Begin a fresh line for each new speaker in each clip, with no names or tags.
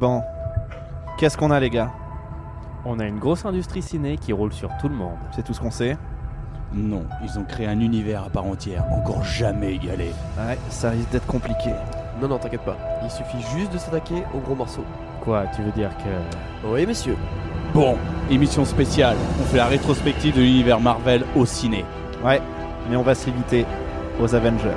Bon, qu'est-ce qu'on a les gars
On a une grosse industrie ciné qui roule sur tout le monde.
C'est tout ce qu'on sait.
Non, ils ont créé un univers à part entière, encore jamais égalé.
Ouais, ça risque d'être compliqué.
Non, non, t'inquiète pas. Il suffit juste de s'attaquer au gros morceau.
Quoi, tu veux dire que...
Oui, messieurs.
Bon, émission spéciale, on fait la rétrospective de l'univers Marvel au ciné.
Ouais, mais on va se limiter aux Avengers.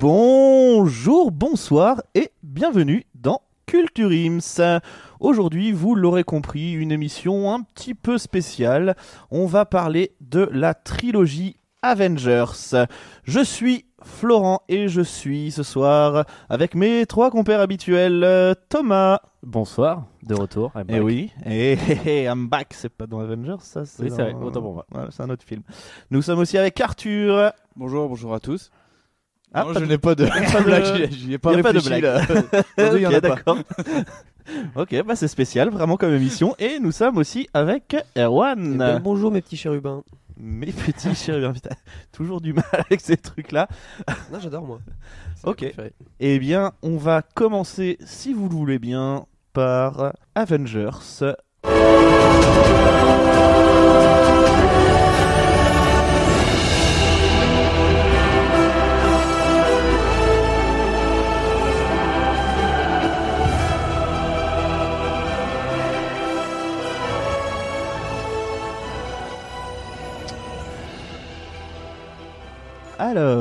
Bonjour, bonsoir et bienvenue dans Culture Ims. Aujourd'hui, vous l'aurez compris, une émission un petit peu spéciale. On va parler de la trilogie Avengers. Je suis Florent et je suis ce soir avec mes trois compères habituels, euh, Thomas.
Bonsoir, de retour. I'm
Eh
back.
oui, et et I'm back, c'est pas dans Avengers ça
Oui, c'est
dans-
vrai, autant pour moi.
Ouais, c'est un autre film. Nous sommes aussi avec Arthur.
Bonjour, bonjour à tous.
Ah,
non,
pas
je n'ai pas de
pas de-
blague, j'y- j'y ai pas
y a pas de
réfléchi
blague.
là. Aujourd'hui, il y en
Ok,
a pas.
d'accord. ok, bah c'est spécial, vraiment comme émission. Et nous sommes aussi avec
Eh ben,
Erwan.
bonjour, mes petits chérubins.
Mes petits chérubins, putain, toujours du mal avec ces trucs-là.
Non, Ah, j'adore, moi. C'est
Ok.
mes préférés.
Eh bien, on va commencer, si vous le voulez bien, par Avengers. Alors,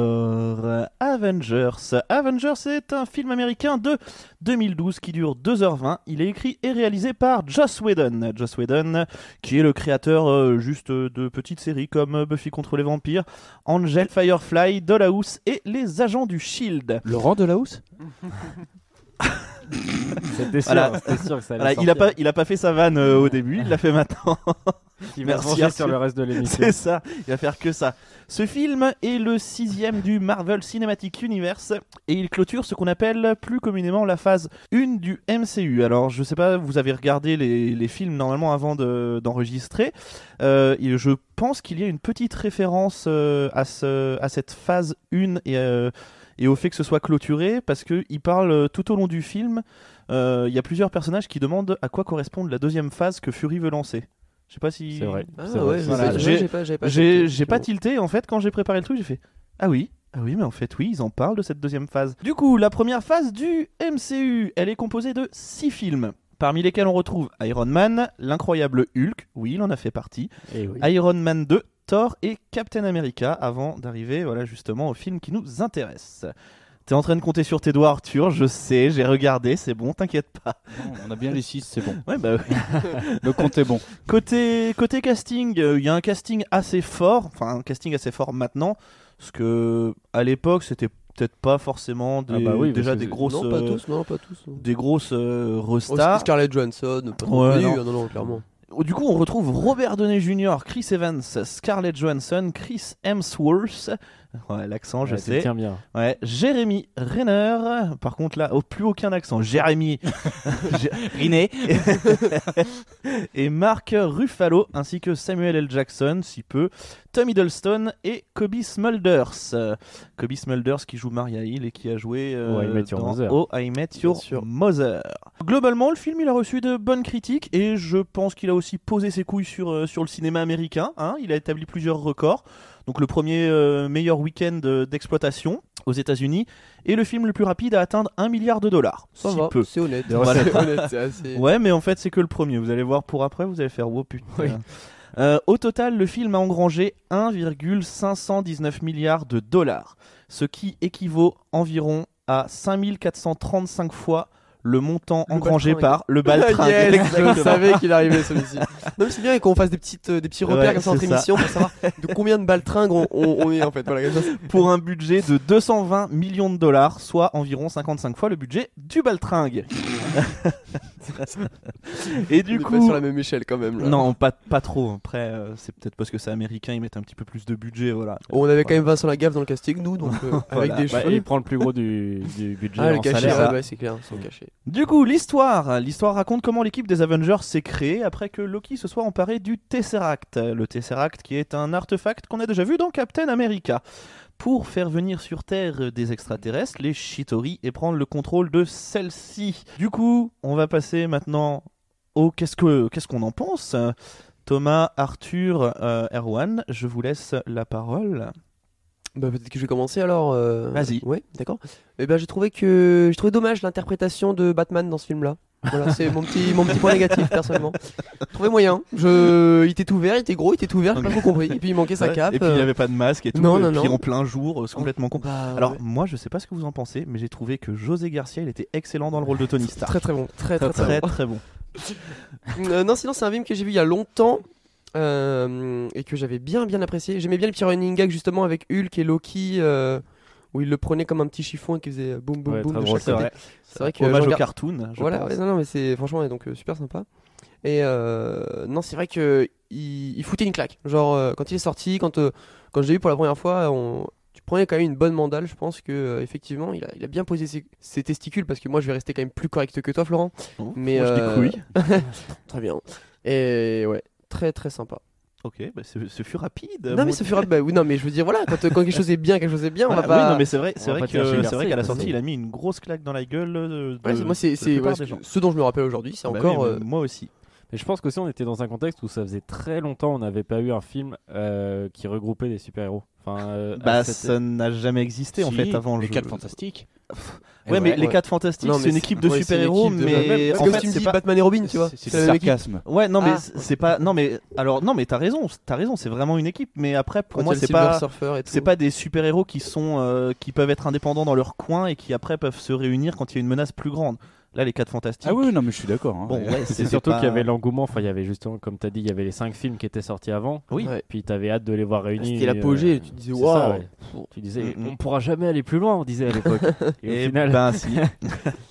euh, Avengers. Avengers est un film américain de 2012 qui dure 2h20. Il est écrit et réalisé par Joss Whedon. Joss Whedon, qui est le créateur euh, juste euh, de petites séries comme euh, Buffy contre les vampires, Angel, Firefly, Dollhouse et Les Agents du Shield.
Laurent Delahousse
C'était sûr,
Voilà.
c'était sûr que ça allait
Voilà, il a pas,
sortir.
il a pas fait sa vanne euh, au début, il l'a fait maintenant.
Il va se
Merci,
venger
Arthur.
sur le reste de l'émission.
C'est ça, il va faire que ça. Ce film est le sixième du Marvel Cinematic Universe et il clôture ce qu'on appelle plus communément la phase 1 du MCU. Alors je sais pas, vous avez regardé les, les films normalement avant de- d'enregistrer. Euh, il- je pense qu'il y a une petite référence euh, à, ce- à cette phase 1 et, euh, et au fait que ce soit clôturé parce qu'il parle euh, tout au long du film. euh, Il y a plusieurs personnages qui demandent à quoi correspond la deuxième phase que Fury veut lancer. Je sais pas si.
C'est vrai.
Ah,
c'est
ouais,
vrai,
c'est
c'est
voilà,
vrai,
vrai.
j'ai-
j'ai pas, j'avais pas
J'ai
capté,
j'ai pas
effectivement.
tilté en fait quand j'ai préparé le truc, j'ai fait ah oui. Ah oui, mais en fait, oui, ils en parlent de cette deuxième phase. Du coup, la première phase du MCU, elle est composée de six films, parmi lesquels on retrouve Iron Man, l'incroyable Hulk, oui, il en a fait partie,
Eh oui.
Iron Man 2, Thor et Captain America, avant d'arriver, voilà, justement, au film qui nous intéresse. T'es en train de compter sur tes doigts, Arthur, je sais, j'ai regardé, c'est bon, t'inquiète pas.
Non, On a bien les 6, c'est bon.
Ouais, bah oui.
Le compte est bon.
Côté, côté casting, euh, il y a un casting assez fort, enfin un casting assez fort maintenant, parce que à l'époque c'était peut-être pas forcément des,
Ah bah oui,
déjà
parce
des
que-
grosses,
Non, pas
euh,
tous, non, pas tous. non.
des grosses euh,
Oh,
restas.
Scarlett Johansson, pas trop
Ouais,
connue,
non.
hein, non, non, clairement.
Du coup, on retrouve Robert Downey Jr., Chris Evans, Scarlett Johansson, Chris Hemsworth, ouais, l'accent, je
Ouais, tu le
sais.
tiens bien.
Ouais, Jérémy Renner. Par contre, là, au plus aucun accent. Jérémy Riné. et Mark Ruffalo, ainsi que Samuel L. Jackson, si peu, Tom Hiddleston et Kobe Smulders. Euh, Kobe Smulders qui joue Maria Hill et qui a joué euh,
Oh, I Met Your
dans
Mother.
Oh, I Met Your
sûr.
Mother. Globalement, le film, il a reçu de bonnes critiques et je pense qu'il a aussi posé ses couilles sur, euh, sur le cinéma américain. hein. Il a établi plusieurs records. Donc le premier euh, meilleur week-end euh, d'exploitation aux États-Unis et le film le plus rapide à atteindre 1 milliard de dollars.
Ça
si
va,
peu.
c'est honnête.
Voilà.
C'est honnête, c'est assez.
Ouais, mais en fait, c'est que le premier. Vous allez voir pour après, vous allez faire wow, putain. Euh, au total, le film a engrangé 1,519 milliards de dollars, ce qui équivaut environ à 5435 fois le montant engrangé
baltringue.
par le baltringue.
Yes, je
Exactement.
savais qu'il arrivait celui-ci. Non, mais c'est bien qu'on fasse des, petites, euh, des petits repères
Ouais,
comme ça entre
c'est ça.
émissions pour savoir de combien de baltringues on, on- on est en fait. Voilà, comme ça, c'est-
Pour un budget de 220 millions de dollars, soit environ 55 fois le budget du baltringue. Et
on
du
est
coup,
pas sur la même échelle quand même. là.
Non, pas, pas trop. Après, euh, c'est peut-être parce que c'est américain, ils mettent un petit peu plus de budget, voilà.
On avait quand même Vincent Lagaffe dans le casting, nous, donc euh,
Voilà,
avec des
bah,
Ouais,
cheveux.
il prend le plus gros du, du budget
Ah, le
en
cachet,
salaire.
ça.
ouais, ouais, c'est clair, sans cachet.
Du coup, l'histoire. L'histoire raconte comment l'équipe des Avengers s'est créée après que Loki se soit emparé du Tesseract. Le Tesseract qui est un artefact qu'on a déjà vu dans Captain America. Pour faire venir sur Terre des extraterrestres, les Shitori, et prendre le contrôle de celle-ci. Du coup, on va passer maintenant au qu'est-ce que qu'est-ce qu'on en pense. Thomas, Arthur, euh, Erwan, je vous laisse la parole.
Bah, peut-être que je vais commencer alors. euh,
Vas-y.
Ouais, d'accord. Et ben j'ai trouvé que j'ai trouvé dommage l'interprétation de Batman dans ce film-là. Voilà, c'est mon petit mon petit point négatif personnellement. Trouvé moyen. Je, il était tout vert, il était gros, il était tout vert, j'ai pas trop compris. Et puis il manquait sa
Ouais,
cape.
Et puis il n'y
euh,
avait pas de masque et tout.
non,
et
non,
puis
non.
en plein jour, euh, c'est complètement con.
bah,
Alors
ouais.
moi je sais pas ce que vous en pensez, mais j'ai trouvé que José Garcia il était excellent dans le rôle de Tony Stark.
très très bon, très très très,
très,
bon.
très bon.
Euh, non, sinon c'est un film que j'ai vu il y a longtemps. euh, et que j'avais bien bien apprécié. J'aimais bien le petit running gag justement avec Hulk et Loki euh, où il le prenait comme un petit chiffon et qui faisait boum boum
Ouais,
boum
très
de
drôle,
chaque
C'est
côté.
vrai.
C'est vrai que
Hommage
je
au
regarde-
cartoon. Je
voilà,
pense.
ouais, non, non, mais c'est franchement ouais, donc euh, super sympa. Et euh, non, c'est vrai que il, il foutait une claque. Genre euh, quand il est sorti, quand euh, quand j'ai eu pour la première fois, on- tu prenais quand même une bonne mandale. Je pense que euh, effectivement, il a, il a bien posé ses, ses testicules parce que moi, je vais rester quand même plus correct que toi, Florent.
Bon,
Mais
moi, je dis que
euh,
oui.
Très bien. Et ouais, très très sympa.
Ok, bah, ce, ce fut rapide.
non
mon
mais
Dieu.
ça fera bah, oui, non mais je veux dire voilà, quand, euh, quand quelque chose est bien, quelque chose est bien, on
Ah,
va pas.
Oui, non, mais c'est vrai, c'est
on
vrai
va pas
que
dire chez
c'est vrai
Garcia,
qu'à la
ça,
sortie
c'est-
il a mis une grosse claque dans la gueule. euh, De,
Ouais, c'est- moi c'est
de
c'est-
la plupart
ouais,
des
ce
gens.
que- ce dont je me rappelle aujourd'hui, c'est
Bah
encore
oui,
euh,
mais Moi aussi.
Mais je pense qu'aussi on était dans un contexte où ça faisait très longtemps on n'avait pas eu un film euh, qui regroupait des super-héros. Enfin, euh, à
ah,
Bah
cette-
ça n'a jamais existé en
Si,
fait avant le
Les
jeu.
quatre fantastiques. Eh
Ouais, mais les
ouais.
4 fantastiques,
Non, mais
c'est une
c'est-
équipe de
ouais, c'est une
super-héros,
équipe de-
mais
c'est
en
comme si
fait
tu me
c'est
dis
pas
Batman et Robin, tu vois.
C'est
C'est
du
la même équipe.
sarcasme.
Ouais, non, mais
Ah.
c'est- c'est pas. Non, mais alors, non, mais t'as raison, t'as raison, c'est vraiment une équipe. Mais après, pour
Quand
moi,
il y a
c'est
le Silver
pas.
Surfer et tout.
C'est pas des super-héros qui sont euh, qui peuvent être indépendants dans leur coin et qui après peuvent se réunir quand il y a une menace plus grande. Là, les quatre fantastiques.
Ah oui, non, mais je suis d'accord. hein.
Bon,
Ouais.
ouais,
C'est
c'était
surtout
pas-
qu'il y avait l'engouement. Enfin, il y avait justement, comme tu as dit, il y avait les cinq films qui étaient sortis avant.
Oui.
Ouais.
Puis t'avais hâte de les voir réunis.
C'était l'apogée,
euh,
tu te disais
c'est
waouh.
ça, ouais. Tu disais,
Mm, mm.
on pourra jamais aller plus loin, on disait à l'époque. et,
Et
Eh
au final,
ben, si.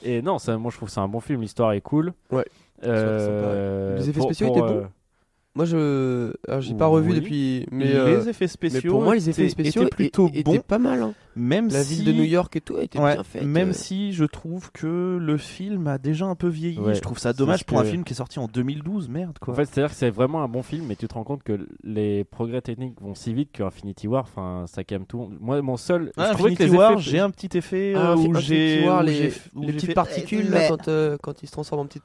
et non, ça, moi je trouve que c'est un bon film, l'histoire est cool.
Ouais.
Euh,
Les effets
pour-
spéciaux
pour,
étaient
euh,
Moi, je alors, j'ai
Oh,
pas revu
Oui.
depuis, mais,
les
euh,
effets
mais
spéciaux.
pour moi, les effets
étaient-
spéciaux
étaient plutôt
é- étaient
bons,
pas mal. hein.
même
La
si
ville de New York et tout était
Ouais,
bien faite.
même
euh.
si je trouve que le film a déjà un peu vieilli,
Ouais,
je trouve ça
c'est
dommage
ce
pour un
que-
film qui est sorti en 2012, merde quoi.
En fait, c'est-à-dire que c'est vraiment un bon film, mais tu te rends compte que les progrès techniques vont si vite que Infinity War, enfin, ça calme tout. Moi, mon seul.
Ah,
je trouvais
Infinity
que les
War,
effets-
j'ai un petit effet
Ah,
euh, où
Infinity
j'ai
War,
où
les,
j'ai f- où
les
j'ai
petites
fait-
particules là, quand, euh, quand ils se transforment en petites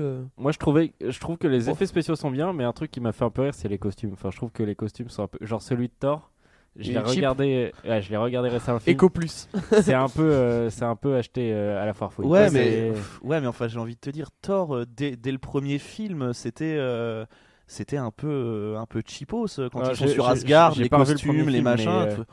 euh.
Moi, je trouvais, je trouve que les
Oh.
effets spéciaux sont bien, mais un truc qui m'a fait un peu rire, c'est les costumes. Enfin, je trouve que les costumes sont un peu, genre celui de Thor. Je
Il
l'ai
est cheap.
regardé, ouais, je l'ai regardé récemment. le film.
Eco plus.
C'est un peu, euh, c'est un peu acheté euh, à la foire fouille.
Ouais,
quoi.
mais
C'est-
pff, ouais, mais enfin, j'ai envie de te dire, Thor, euh, dès, dès le premier film, c'était euh, c'était un peu euh, un peu cheapos euh, quand
Ouais,
ils sont
j'ai-
sur
j'ai-
Asgard,
j'ai
les
pas revu le
costumes,
premier
les
film, mais,
machins.
euh,
tout.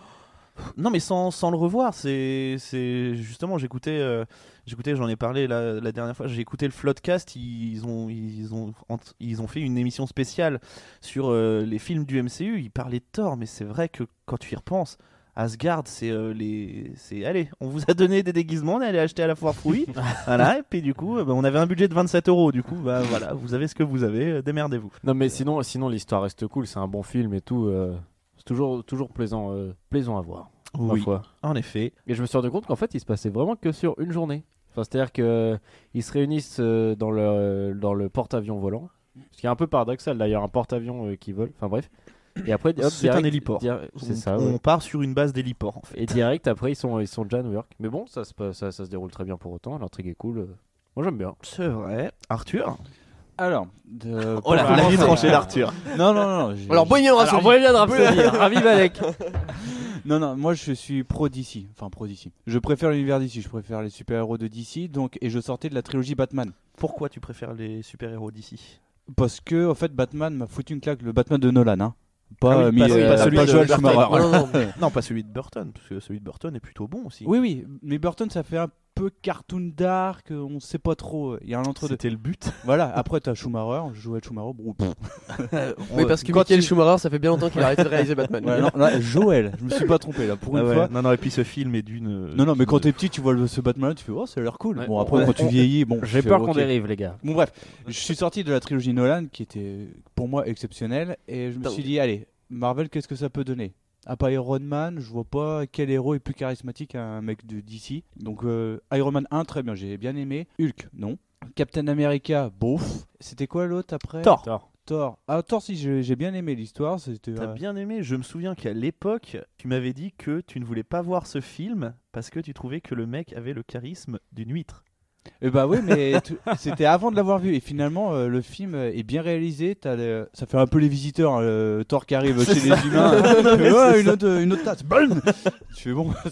Non, mais sans, sans le revoir, c'est c'est justement, j'écoutais euh, j'écoutais, j'en ai parlé la, la dernière fois, j'ai écouté le Floodcast, ils ont ils ont ent- ils ont fait une émission spéciale sur euh, les films du MCU, ils parlaient de Thor, mais c'est vrai que quand tu y repenses. Asgard, c'est euh, les. C'est. Allez, on vous a donné des déguisements, on est allé acheter à la foire fouille. voilà, et puis du coup, euh, bah, on avait un budget de 27 euros. Du coup, bah voilà, vous avez ce que vous avez, euh, démerdez-vous.
Non, mais sinon, sinon l'histoire reste cool. C'est un bon film et tout. euh, c'est toujours, toujours plaisant, euh, plaisant à voir. ma foi.
en effet.
Et je me suis rendu compte qu'en fait, il se passait vraiment que sur une journée. Enfin, c'est-à-dire qu'ils se réunissent euh, dans le, dans le porte-avions volant. Ce qui est un peu paradoxal d'ailleurs, un porte-avions euh, qui vole. Enfin bref. Et après, hop,
C'est un
direct-
héliport.
dire- C'est
on,
ça.
on
ouais.
part sur une base d'héliport, en fait.
Et direct, après, ils sont, ils sont déjà à New York. Mais bon, ça se, passe- ça, ça se déroule très bien pour autant. L'intrigue est cool. euh. Moi, j'aime bien.
C'est vrai. Arthur
Alors. de-
Oh là, la
pour
vie
commencer-
tranchée d'Arthur.
Non, non, non. j'ai-
Alors Bohemian Rhapsody.
Bohemian Rhapsody, ravi Malek.
Non, non, moi je suis pro DC. Enfin, pro DC. Je préfère l'univers DC, je préfère les super-héros de DC. Donc, et je sortais de la trilogie Batman.
Pourquoi tu préfères les super-héros d'ici
Parce que, en fait, Batman m'a foutu une claque. Le Batman de Nolan, hein. Pas,
Ah oui,
euh,
pas-
mis-
oui,
euh,
pas
pas
celui de
Joel
Dark
Schumacher.
Non, non, non.
Non, pas celui de Burton, parce que celui de Burton est plutôt bon aussi.
Oui, oui, mais Burton, ça fait un peu cartoon dark, euh, on sait pas trop. Il y a un entre-deux.
C'était le but.
Voilà, après t'as Schumacher, je jouais à Schumacher. Bon, pff,
Oui, parce que Michael Schumacher, ça fait bien longtemps qu'il a arrêté de réaliser Batman.
voilà, non, non, Joël, je me suis pas trompé là, pour
Ah
une
ouais,
fois.
Non, non, et puis ce film est d'une.
Non, non, mais quand
d'une-
t'es petit, tu vois le- ce Batman là, tu fais oh, ça a l'air cool.
Ouais,
Bon, après,
on-
quand tu
on-
vieillis, bon.
J'ai
tu fais,
peur qu'on
ok.
dérive, les gars.
Bon, bref, je suis sorti de la trilogie Nolan qui était pour moi exceptionnelle et je me
Putain.
suis dit, allez, Marvel, qu'est-ce que ça peut donner À part Iron Man, je vois pas quel héros est plus charismatique qu'un mec de DC. Donc, euh, Iron Man 1, très bien, j'ai bien aimé. Hulk, non. Captain America, beauf. C'était quoi l'autre après
Thor.
Thor. Ah, Thor, si, j'ai j'ai bien aimé l'histoire. C'était.
T'as
euh,
bien aimé. Je me souviens qu'à l'époque, tu m'avais dit que tu ne voulais pas voir ce film parce que tu trouvais que le mec avait le charisme d'une huître.
Eh bah oui, mais tout- c'était avant de l'avoir vu. Et finalement, euh, le film euh, est bien réalisé. T'as le- Ça fait un peu les visiteurs, hein, le Thor qui arrive chez les humains. Ouais, une, autre, une autre tasse, bam Tu fais bon,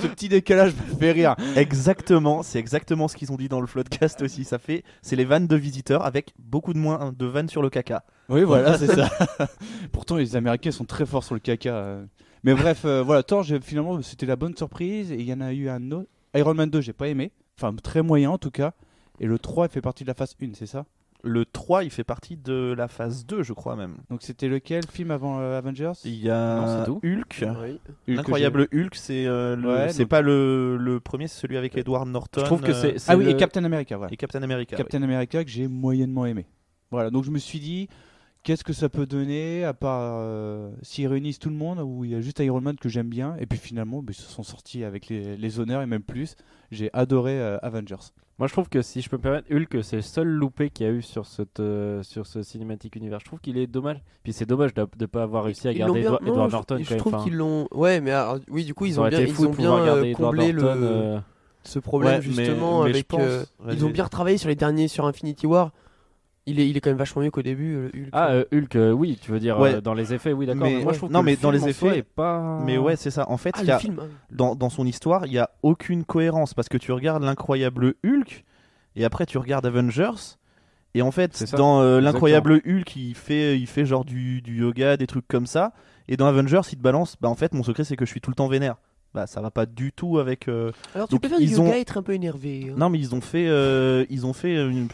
ce petit décalage me fait rire.
Exactement, c'est exactement ce qu'ils ont dit dans le floodcast aussi. Ça fait, c'est les vannes de visiteurs avec beaucoup de moins hein, de vannes sur le caca.
Oui, voilà, c'est ça. Pourtant, les Américains sont très forts sur le caca. euh. Mais bref, euh, voilà, Thor, j'ai- finalement, c'était la bonne surprise. Et il y en a eu un autre. Iron Man 2, j'ai pas aimé. Enfin, très moyen en tout cas. Et le 3, il fait partie de la phase 1, c'est ça
Le 3, il fait partie de la phase 2, je crois même.
Donc c'était lequel Film avant euh, Avengers
Il y a
Non, c'est tout.
Hulk.
Oui.
Hulk,
L'incroyable Hulk, c'est euh, le-
Ouais,
c'est
donc-
pas le, le premier, c'est celui avec Edward Norton.
Je trouve que
euh,
c'est. c'est
Ah oui,
le-
et Captain America, voilà.
et Captain America. oui.
Captain America que j'ai moyennement aimé. Voilà, donc je me suis dit, qu'est-ce que ça peut donner à part euh, s'ils réunissent tout le monde ou il y a juste Iron Man que j'aime bien et puis finalement bah, ils se sont sortis avec les, les honneurs et même plus. J'ai adoré euh, Avengers.
Moi, je trouve que si je peux me permettre, Hulk, c'est le seul loupé qu'il y a eu sur, cette, euh, sur ce cinématique univers. Je trouve qu'il est dommage. Puis c'est dommage de ne pas avoir réussi à
Ils l'ont
garder
bien-
Edward,
non,
Edward
je-
Norton.
Je,
quand même.
trouve
Enfin,
qu'ils l'ont. Ouais, mais alors, oui, du coup, ils
ça
ont
aurait
bien,
été
ils
fou
ont
de pouvoir
bien
garder
euh,
Edward
comblé le,
Norton, euh,
ce problème
Ouais, mais-
justement
mais je
avec.
pense-
euh,
vas-y.
Ils ont bien retravaillé sur les derniers, sur Infinity War. Il est, il est quand même vachement mieux qu'au début. euh, Hulk.
Ah, euh, Hulk, euh, oui, tu veux dire
Ouais.
euh, dans les effets, oui, d'accord.
Mais-
Mais, moi, je trouve
non,
que
mais
le
dans
film
les
en soi
effets-
est pas.
Mais ouais, c'est ça. En fait,
Ah,
il y a-
le film. hein.
dans, dans son histoire, il n'y a aucune cohérence parce que tu regardes l'incroyable Hulk et après tu regardes Avengers. Et en
C'est
fait,
ça,
dans euh, l'incroyable Hulk, il fait, il fait genre du, du yoga, des trucs comme ça. Et dans Avengers, il te balance Bah, en fait, mon secret, c'est que je suis tout le temps vénère. Bah, ça va pas du tout avec. euh,
Alors, tu
Donc,
peux faire du
ils ont-
yoga et être un peu énervé. hein.
Non, mais ils ont fait, euh, ils ont fait une,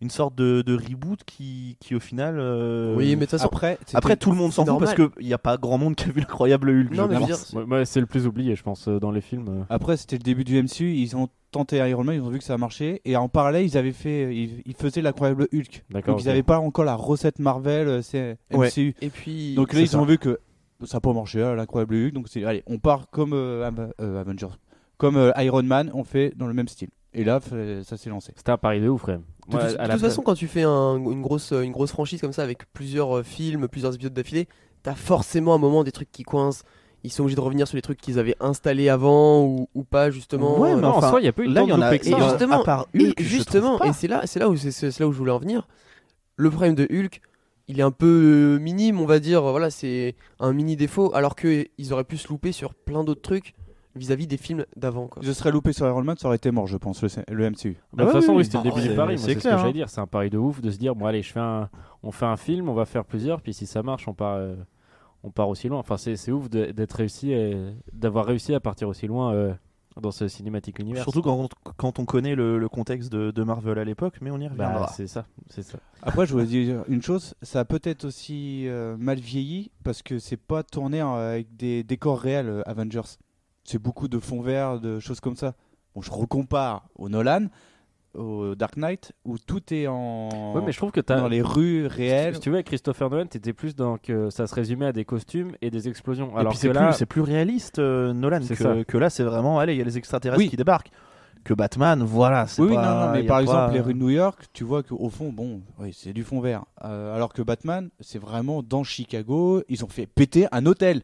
une sorte de, de reboot qui, qui, au final. euh,
Oui, mais de toute façon.
Après, c'était-
Après, tout le monde s'en
c'est
fout parce
normal.
qu'il n'y a pas grand monde qui a vu l'incroyable Hulk.
Non,
je
mais je veux
pense.
dire,
Ouais, ouais, c'est le plus oublié, je pense, euh, dans les films. euh.
après c'était le début du MCU, ils ont tenté Iron Man, ils ont vu que ça a marché et en parallèle, ils avaient fait ils, ils faisaient l'incroyable Hulk.
D'accord.
Donc
ok.
ils n'avaient pas encore la recette Marvel, euh, c'est
Ouais.
MCU.
Et puis.
Donc là,
C'est
ils
ça.
ont vu que ça n'a pas marché, hein, l'incroyable Hulk. Donc c'est, allez, on part comme euh, Am- euh, Avengers, comme euh, Iron Man, on fait dans le même style. Et là, f- ça s'est lancé.
C'était un pari de ouf, quand même.
De,
Moi,
toute-
à
de
la
toute
fin-
façon, quand tu fais un- une, grosse, euh, une grosse franchise comme ça avec plusieurs euh, films, plusieurs épisodes d'affilée, t'as forcément un moment des trucs qui coincent. Ils sont obligés de revenir sur les trucs qu'ils avaient installés avant ou, ou pas justement.
Ouais,
Euh,
mais
Non,
enfin,
en soi, il n'y a pas eu le
Là,
temps
il y en
de
a.
louper
Et
que
et
ça. hein.
juste- justement-
à part Hulk,
Et
je
justement,
trouve pas.
et c'est là, c'est là où c'est c'est là où je voulais en venir. Le problème de Hulk, il est un peu euh, minime, on va dire. Voilà, c'est un mini défaut, alors que ils auraient pu se louper sur plein d'autres trucs vis-à-vis des films d'avant. Quoi.
Ils se seraient loupés sur Iron Man, ça aurait été mort, je pense, le, le MCU.
Bah De toute
Ah oui,
façon,
oui,
oui, c'était le
oui.
début
C'est-
du pari, moi,
c'est
c'est ce que
clair, hein.
j'allais dire. C'est un pari de ouf de se dire, bon, allez, je fais un... on fait un film, on va faire plusieurs, puis si ça marche, on part, euh, on part aussi loin. Enfin, c'est c'est ouf de- d'être réussi, euh, d'avoir réussi à partir aussi loin euh, dans ce cinématique univers.
Surtout quand on, quand on connaît le, le contexte de, de Marvel à l'époque, mais on y reviendra.
Bah,
Bah,
c'est ça, c'est ça.
Après, je voulais dire une chose, ça a peut-être aussi euh, mal vieilli parce que c'est pas tourné en- avec des décors réels euh, Avengers. C'est beaucoup de fonds verts, de choses comme ça. Bon, je recompare au Nolan, au Dark Knight, où tout est en
Ouais, mais je trouve que t'as.
dans les rues
Si tu-
réelles.
Si tu veux, avec Christopher Nolan, t'étais plus dans que ça se résumait à des costumes et des explosions.
Et
Alors
puis c'est
que là,
plus, c'est plus réaliste, euh, Nolan,
C'est
que,
ça.
que là c'est vraiment, allez, il y a les extraterrestres
Oui.
qui débarquent. Que Batman, voilà, c'est
Oui, oui,
pas-
non, non, mais
y a
par
pas-
exemple, les rues de New York, tu vois qu'au fond, bon, oui, c'est du fond vert. Euh, alors que Batman, c'est vraiment dans Chicago, ils ont fait péter un hôtel.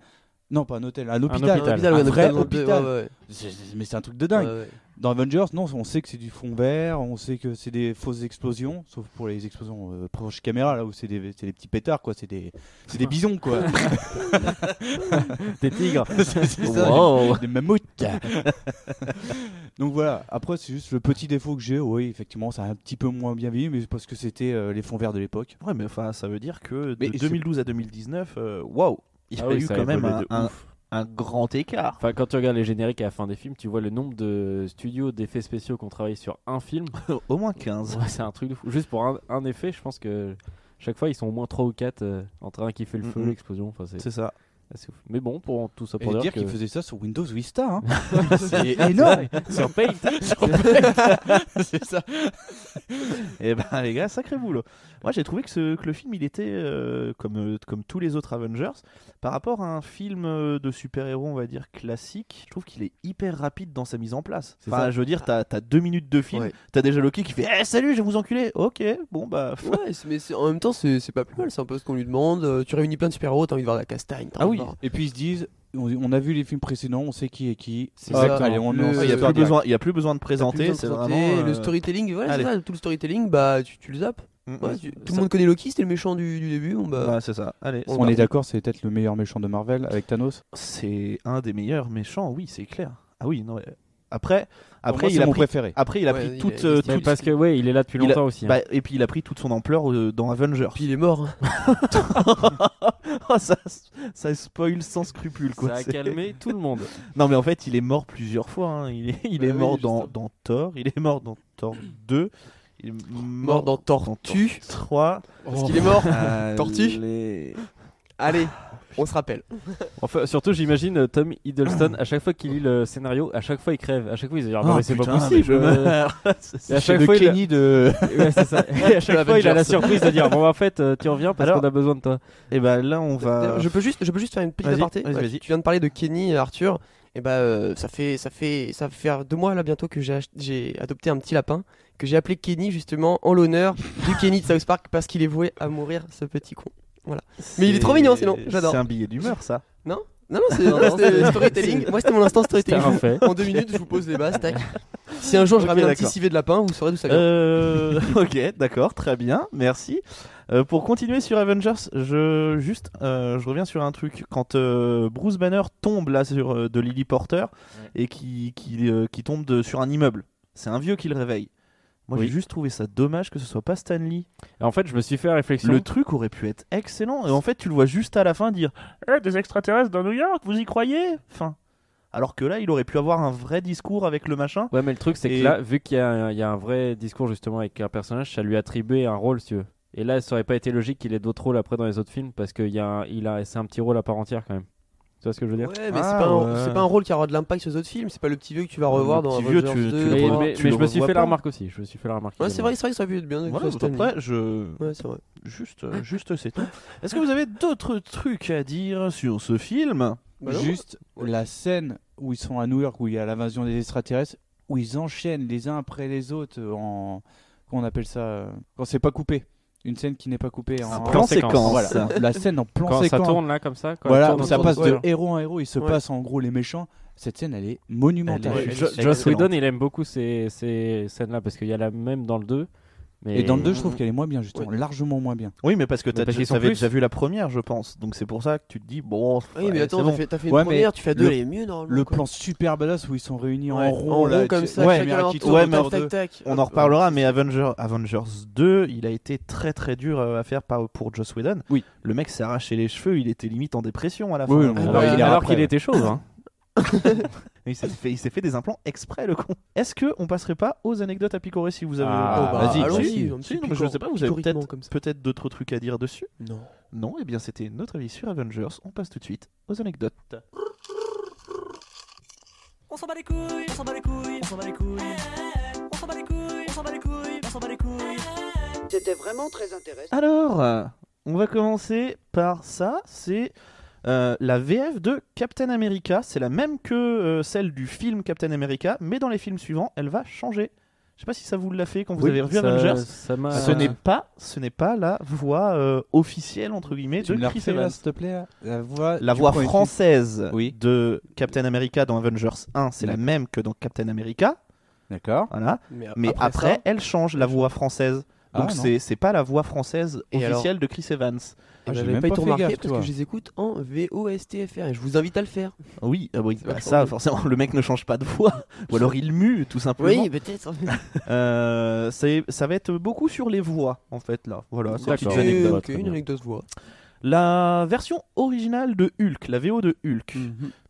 Non, pas un hôtel, un hôpital.
hôpital.
Un
ouais,
vrai
ouais,
hôpital.
ouais, ouais.
C'est- c'est- Mais c'est un truc de dingue.
Ouais, ouais.
Dans Avengers, non, on sait que c'est du fond vert, on sait que c'est des fausses explosions, sauf pour les explosions euh, proche caméra, là où c'est des, c'est des petits pétards, quoi, c'est des, c'est des bisons, quoi.
des tigres.
C'est- c'est ça,
Wow.
des- des mammouths. Donc voilà, après c'est juste le petit défaut que j'ai, oui, effectivement, ça a un petit peu moins bien vieilli, mais c'est parce que c'était euh, les fonds verts de l'époque.
Ouais, mais enfin, ça veut dire que de
Mais c'est-
2012 à 2019, euh, waouh, il y
Ah
a
oui,
eu
ça
quand même
évolue
un,
de
un-
ouf.
un grand écart.
Enfin, quand tu regardes les génériques à la fin des films, tu vois le nombre de studios d'effets spéciaux qu'on travaille sur un film.
Au moins 15.
Ouais, c'est un truc de fou. Juste pour un, un effet, je pense que chaque fois ils sont au moins 3 ou 4 entre un qui fait le feu,
Mhm.
l'explosion. Enfin, c'est
C'est ça.
assez ouf. Mais bon, pour tout ça
Et
pour
dire
dire,
qu'il
que-
faisait ça sur Windows Vista, hein. c'est énorme.
sur Paint,
c'est ça.
Et ben les gars, sacré boulot. Moi j'ai trouvé que, ce, que le film il était euh, comme, euh, comme tous les autres Avengers, par rapport à un film euh, de super-héros on va dire classique, je trouve qu'il est hyper rapide dans sa mise en place.
C'est
Enfin
ça.
je veux dire, t'as t'as deux minutes de film,
Ouais.
t'as déjà Loki qui fait Eh, salut je vais vous enculer, ok bon bah...
Ouais, c'est- mais c'est- en même temps, c'est c'est pas plus mal. C'est un peu ce qu'on lui demande. euh, tu réunis plein de super-héros, t'as envie de voir de la castagne. t'as
Ah
envie
oui.
de voir-
Et puis ils se disent, on, on a vu les films précédents, on sait qui est qui.
C'est
Hop,
ça.
Allez, on
Le-
lance
Il y
Il n'y a,
l'histoire
plus
directe.
besoin- il y a plus besoin de
t'as plus
présenter,
besoin de
c'est
présenter,
vraiment...
Le
euh,
storytelling, voilà, c'est
allez.
ça, tout le storytelling, bah, tu, tu le zappes.
mm,
Ouais,
mm.
tu- tout le monde connaît Loki, c'était le méchant du, du début. Bon, bah,
Ouais, c'est ça. Allez,
on
c'est
On est
parti.
d'accord, c'est peut-être le meilleur méchant de Marvel avec Thanos.
c'est un des meilleurs méchants, oui, c'est clair. Ah oui, non. euh, Après, après,
Pour moi,
il,
c'est
a
mon
pris,
préféré.
après il a
Ouais,
pris
il
toute,
est- il est
euh,
Mais
stylé.
toute-
parce que ouais, il est là depuis
Il a-
longtemps aussi. hein.
bah, et puis il a pris toute son ampleur euh, dans Avengers.
puis il est mort. hein.
Oh, ça, ça spoil sans scrupule quoi.
ça a
C'est-
calmé tout le monde.
Non mais en fait il est mort plusieurs fois. hein. Il est, il
Bah
est
oui,
mort
justement.
dans, dans Thor, il est mort dans Thor 2, il est
Mort dans Tortue.
3.
Parce qu'il est mort.
euh,
Tortue
les-
Allez, on se rappelle.
Enfin, surtout, j'imagine euh, Tom Hiddleston, à chaque fois qu'il lit le scénario, à chaque fois il crève. À chaque fois, il se dit Ah, non,
Oh,
mais c'est pas
putain, mais
possible.
je
euh.
meurs. C'est-
Et à
C'est
chaque
le
fois, il a-
Kenny de.
Ouais, c'est ça. Et à chaque fois, il a la surprise de dire Bon, bah, en fait, euh, tu reviens parce
Alors-
qu'on a besoin de toi.
Et ben là on va.
D'ailleurs, Je peux juste, je peux juste faire une petite
Vas-y,
aparté.
vas-y,
Ouais,
vas-y.
Tu viens de parler de Kenny et Arthur. Et bah, euh, ça fait, ça fait, ça fait faire deux mois là bientôt que j'ai ach- j'ai adopté un petit lapin que j'ai appelé Kenny justement en l'honneur du Kenny de South Park parce qu'il est voué à mourir ce petit con. Mais il est trop mignon, sinon, j'adore.
C'est un billet d'humeur ça.
Non non, c'est- non, c'était storytelling. Moi c'était mon instant
C'était
storytelling.
un fait.
En deux minutes, je vous pose les bases. Tac. Si un jour je
Ok,
ramène un petit
d'accord.
civet de lapin, vous saurez d'où ça vient.
Euh, ok, d'accord, très bien, merci. Euh, pour continuer sur Avengers, je juste, euh, je reviens sur un truc. Quand euh, Bruce Banner tombe là sur euh, de Lily Porter et qui qui, euh, qui tombe de- sur un immeuble, c'est un vieux qui le réveille. Moi,
Oui.
j'ai juste trouvé ça dommage que ce soit pas Stanley.
Et En fait, je me suis fait la réflexion.
Le truc aurait pu être excellent. Et en fait, tu le vois juste à la fin dire Eh, des extraterrestres dans New York, vous y croyez Enfin, alors que là, il aurait pu avoir un vrai discours avec le machin.
Ouais, mais le truc, c'est
Et-
que là, vu qu'il y, a un- il y a un vrai discours justement avec un personnage, ça lui attribuait un rôle, si tu veux. Et là, ça aurait pas été logique qu'il ait d'autres rôles après dans les autres films parce que il y a un- il a, c'est un petit rôle à part entière quand même. Tu vois ce que je veux dire
Ouais, mais
Ah,
c'est pas, un-
ouais.
c'est pas un rôle qui aura de l'impact sur les autres films, c'est pas le petit vieux que tu vas revoir
Le
dans
petit
Avengers
vieux, tu- tu
2.
le
Mais,
revois-
mais-
tu
mais
le
je me suis
revois
fait la
pas.
remarque aussi. Je me suis fait la remarque.
Ouais, c'est vrai, c'est vrai que ça aurait pu être bien de
Voilà,
que ce soit
après, je,
Stanley. Ouais, c'est vrai.
Juste, euh, juste c'est tout. Est-ce que vous avez d'autres trucs à dire sur ce film
Bah non.
Juste
Ouais.
la scène où ils sont à New York, où il y a l'invasion des extraterrestres, où ils enchaînent les uns après les autres euh, en. Qu'on appelle ça euh, Quand c'est pas coupé. Une scène qui n'est pas coupée en.
plan séquence.
Voilà, la scène en plan
Quand ça
séquence.
tourne là comme ça, quand
voilà,
elle tourne
ça
autour
passe
du
de
poil.
héros en héros, il se
Ouais.
passe en gros les méchants. Cette scène, elle est monumentale.
Elle est-
Ouais,
Jo-
elle est
Joss
excellente.
Whedon, il aime beaucoup ces, ces scènes-là parce qu'il y a la même dans le 2. Mais...
Et dans le 2, je trouve qu'elle est moins bien, justement,
Ouais.
largement moins bien.
Oui, mais parce que
Mais parce
t'avais
qu'ils sont plus.
déjà vu la première, je pense. Donc c'est pour ça que tu te dis bon.
Oui, mais
ouais,
attends,
c'est
t'as
bon.
fait, t'as fait
Ouais,
une
mais
première, tu fais à deux,
le-
elle est mieux normalement.
Le
quoi.
plan super badass où ils sont réunis
Ouais, Oh,
en rond, là, tu
comme
sais,
ça,
la
ouais,
chacun
caméra
leur
qui
tour,
ouais,
tourne
mais
autour
tac, tac,
d'eux.
tac.
On
Hop,
en
hop.
reparlera, mais Avenger, Avengers 2, il a été très très dur euh, à faire par, pour Joss Whedon.
Oui.
Le mec s'est arraché les cheveux, il était limite en dépression à la fin.
Oui,
Ah,
mais
bah,
Alors,
il est
alors
après,
qu'il
ouais.
était chaud. Hein.
Il s'est fait, il s'est fait des implants exprès, le con. Est-ce que on passerait pas aux anecdotes à picorer si vous avez.
Ah,
Oh, bah,
vas-y,
allons-y,
Si,
un
si,
petit
non, mais je
picor-
sais pas, vous avez
picorement
peut-être
comme ça.
peut-être d'autres trucs à dire dessus.
Non.
Non, eh bien c'était notre avis sur Avengers. On passe tout de suite aux anecdotes.
On s'en bat les couilles, on s'en bat les couilles, on s'en bat les couilles. On s'en bat les couilles, on s'en bat les couilles, on s'en bat les couilles.
C'était vraiment très intéressant.
Alors, euh, on va commencer par ça. C'est euh, la VF de Captain America. C'est la même que euh, celle du film Captain America, mais dans les films suivants, elle va changer. Je sais pas si ça vous l'a fait quand vous avez revu
ça,
Avengers.
ça m'a-
Ce n'est pas, ce n'est pas la voix euh, officielle entre guillemets
Tu
de
me la
Chris
refais, là,
Evans.
s'il te plaît là La voix,
La
du
voix
point et
française
Oui.
de Captain America dans Avengers 1, c'est la même que dans Captain America.
clic. D'accord.
Voilà. Mais après,
ça,
elle change la voix française. Donc
Ah, non.
c'est c'est pas la voix française
Et
officielle
alors
de Chris Evans.
Ah, j'ai
j'avais
même
pas
pas
été
fait
remarqué
gaffe,
parce
toi.
que je les écoute en VOSTFR et je vous invite à le faire.
Oui, ah oui,
C'est pas
bah
trop
ça
mieux.
forcément le mec ne change pas de voix ou alors il mue tout simplement.
Oui, peut-être.
Euh, c'est- ça va être beaucoup sur les voix en fait là. Voilà, c'est une petite
D'accord.
anecdote.
Ok,
très bien.
une anecdote voix.
La version originale de Hulk, la VO de Hulk.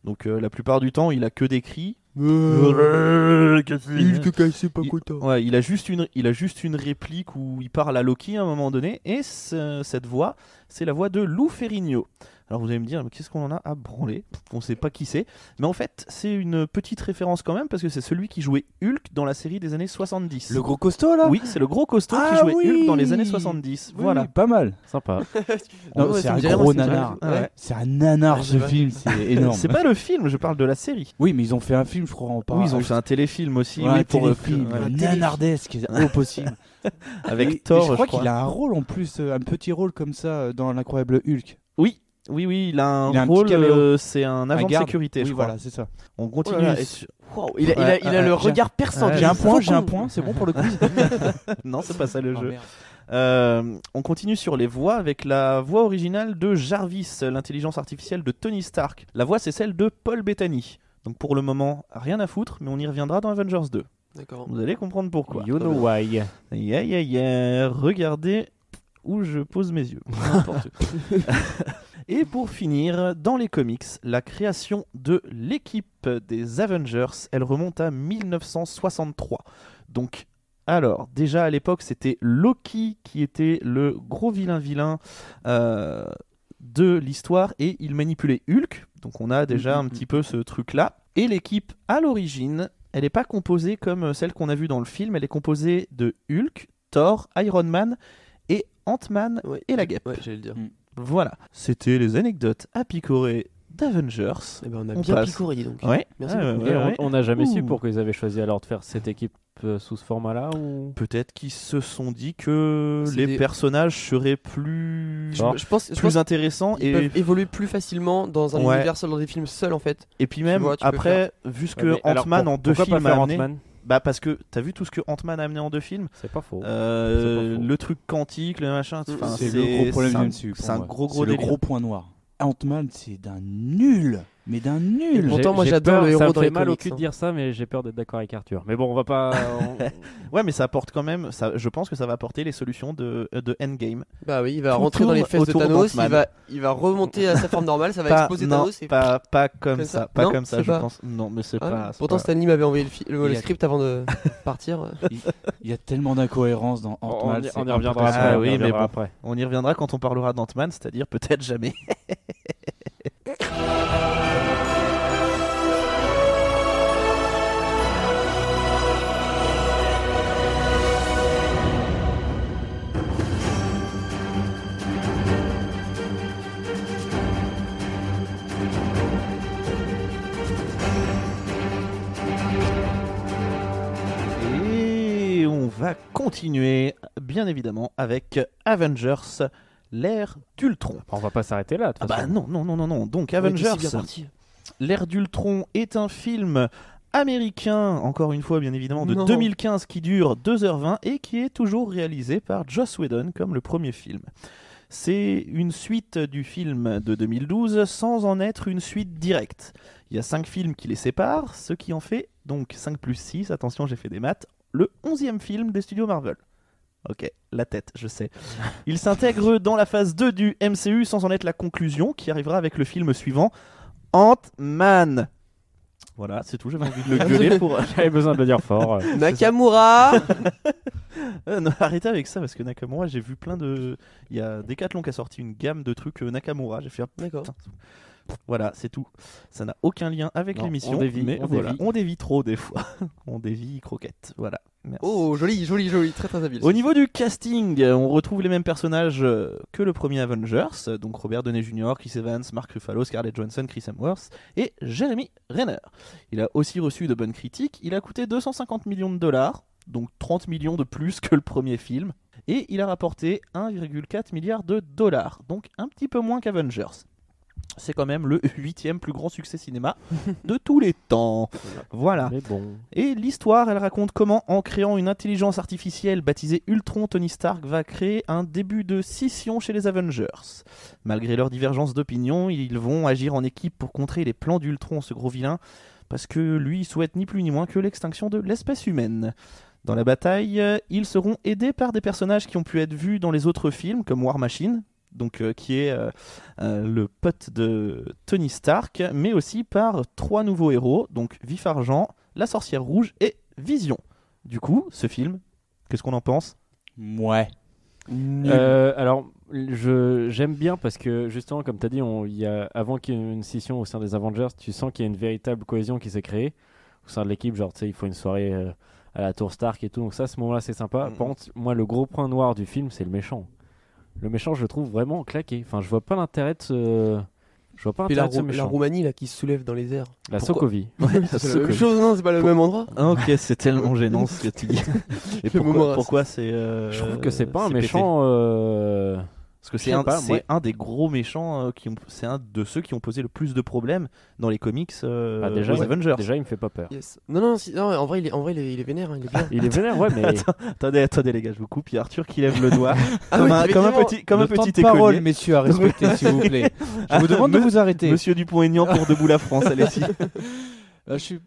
Donc euh, la plupart du temps, il a que des cris.
Euh,
Euh,
Il te cache, c'est pas
Il-
content.
Ouais, il a juste une, il a juste une réplique où il parle à Loki à un moment donné, et ce- cette voix, c'est la voix de Lou Ferrigno. Alors vous allez me dire, mais qu'est-ce qu'on en a à branler On sait pas qui c'est, mais en fait, c'est une petite référence quand même parce que c'est celui qui jouait Hulk dans la série des années 70.
Le gros costaud là
Oui, c'est le gros costaud qui
Ah
jouait
oui
Hulk dans les années 70.
Oui,
voilà.
Pas mal.
Sympa.
Non,
Ouais,
c'est
ça me
un
dit rien,
gros
moi, ça me dit
nanar.
rien. Ouais.
C'est un nanar
Ouais,
ce
c'est vrai.
film, c'est énorme.
C'est pas le film, je parle de la série.
Oui, mais ils ont fait un film, Bah, je crois, en parlant.
oui, ils ont fait un téléfilm aussi,
Ouais,
oui,
un
pour euh,
téléfilm,
ouais,
un nanardesque, au possible.
avec
Mais- mais
Thor,
je crois qu'il a un rôle en plus, euh, un petit rôle comme ça euh, dans l'incroyable Hulk.
Oui, oui, oui, il a un
Il a un petit
rôle.
caméo.
euh, c'est un agent de
garde.
sécurité,
oui,
je crois.
voilà, c'est ça.
On
Oh
continue.
là là, et-
sur-
Waouh, il a, il a- il a
Ouais, ouais,
le
ouais,
regard perçant.
Ouais,
J'ai un point, j'ai un point, c'est bon pour le quiz.
Non, c'est pas ça le
Oh,
Ah,
jeu.
merde.
Euh, on continue sur les voix avec la voix originale de Jarvis, l'intelligence artificielle de Tony Stark. La voix, c'est celle de Paul Bettany. Donc pour le moment, rien à foutre, mais on y reviendra dans Avengers 2.
D'accord.
Vous allez comprendre pourquoi.
You know why.
Yeah, yeah, yeah. Regardez où je pose mes yeux. N'importe où. Et pour finir, dans les comics, la création de l'équipe des Avengers, elle remonte à 1963. Donc, alors, déjà à l'époque, c'était Loki qui était le gros vilain vilain euh, de l'histoire et il manipulait Hulk. Donc, on a déjà un petit peu ce truc-là. Et l'équipe à l'origine, elle n'est pas composée comme celle qu'on a vue dans le film, elle est composée de Hulk, Thor, Iron Man et Ant-Man.
Ouais,
Et la
j'ai-
guêpe.
Ouais, j'allais le dire.
Voilà, c'était les anecdotes à picorer d'Avengers.
Eh ben, on a
On
bien
passe.
picoré, dis donc.
Ouais,
Merci
Ah, ouais,
beaucoup.
ouais,
Et on-
ouais.
On n'a jamais su
Ouh.
pourquoi ils avaient choisi alors de faire cette équipe euh, sous ce format-là ou.
Peut-être qu'ils se sont dit que
C'est
les
des-
personnages seraient plus,
Bon.
Je, je pense, je
plus
pense
intéressants
qu'ils
et,
peuvent évoluer plus facilement dans un
Ouais.
univers seul, dans des films seuls en fait.
et puis même
vois, tu peux
après, vu ce que
Ouais, mais alors,
Ant-Man
pour-
en deux
pourquoi
films
pas
a
faire
amené,
Ant-Man
bah parce que t'as vu tout ce que Ant-Man a amené en deux films,
C'est pas faux.
Euh,
C'est pas faux.
le truc quantique, le machin, enfin,
C'est le gros problème
c'est
du
un-
MCU. pour
C'est un
moi.
gros
C'est
gros
le
délire.
gros point noir. Ant-Man, c'est d'un nul, mais d'un nul.
pourtant,
J'ai-
moi,
j'ai
j'adore
peur,
le
Ça
héros
me
dans
fait
les
mal au
comics,
cul de
hein.
dire ça, mais j'ai peur d'être d'accord avec Arthur. Mais bon, on va pas. on-
Ouais, mais ça apporte quand même. Ça, je pense que ça va apporter les solutions de, euh, de Endgame.
Bah oui, il va
Tout
rentrer dans les
tourne
fesses de
autour
Thanos, il
d'Ant-Man.
va, il va remonter à sa forme normale, ça va
pas,
exploser
non,
Thanos. Et...
pas, pas comme,
Comme
ça.
ça
Pas
Non,
comme ça,
c'est
je
pas-
pense. Non, mais c'est
Ah,
pas. c'est
pourtant,
pas-
Stanley m'avait envoyé le, fi- le,
Il
le
y a-
script avant de partir.
Il y a tellement d'incohérences dans
on-
Ant-Man.
on y-
c'est
On y reviendra
impossible.
Ah
après. on y
oui, mais
reviendra
bon.
après.
On y reviendra quand on parlera d'Ant-Man, c'est-à-dire peut-être jamais. Et on va continuer, bien évidemment, avec Avengers, l'ère d'Ultron.
On va pas s'arrêter là. de
Ah
toute
bah
façon.
non, non, non, non, non. Donc Avengers, l'ère d'Ultron est un film américain, encore une fois, bien évidemment, de
Non.
2015 qui dure 2h20 et qui est toujours réalisé par Joss Whedon comme le premier film. C'est une suite du film de 2012 sans en être une suite directe. Il y a 5 films qui les séparent, ce qui en fait donc 5 plus 6, attention j'ai fait des maths, le 11e film des studios Marvel. Ok, la tête, je sais. Il s'intègre dans la phase 2 du MCU sans en être la conclusion qui arrivera avec le film suivant, Ant-Man. Voilà, c'est tout, j'avais envie de le gueuler pour...
J'avais besoin de le dire fort. euh.
Nakamura
Euh, non, arrêtez avec ça parce que Nakamura, j'ai vu plein de. Il y a Decathlon qui a sorti une gamme de trucs euh, Nakamura. J'ai fait. ah,
D'accord.
putain. Voilà, c'est tout. Ça n'a aucun lien avec
Non,
l'émission.
on dévie,
mais
on
voilà,
dévie.
on dévie trop des fois. on dévie croquette. Voilà. Merci.
Oh, joli, joli, joli, très très habile.
Au niveau du casting, euh, on retrouve les mêmes personnages euh, que le premier Avengers, euh, donc Robert Downey Jr., Chris Evans, Mark Ruffalo, Scarlett Johansson, Chris Hemsworth et Jeremy Renner. Il a aussi reçu de bonnes critiques, il a coûté 250 millions de dollars, donc 30 millions de plus que le premier film, et il a rapporté 1,4 milliard de dollars, donc un petit peu moins qu'Avengers. C'est quand même le huitième plus grand succès cinéma de tous les temps. Voilà.
Mais bon.
Et l'histoire, elle raconte comment, en créant une intelligence artificielle baptisée Ultron, Tony Stark va créer un début de scission chez les Avengers. Malgré leurs divergences d'opinion, ils vont agir en équipe pour contrer les plans d'Ultron, ce gros vilain, parce que lui il souhaite ni plus ni moins que l'extinction de l'espèce humaine. Dans la bataille, euh, ils seront aidés par des personnages qui ont pu être vus dans les autres films, comme War Machine, donc, euh, qui est euh, euh, le pote de Tony Stark, mais aussi par trois nouveaux héros, donc Vif Argent, La Sorcière Rouge et Vision. Du coup, ce film, qu'est-ce qu'on en pense
Ouais.
Euh, alors, je j'aime bien parce que justement, comme tu as dit, on, il y a, avant qu'il y ait une scission au sein des Avengers, tu sens qu'il y a une véritable cohésion qui s'est créée au sein de l'équipe. Genre, tu sais, il faut une soirée euh, à la Tour Stark et tout. Donc ça, à ce moment-là, c'est sympa.
Mhm.
Par contre, moi, le gros point noir du film, c'est le méchant. Le méchant, je le trouve vraiment claqué. Enfin, je vois pas l'intérêt de ce... Je vois pas
Puis la,
l'intérêt de ce
Rou- la
méchant.
Roumanie là qui se soulève dans les airs.
La
pourquoi
Sokovie.
C'est la même chose, non C'est pas le même endroit.
Ah, Ok, c'est tellement gênant ce que tu dis. Et pourquoi,
moment
pourquoi c'est. euh,
je trouve que c'est pas un
pété
méchant... euh,
Parce que
Je
c'est
sais
un,
pas,
c'est
moi-
un des gros méchants, euh, qui ont- c'est un de ceux qui ont posé le plus de problèmes dans les comics euh,
Ah, déjà,
aux
ouais.
Avengers.
Déjà, il me fait pas peur.
Yes. Non, non, si- non, en vrai, il est, en vrai, il est, il est vénère, hein, il est bien.
Il est vénère, ouais, mais...
Attendez, attendez les gars, je vous coupe. Il y a Arthur qui lève le doigt
Ah
comme,
oui,
un, comme un
effectivement.
petit, comme un
Le temps
petit
de parole,
écolier. Ah,
messieurs, à respecter, s'il vous plaît. Je vous demande de vous arrêter.
Monsieur Dupont-Aignan pour Debout la France, allez-y.
Euh, je suis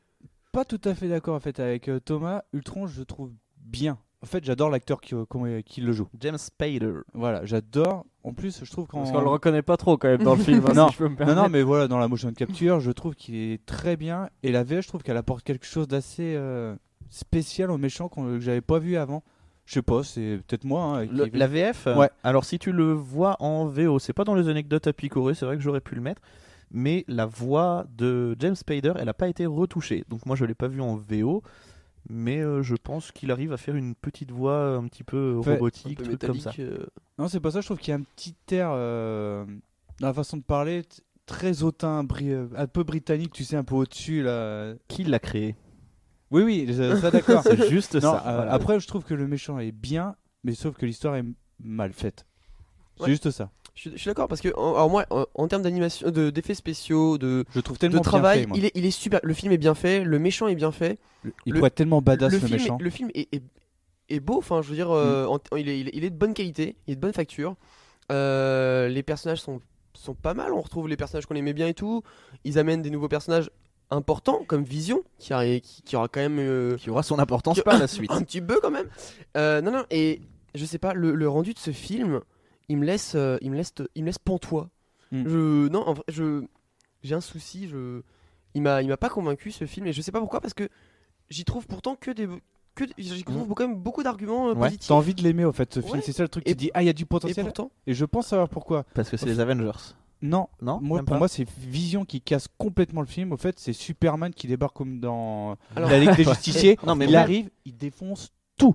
pas tout à fait d'accord en fait avec euh, Thomas. Ultron, je le trouve bien. En fait, j'adore l'acteur qui, euh, qu'on- qui le joue.
James Spader.
Voilà, j'adore. En plus, je trouve qu'en
Parce qu'on le reconnaît pas trop quand même dans le film, hein,
Non.
si je peux me permettre.
non, non, mais voilà, dans la motion capture, je trouve qu'il est très bien. Et la VF, je trouve qu'elle apporte quelque chose d'assez euh, spécial aux méchants qu'on- que j'avais pas vu avant. Je sais pas, c'est peut-être moi. hein, qui-
Le- la VF, euh,
Ouais.
alors si tu le vois en VO, c'est pas dans les anecdotes à picorer, c'est vrai que j'aurais pu le mettre, mais la voix de James Spader, elle a pas été retouchée. Donc moi je l'ai pas vu en VO, mais euh, je pense qu'il arrive à faire une petite voix un petit peu
Fait-
Un
robotique,
peu
truc comme ça.
métallique, euh,
Non, c'est pas ça. Je trouve qu'il y a un petit air euh, dans la façon de parler, t- très hautain, bri- euh, un peu britannique, tu sais, un peu au-dessus là.
Qui l'a créé
Oui, oui, ça ça, d'accord.
C'est juste
Non,
ça.
euh,
Voilà.
Après, je trouve que le méchant est bien, mais sauf que l'histoire est m- mal faite. C'est
Ouais.
juste ça.
Je suis, je suis d'accord parce que en, alors moi en, en termes d'animation de d'effets spéciaux de
Je trouve
de
tellement
travail
bien fait, moi.
il est il est super le film est bien fait le méchant est bien fait
Le- Il
le-
pourrait être tellement badass
le
le,
film est-
méchant. Mm.
le film est, est- est beau enfin je veux dire euh, en- il, est, il est- il est de bonne qualité il est de bonne facture Euh, les personnages sont sont pas mal on retrouve les personnages qu'on aimait bien et tout ils amènent des nouveaux personnages importants comme Vision qui arri- qui, qui aura quand même euh,
Qui aura son importance
Qui-
par la suite.
un petit peu quand même. Euh, non, non, et je sais pas, le, le rendu de ce film, il me laisse, euh, il me laisse, il me laisse pantois.
Mm.
Je, non, en vrai, je, j'ai un souci. Je, il m'a, il m'a pas convaincu ce film, et je sais pas pourquoi parce que j'y trouve pourtant que des, que des- j'y trouve quand même beaucoup d'arguments euh,
Ouais,
positifs.
T'as envie de l'aimer, en fait, ce film.
Ouais.
C'est ça le truc.
Et-
Tu te dis, ah, il y a du
et
potentiel.
pourtant,
Et je pense savoir pourquoi.
Parce que c'est les Avengers.
Non,
Non
moi,
Même
pour
pas
moi, c'est Vision qui casse complètement le film. En fait, c'est Superman qui débarque comme dans
alors,
la Ligue des Justiciers.
Non, mais
il
même-
arrive, il défonce.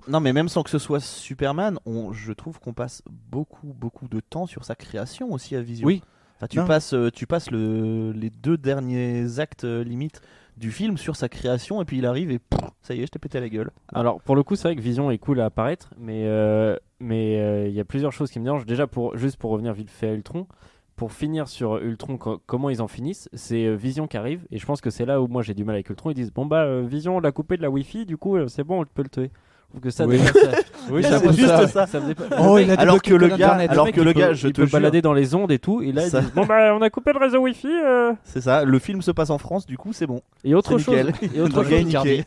Non, mais même sans que ce soit Superman, on, je trouve qu'on passe beaucoup, beaucoup de temps sur sa création aussi à Vision.
Oui.
Enfin, tu
Non.
passes, euh, tu passes le, les deux derniers actes euh, limite du film sur sa création et puis il arrive et pff, ça y est, je t'ai pété la gueule.
Alors pour le coup, c'est vrai que Vision est cool à apparaître, mais euh, mais euh, il y a plusieurs choses qui me dérangent. Déjà pour juste pour revenir vite fait à Ultron, pour finir sur Ultron, co- comment ils en finissent, c'est euh, Vision qui arrive et je pense que c'est là où moi j'ai du mal avec Ultron. Ils disent bon bah euh, Vision, on l'a coupé de la Wi-Fi, du coup euh, c'est bon, on peut le tuer. Je trouve que ça,
Oui.
déjà, ça-
Oui,
Ah,
ça
c'est
pose
juste
ça.
ça.
ça me dépasse.
Oh, il a
Alors
débloqué
que le
ton
gars-
internet.
alors
mec,
que
il
le
peut-
gars, je
il
te
peut
jure.
balader dans les ondes et tout, et là ils
Ça.
disent bon bah on a coupé le réseau Wi-Fi. euh.
C'est ça. Le film se passe en France, du coup, c'est bon.
Et autre
C'est
chose,
nickel.
et autre
Le gars est
chose,
niqué.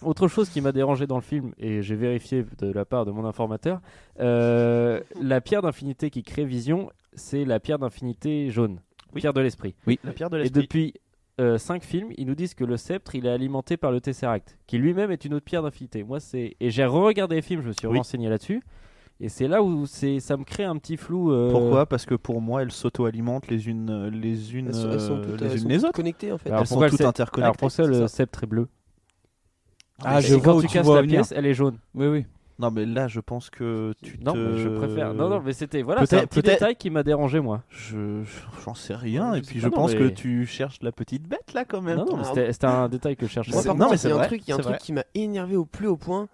Autre chose qui m'a dérangé dans le film, et j'ai vérifié de la part de mon informateur, euh, la pierre d'infinité qui crée Vision, c'est la pierre d'infinité jaune,
Oui.
pierre de l'esprit.
La pierre de
Et
l'esprit.
depuis 5 films, ils nous disent que le sceptre, il est alimenté par le Tesseract, qui lui-même est une autre pierre d'infinité. Moi, c'est et j'ai regardé les films, je me suis
Oui.
renseigné là-dessus, et c'est là où c'est ça me crée un petit flou. euh,
Pourquoi Parce que pour moi, elles s'auto-alimentent les unes, euh, les unes,
elles sont, elles sont
euh,
toutes,
les
elles
unes
sont
les
toutes
autres.
connectées en fait.
Alors,
Elles sont
pourquoi
toutes
le sceptre- Alors
interconnectées.
pour euh, ça,
c'est
le
ça.
sceptre est bleu.
Ah, je
et
vois
quand
où
tu
tu
casses
vois
la
venir.
pièce, elle est jaune.
Oui, oui.
Non, mais là, je pense que tu
Non,
te-
mais je préfère. Non, non, mais c'était voilà, c'est
Peut-être-
un petit
peut-être-
détail qui m'a dérangé moi.
Je je- j'en sais rien
Ouais,
et
je sais
puis
pas,
je
non,
pense que
mais-
tu cherches la petite bête là quand même.
Non, non, mais
Ah,
c'était- c'était un détail que je cherchais.
Moi,
C'est-
par
non, mais
contre,
c'est
il y a un
vrai,
truc, il y a un
c'est
truc
vrai.
qui m'a énervé au plus haut point,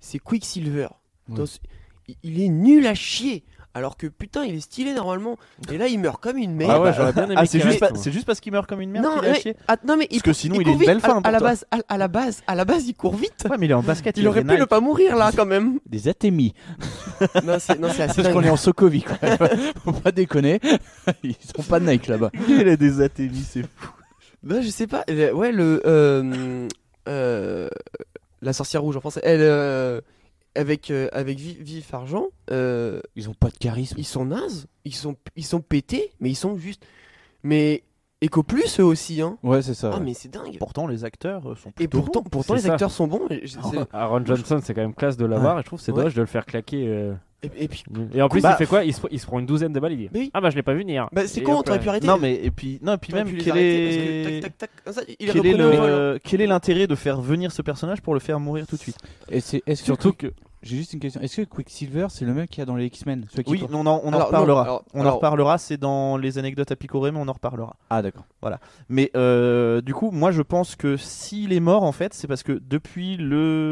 c'est Quicksilver.
Oui.
Dans ce- il- Il est nul à chier, alors que putain, il est stylé normalement. Et là, il meurt comme une merde.
Ah ouais, j'aurais bien aimé.
Ah, c'est
qu'il
juste,
reste,
pas-
moi.
c'est juste parce qu'il meurt comme une merde
non,
qu'il est à
mais-
chier.
ah, non, mais il
Parce que sinon, il
il
a
court
une
vite.
belle
à,
fin.
à la base, à, à la base, à la base, il court vite.
Ouais, mais il est en basket.
Il aurait pu ne pas mourir là quand même.
Des atémies.
non, c'est non, c'est assez
Sache qu'on
dingue.
est en Sokovie, quand même. Faut pas déconner. Ils sont pas Nike là-bas.
Il a des atémies, c'est fou.
Bah, je sais pas. le- Ouais, le euh, euh, la sorcière rouge en français. Elle, euh, avec, euh, avec Vi- Vif Argent, euh,
Ils ont pas de charisme.
ils sont nazes, ils sont, ils sont pétés, mais ils sont juste. Mais. Et qu'au plus, eux aussi, hein.
Ouais, c'est ça.
Ah,
ouais.
mais c'est dingue.
Pourtant, les acteurs euh, sont
Et
Euh, plutôt
pourtant,
bons.
pourtant
C'est
les
ça. Ah.
acteurs sont bons. Et, je- c'est-
Aaron Johnson, c'est quand même classe de l'avoir et je trouve que c'est
Ouais.
dommage de le faire claquer. euh,
et- et puis,
Et en plus,
Bah,
il fait quoi il se, il se prend une douzaine de balles, il dit
Mais oui.
Ah bah je l'ai pas vu venir.
bah, c'est
Et
con,
hop
t'aurais
là.
pu arrêter.
Non, mais et puis, non, et puis
T'aurais
même,
pu les
quel
arrêter, parce que
est.
tac, tac, tac, comme ça, il les
Quel est,
reprenait au vol, hein.
le... quel est l'intérêt de faire venir ce personnage pour le faire mourir tout de suite
Et c'est est-ce que-
Surtout que.
j'ai juste une question. Est-ce que Quicksilver c'est le mec qu'il y a dans les X-Men celui qui
Oui,
porte-
on en, on en
Alors, non,
reparlera.
alors-
on en
alors-
reparlera, c'est dans les anecdotes à picorer, mais on en reparlera.
Ah d'accord.
Mais euh, du coup, moi je pense que s'il est mort, en fait, c'est parce que depuis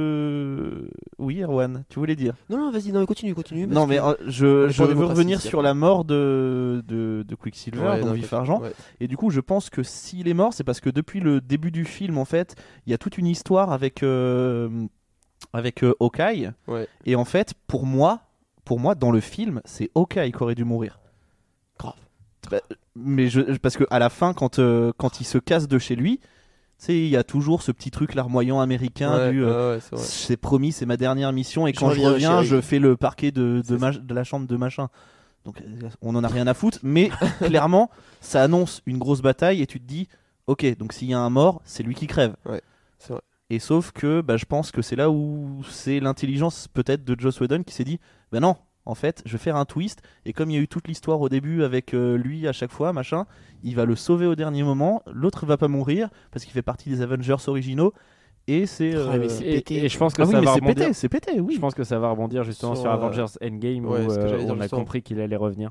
le. Oui, Erwan, tu voulais dire
Non, non, vas-y, non, mais continue, continue. parce
Non, mais
que-
euh, je,
dépend
je
des
veux
mots
revenir
racistes,
sur la mort de, de, de Quicksilver,
Ouais,
dans
non,
Vif
continue,
Argent.
ouais.
Et du coup, je pense que s'il est mort, c'est parce que depuis le début du film, en fait, il y a toute une histoire avec, euh, avec euh, Hawkeye.
Ouais.
Et en fait, pour moi, pour moi, dans le film, c'est Hawkeye qui aurait dû mourir.
Grave.
Bah, mais je, je- parce que à la fin, quand, euh, quand il se casse de chez lui, tu sais, il y a toujours ce petit truc larmoyant américain
Ouais,
du. euh,
ouais, ouais, c'est vrai.
c'est promis, c'est ma dernière mission et
Je
quand je
reviens,
reviens,
chérie.
je fais le parquet de, de,
C'est
ma- de la chambre de machin. Donc euh, on en a rien à foutre, mais clairement, ça annonce une grosse bataille et tu te dis, ok, donc s'il y a un mort, c'est lui qui crève.
Ouais, c'est vrai.
Et sauf que bah, je pense que c'est là où c'est l'intelligence peut-être de Joss Whedon qui s'est dit, ben non, en fait, je vais faire un twist et comme il y a eu toute l'histoire au début avec euh, lui à chaque fois, machin, il va le sauver au dernier moment, l'autre va pas mourir parce qu'il fait partie des Avengers originaux et c'est...
Ah, mais c'est
Et,
pété.
et je pense que
Ah oui,
ça
mais
va
c'est
rebondir.
pété, c'est pété, oui.
Je pense que ça va rebondir justement sur,
Sur, euh,
Avengers Endgame
ouais,
où
ce que
euh,
j'allais dire
on a
justement.
compris qu'il allait revenir.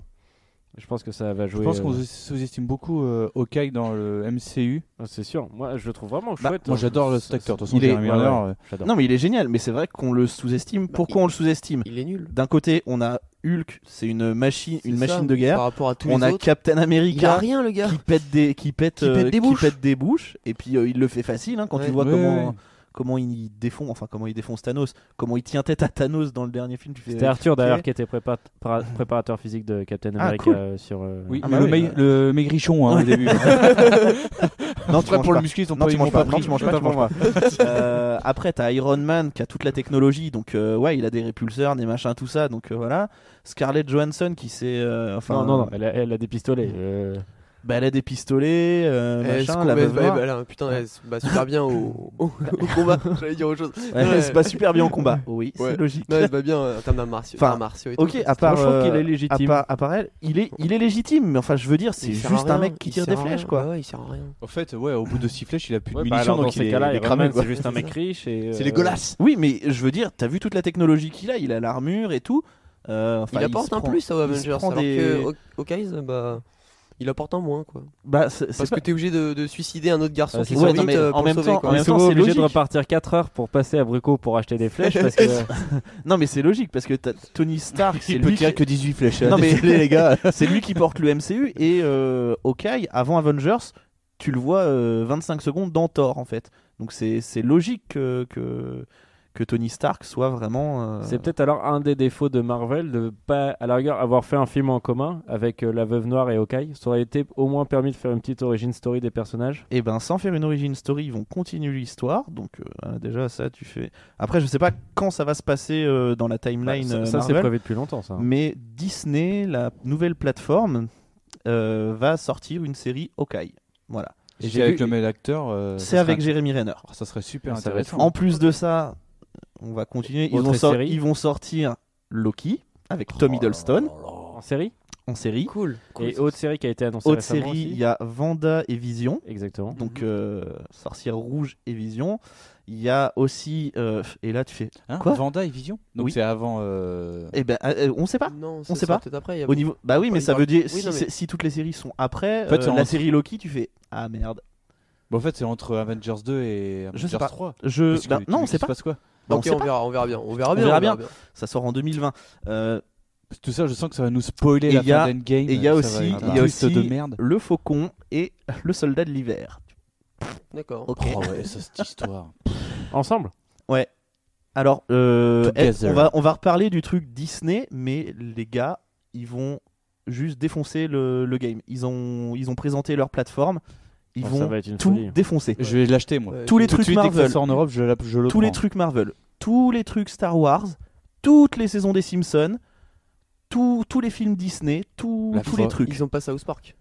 Je pense que ça va
Je
jouer.
pense qu'on
euh,
sous-estime beaucoup euh, Hawkeye dans le MCU.
ah, C'est sûr. Moi, je le trouve vraiment
Bah,
chouette. hein.
moi j'adore le
cet
acteur. De toute façon,
il est-
Jeremy
ouais,
Renner,
ouais.
euh,
J'adore.
Non, mais il est génial, mais c'est vrai qu'on le sous-estime. Pourquoi
il-
on le sous-estime
Il est nul.
D'un côté, on a Hulk, c'est une machine, une
C'est ça,
machine de
Par
guerre.
rapport à tous
On
les
a
autres.
Captain
Il a
America
rien, le gars.
qui pète des qui pète,
Qui pète des bouches.
pète des bouches et puis euh, il le fait facile hein, quand
Ouais.
tu vois
Ouais,
comment
ouais.
comment il défond enfin comment il défonce Thanos, comment il tient tête à Thanos dans le dernier film, tu fais
C'était Arthur d'ailleurs
ok.
qui était prépa- pra- préparateur physique de Captain
Ah,
America
cool.
euh, sur. euh,
Oui,
Ah
mais
bah
le,
oui,
maigri-
ouais.
le maigrichon hein, au début.
Non, tu
Après,
manges
pour
pas.
le muscle, ils ont
Non,
pas,
tu
ils
manges
m'ont
pas, non,
pas pris.
tu manges pas,
Attends,
tu manges Euh, après, t'as Iron Man qui a toute la technologie, donc euh, ouais, il a des répulseurs, des machins, tout ça, donc euh, voilà. Scarlett Johansson qui s'est. euh, enfin,
Non, non, non, elle a, elle a des pistolets. euh,
Bah, elle a des pistolets, euh,
Eh,
machin,
ce
la
combat-
veuve
bah,
noire.
bah, là, putain, elle se bat super bien au, au- au combat. J'allais dire autre chose.
Ouais,
Ouais.
elle se bat super bien en combat. Oui,
Ouais.
c'est logique.
Non, elle se bat bien euh, en termes d'arts martiaux.
Enfin,
arts martiaux et tout.
Ok, à part,
Moi, je trouve qu'il
euh,
est
à
légitime.
part, à part elle, il est, il est légitime, mais enfin, je veux dire, c'est
Il sert
juste
à
un
rien,
mec qui
il
tire
sert
des
à
flèches,
rien.
quoi.
Ouais, ouais, il sert à rien.
En fait, ouais, au bout de 6 flèches, il a plus de
ouais, bah,
munitions,
alors, dans
donc il
ces
est,
cas-là,
il est
Iron
cramé.
Man,
quoi.
c'est juste un mec riche et.
C'est
euh,
dégueulasse.
Oui, mais je veux dire, t'as vu toute la technologie qu'il a. Il a l'armure et tout. Euh, enfin,
il apporte
se
un
prend-
plus aux
il se
Avengers,
prend
alors
des-
que Haw- Hawkeye, bah, il apporte un moins, quoi.
Bah, c'est c'est
Parce
pas-
que t'es obligé de, de suicider un autre garçon
Ouais,
qui
c'est
ça. Ouais,
s'en euh,
non, mais en
pour le
même
sauver,
temps-
quoi.
en
On
même
est souvent
c'est
obligé de
logique.
repartir 4 heures pour passer à Bruco pour acheter des flèches parce que.
Non, mais c'est logique parce que t'as Tony Stark, c'est
Il peut
lui,
tirer
qui...
que 18 flèches.
Non, mais-
Désolé, les gars.
c'est lui qui porte le MCU et euh, Hawkeye avant Avengers, tu le vois euh, 25 secondes dans Thor en fait. Donc c'est c'est logique que, que que Tony Stark soit vraiment. euh,
C'est peut-être alors un des défauts de Marvel de pas, à la rigueur, avoir fait un film en commun avec euh, La Veuve Noire et Hawkeye. Ça aurait été au moins permis de faire une petite origin story des personnages.
Et ben sans faire une origin story, ils vont continuer l'histoire. Donc euh, voilà, déjà ça tu fais. Après je sais pas quand ça va se passer euh, dans la
Bah,
timeline
ça,
euh,
ça, c'est
Marvel,
prévu hein. depuis longtemps, ça.
mais Disney, la nouvelle plateforme, euh, va sortir une série Hawkeye. Voilà.
Et
j'ai
j'ai avec
vu-
le même acteur. euh,
C'est
ça
avec
serait-
Jeremy Renner.
Oh, Ça serait super
Ça va être
intéressant.
En plus de ça, on va continuer. Ils,
Autre
vont, sor-
série.
ils vont sortir Loki avec Tom Hiddleston
En série
en série.
Cool. cool.
Et autre série qui a été annoncée
Autre
récemment
série,
aussi.
il y a Vanda et Vision.
Exactement.
Donc euh, Sorcière Rouge et Vision. Il y a aussi. euh, et là, tu fais.
Hein,
Quoi
Vanda et Vision Donc
Oui.
c'est avant. euh,
Eh ben, euh, on sait pas.
Non,
sait pas.
Peut-être après. il y a-
Au niveau... Bah oui, mais
il
ça
parle-
veut dire.
Oui,
si,
non, mais-
c'est- si toutes les séries sont après,
En fait,
euh,
c'est en-
la série Loki, tu fais. Ah merde.
Bon, en fait, c'est entre Avengers 2 et
Je sais
Avengers
pas.
3.
Je.
Parce que
bah,
tu
non,
sais
on sait
qu'il se
pas.
passe quoi
Bah, on
Ok,
sait
on
pas.
verra, on verra bien. On verra
On
bien.
verra bien. Ça sort en 2020. Euh,
Parce que Tout ça, je sens que ça va nous spoiler
Et
la
il y a-
fin d'Endgame.
et il y a
ça va
aussi-
être
il y a
un twist
aussi-
de merde.
le Faucon et le Soldat de l'hiver.
D'accord.
Ok.
Oh ouais, ça, cette histoire.
Ensemble
Alors, euh, eh,
Together.
on, va, on va reparler du truc Disney, mais les gars, ils vont juste défoncer le, le game. Ils ont, ils ont présenté leur plateforme, ils
Oh, Ça
vont
va être une
tout
folie.
défoncer.
Je vais l'acheter, moi.
Ouais.
Tous les
Tout de
trucs
suite, dès que ça
Marvel,
sort en Europe, je, la- je le
tous les
prends.
trucs Marvel, tous les trucs Star Wars, toutes les saisons des Simpsons, tous- tous les films Disney, tous
La
tous les
fois-
trucs.
Ils ont pas South Park.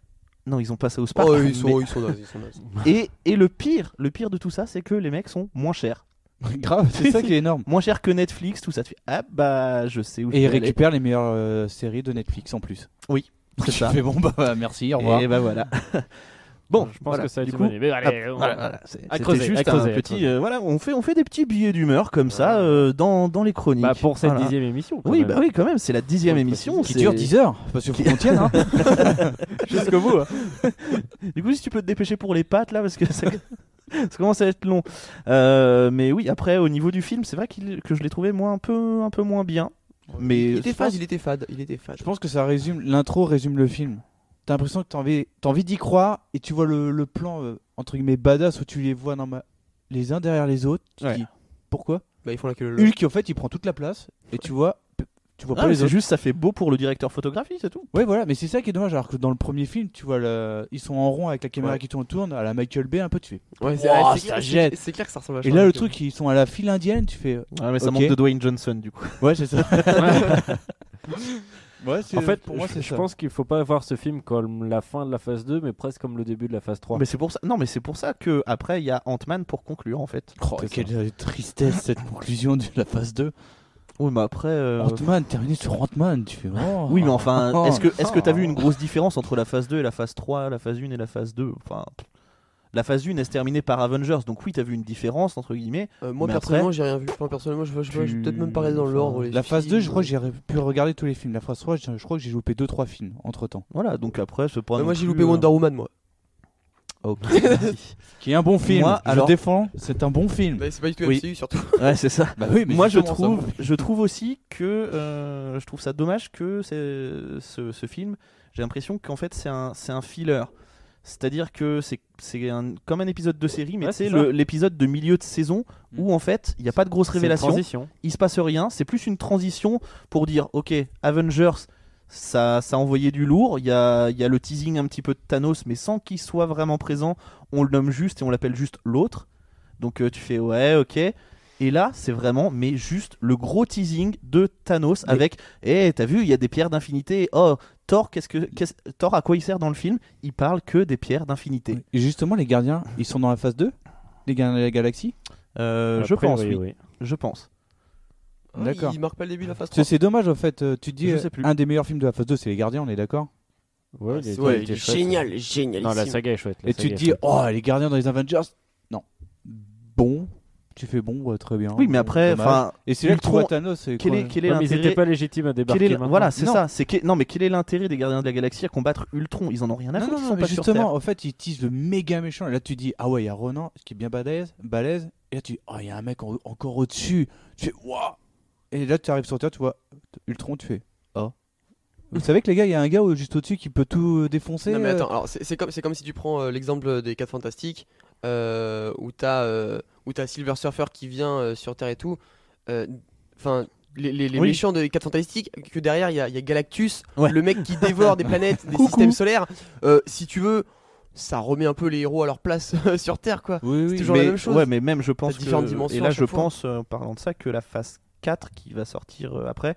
Non, ils ont pas South Park.
oh, ils
mais-
sont, ils sont nazes, ils sont nazes.
et, et le pire, le pire de tout ça, c'est que les mecs sont moins chers.
Grave, c'est ça qui est énorme.
Moins chers que Netflix, tout ça. Tu fais, ah bah, je sais où je
Et ils
peux aller.
récupèrent les meilleures euh, séries de Netflix en plus.
Oui, c'est ça.
Mais bon, bah merci, au revoir.
Et bah voilà. bon,
Euh, je pense
voilà,
que ça a
du
été
coup,
bon. Mais allez, on-
Voilà, voilà, c'est- c'était
creuser,
juste
à creuser,
un
à
petit.
creuser.
euh, voilà, on fait, on fait des petits billets d'humeur comme ça euh, dans, dans les chroniques.
Bah, pour cette
Voilà.
dixième émission. quand
Oui,
même.
bah oui, quand même, c'est la dixième
Faut le
émission.
préciser.
Qui
c'est-
dure 10 heures, parce qu'il faut qu'on tienne. Hein.
Jusqu'au bout. hein.
Du coup, si tu peux te dépêcher pour les pattes là, parce que ça, ça commence à être long. Euh, mais oui, après, au niveau du film, c'est vrai qu'il- que je l'ai trouvé moi un peu, un peu moins bien. Mais
il
je
était fade,
pense-
il était fade, il était fade.
Je pense que ça résume, l'intro résume le film. T'as l'impression que t'as envie, t'as envie d'y croire et tu vois le, le plan euh, entre guillemets badass où tu les vois norma- les uns derrière les autres. Tu te
Ouais.
dis pourquoi
Bah, ils font la queue leu leu.
Hulk en fait il prend toute la place et tu vois tu vois
Ah,
pas hein.
mais
les
c'est
autres.
juste, ça fait beau pour le directeur photographie, c'est tout.
Ouais voilà mais c'est ça qui est dommage alors que dans le premier film tu vois le- ils sont en rond avec la caméra
Ouais.
qui tourne tourne à la Michael Bay un peu tu fais.
Ouais, c'est
Ouah,
Oh,
ouais, c'est
ça
clair-
jette.
c'est- c'est clair que ça ressemble à
Et là le truc ils sont à la file indienne tu fais euh,
Ah, mais ça
Ok.
manque de Dwayne Johnson, du coup.
ouais c'est ça. ouais,
En fait,
pour moi
je-
c'est
je
ça.
pense qu'il faut pas voir ce film comme la fin de la phase 2, mais presque comme le début de la phase 3.
Mais c'est pour ça. Non, mais c'est pour ça que après, il y a Ant-Man pour conclure, en fait.
Oh, quelle euh, tristesse cette conclusion de la phase 2.
Oui, mais après. euh,
Ant-Man terminé sur Ant-Man tu fais. oh.
Oui, mais enfin,
Oh.
est-ce que est-ce que t'as vu une grosse différence entre la phase 2 et la phase 3, la phase 1 et la phase 2 Enfin, pff. la phase 1 est terminée par Avengers, donc oui, t'as vu une différence entre guillemets.
Euh, moi
Mais
personnellement
après,
j'ai rien vu. Enfin, personnellement je, je, je vais
tu-
peut-être même pas rester dans l'ordre. les
La phase
films,
2, je crois
euh.
que j'ai pu regarder tous les films. La phase 3, je je crois que j'ai loupé 2-3 films entre temps.
Voilà, donc après, c'est pas.
Ouais,
non
moi j'ai
plus,
loupé
euh,
Wonder Woman moi.
Ok. merci.
Qui est un bon film.
Moi,
je
alors-
défends, c'est un bon film.
Mais Bah, c'est pas du tout
Oui.
MCU surtout.
ouais, c'est ça.
Bah oui,
Moi, je trouve, je trouve aussi que euh, je trouve ça dommage que c'est- ce, ce film, j'ai l'impression qu'en fait c'est un, c'est un filler. C'est-à-dire que c'est c'est un- comme un épisode de série, mais
Ouais,
tu sais,
c'est
le- l'épisode de milieu de saison
Mm.
où en fait il n'y a pas de grosse
C'est une
révélation,
transition.
il se passe rien, c'est plus une transition pour dire ok, Avengers, ça, ça a envoyé du lourd, il y a, il y a le teasing un petit peu de Thanos, mais sans qu'il soit vraiment présent, on le nomme juste et on l'appelle juste l'autre. Donc euh, tu fais ouais, ok. Et là, c'est vraiment, mais juste le gros teasing de Thanos avec Eh, t'as vu, il y a des pierres d'infinité. Oh, Thor, qu'est-ce que, qu'est-ce- Thor, à quoi il sert dans le film Il parle que des pierres d'infinité.
Et justement, les gardiens, ils sont dans la phase 2 Les gardiens de la galaxie
Euh,
A
je pense, oui.
priori,
Je pense.
Ouais,
D'accord.
Il marque pas le début de la phase
Parce que
3.
c'est dommage en fait. euh, Tu te dis,
Je
euh,
sais plus.
un des meilleurs films de la phase 2, c'est les gardiens, on est d'accord
Ouais, il était- il
Ah, Ouais,
était
il est
chouette.
génial, génial.
Non, la saga est chouette. la
Et tu
saga
te
est
dis,
chouette.
oh, les gardiens dans les Avengers Non. Bon. Tu fais bon, ouais, très bien.
Oui, mais après,
Dommage.
enfin,
Et c'est là que tu vois
Ultron,
Thanos. c'est
quel
quoi-
est, quel est
Ouais, mais ils
l'intérêt
étaient pas légitimes à
Quel
débarquer.
est-
maintenant.
voilà, c'est
Non.
ça. C'est que- non, mais quel est l'intérêt des gardiens de la galaxie à combattre Ultron Ils en ont rien à
Non,
foutre.
non,
Ah, ils
non,
sont
mais
pas sur Terre.
justement, en fait, ils teasent le méga méchant. Et là, tu dis, ah ouais, il y a Ronan, qui est bien balèze, balèze. Et là, tu dis, oh, il y a un mec en- encore au-dessus. Tu fais, waouh Et là, tu arrives sur Terre, tu vois Ultron, tu fais, oh. Vous savez que les gars, il y a un gars au- juste au-dessus qui peut tout euh, défoncer.
Non mais
euh.
attends, alors c'est c'est comme, c'est comme si tu prends euh, l'exemple des 4 Fantastiques euh, où t'as euh, où t'as Silver Surfer qui vient euh, sur Terre et tout. Euh, Enfin, les, les- les
Oui.
méchants des 4 Fantastiques, que derrière il y, a- il y a Galactus,
Ouais.
le mec qui dévore des planètes, des
Coucou.
systèmes solaires. Euh, si tu veux, ça remet un peu les héros à leur place sur Terre quoi.
Oui,
c'est
oui.
toujours
mais,
la même chose.
Ouais, mais même je pense.
T'as différentes
que-
dimensions
et
à
là,
chaque
je
fois.
pense, euh, en parlant de ça, que la phase 4 qui va sortir euh, après,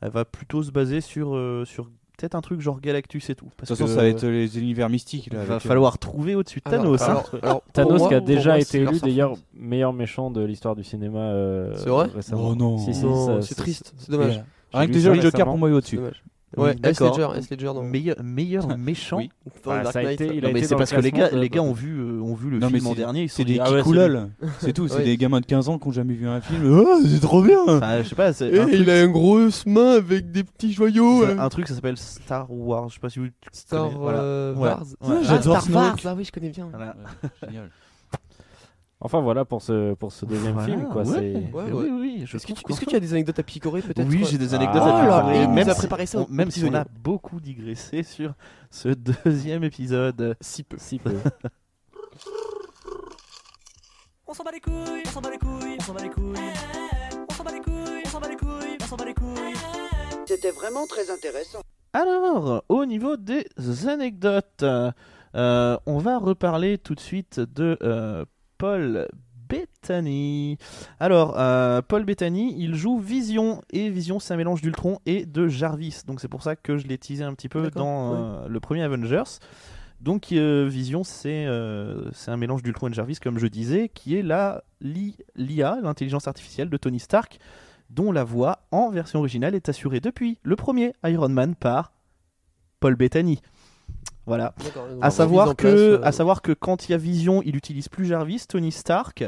elle va plutôt se baser sur, euh, sur peut-être un truc genre Galactus et tout.
De
Parce
toute façon,
que,
ça va être euh, les univers mystiques. Là,
euh, va
avec, euh,
falloir trouver au-dessus de Thanos. hein.
Ah Alors- alors, pour
Thanos
moi-
qui a
pour
déjà
moi,
été
Silver
élu
Surfer.
d'ailleurs meilleur méchant de l'histoire du cinéma. euh,
C'est vrai
récemment.
Oh non.
Si, si,
Non,
ça-
c'est
ça-
triste, c'est
et,
dommage.
euh, Rien que
lu
déjà,
ça
le Joker
récemment.
pour moi est
c'est
au-dessus.
dommage.
Oui,
Ouais, S.
d'accord.
Ledger, hein, S. Ledger, non.
Meilleur, meilleur méchant.
Oui.
Dans
Bah,
Dark
ça a
Knight, hein.
été-
ouais.
il a
Non, mais
été
c'est
dans
parce
le
que les gars,
classement de-
les gars ont vu, euh, ont vu le
Non, mais
film en
c'est-
dernier. Ils sont
C'est des
dit,
Ah ouais, c'est
kikoulols. C'est tout,
Ouais.
c'est des gamins de 15 ans qui ont jamais vu un film. Oh, c'est trop bien
enfin, je sais pas. c'est un, truc,
Eh, il a une grosse main avec des petits joyaux. euh.
c'est un truc, ça s'appelle Star Wars. Je sais pas si vous.
Star
connais- voilà.
euh,
Ouais.
Wars.
Ouais.
Ah,
J'adore
Star Wars,
Snoke.
là oui, je connais bien.
Voilà.
Génial.
Enfin voilà pour ce pour ce deuxième
Voilà,
film quoi.
ouais.
c'est-
Ouais,
Mais
ouais.
Oui, oui. je
Est-ce que,
trouve
tu, est-ce que
qu'enfin-
tu as des anecdotes à picorer peut-être euh,
Oui, j'ai des
Ah.
anecdotes
Oh là
à
là,
vous
il
même
nous a
si-
préparé ça
on-
au
même si on
petit
a beaucoup digressé sur ce deuxième épisode.
si peu.
Si peu.
On s'en bat les couilles, on s'en bat les couilles, on s'en bat les couilles. On s'en bat les couilles, on s'en bat les couilles, on s'en bat les couilles.
C'était vraiment très intéressant.
Alors, au niveau des anecdotes, euh, on va reparler tout de suite de euh, Paul Bettany. Alors, euh, Paul Bettany, il joue Vision, et Vision, c'est un mélange d'Ultron et de Jarvis. Donc, c'est pour ça que je l'ai teasé un petit peu
D'accord,
dans euh, le premier Avengers. Donc, euh, Vision, c'est euh, c'est un mélange d'Ultron et de Jarvis, comme je disais, qui est la li- l'IA, l'intelligence artificielle de Tony Stark, dont la voix en version originale est assurée depuis le premier Iron Man par Paul Bettany. Voilà.
D'accord, donc,
À
remise en
savoir,
place,
que,
euh,
à savoir que quand il y a Vision, il utilise plus Jarvis, Tony Stark,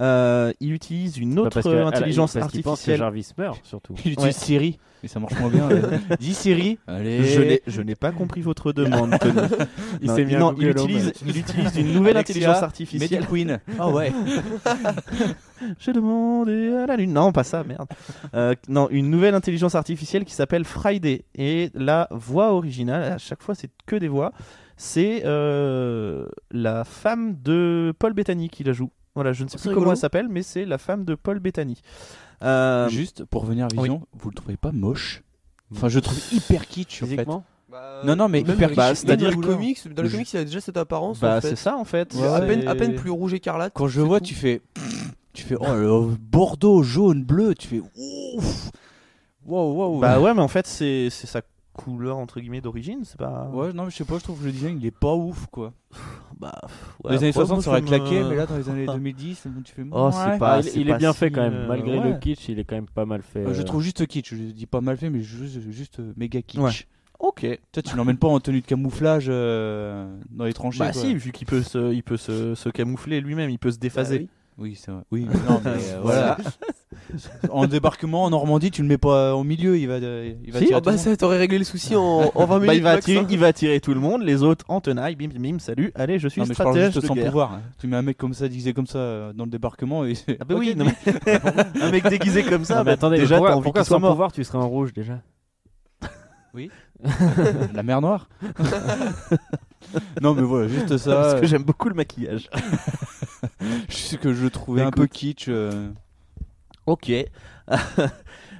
euh, il utilise une autre
Bah, parce que-
intelligence
parce qu'il pense que
artificielle.
Jarvis meurt surtout.
Il utilise
Ouais.
Siri, mais ça marche moins bien. euh. Dis Siri. Allez.
Je n'ai- Je n'ai pas compris votre demande, Tony. Non,
s'est mis
non,
un
il,
Google Home.
utilise, il utilise une nouvelle
Alexia,
intelligence
Medi
artificielle.
Queen. Oh ouais.
J'ai demandé à la lune. Non, pas ça, merde. Euh, non, une nouvelle intelligence artificielle qui s'appelle Friday. Et la voix originale, à chaque fois, c'est que des voix. C'est euh, la femme de Paul Bettany qui la joue. Voilà, je ne sais
Oh, C'est
plus
rigolo.
comment elle s'appelle, mais c'est la femme de Paul Bettany. Euh,
Juste pour revenir à Vision, vous le trouvez pas moche Enfin, je le trouve hyper kitsch en fait.
Physiquement
bah,
euh, Non, non, mais
même
hyper
dans les-
bah,
même
c'est-à-dire
dans les
que-
comics, dans les
Je-
comics, il a déjà cette apparence.
bah,
en fait.
c'est ça en fait.
Il est à
C'est-
peine, à peine plus rouge écarlate.
Quand je le
c'est
vois,
tout.
tu fais. Tu fais. Oh, le Bordeaux, jaune, bleu. Tu fais. Ouf Wow, wow.
Bah ouais, mais en fait, c'est c'est sa couleur entre guillemets d'origine. C'est pas.
Ouais, non, mais je sais pas, je trouve que le design il est pas ouf quoi.
Bah,
Dans les années 60, ça aurait claqué,
mais
mais là, dans les années 2010, tu fais.
Oh,
ouais.
c'est
Ah,
pas.
il,
c'est
il est
pas
bien
si,
fait quand même,
euh,
malgré
ouais.
le kitsch, il est quand même pas mal fait.
Euh, Je
euh,
trouve juste kitsch, je dis pas mal fait, mais juste, juste euh, méga kitsch.
Ouais. Ok.
Toi, tu l'emmènes pas en tenue de camouflage euh, dans les tranchées.
Bah
quoi.
si, vu qu'il peut se, il peut se, se camoufler lui-même, il peut se déphaser.
Bah oui.
Oui, c'est vrai. Oui, non, mais euh, voilà. en débarquement en Normandie, tu le mets pas au milieu, il va, euh, il va
Si,
tirer
Ah
tout le
bah
monde.
ça t'aurait réglé le souci en, en 20 minutes.
Bah, il, va
max,
attirer,
hein.
il va attirer tout le monde, les autres en tenaille, bim bim, bim salut, allez je suis
Non, mais je parle
stratège
juste
de
sans
guerre.
pouvoir. hein. Tu mets un mec comme ça, déguisé comme ça euh, dans le débarquement et.
Ah bah oui, non, mais- un mec déguisé comme ça,
Non, mais
bah,
attendez,
déjà
pourquoi,
t'as envie
pourquoi
qu'il soit
sans
mort.
pouvoir tu serais en rouge déjà
La mer Noire Non, mais voilà, juste ça. euh,
Parce que j'aime beaucoup le maquillage.
Juste que je le trouvais un
Écoute.
peu kitsch. euh,
Ok.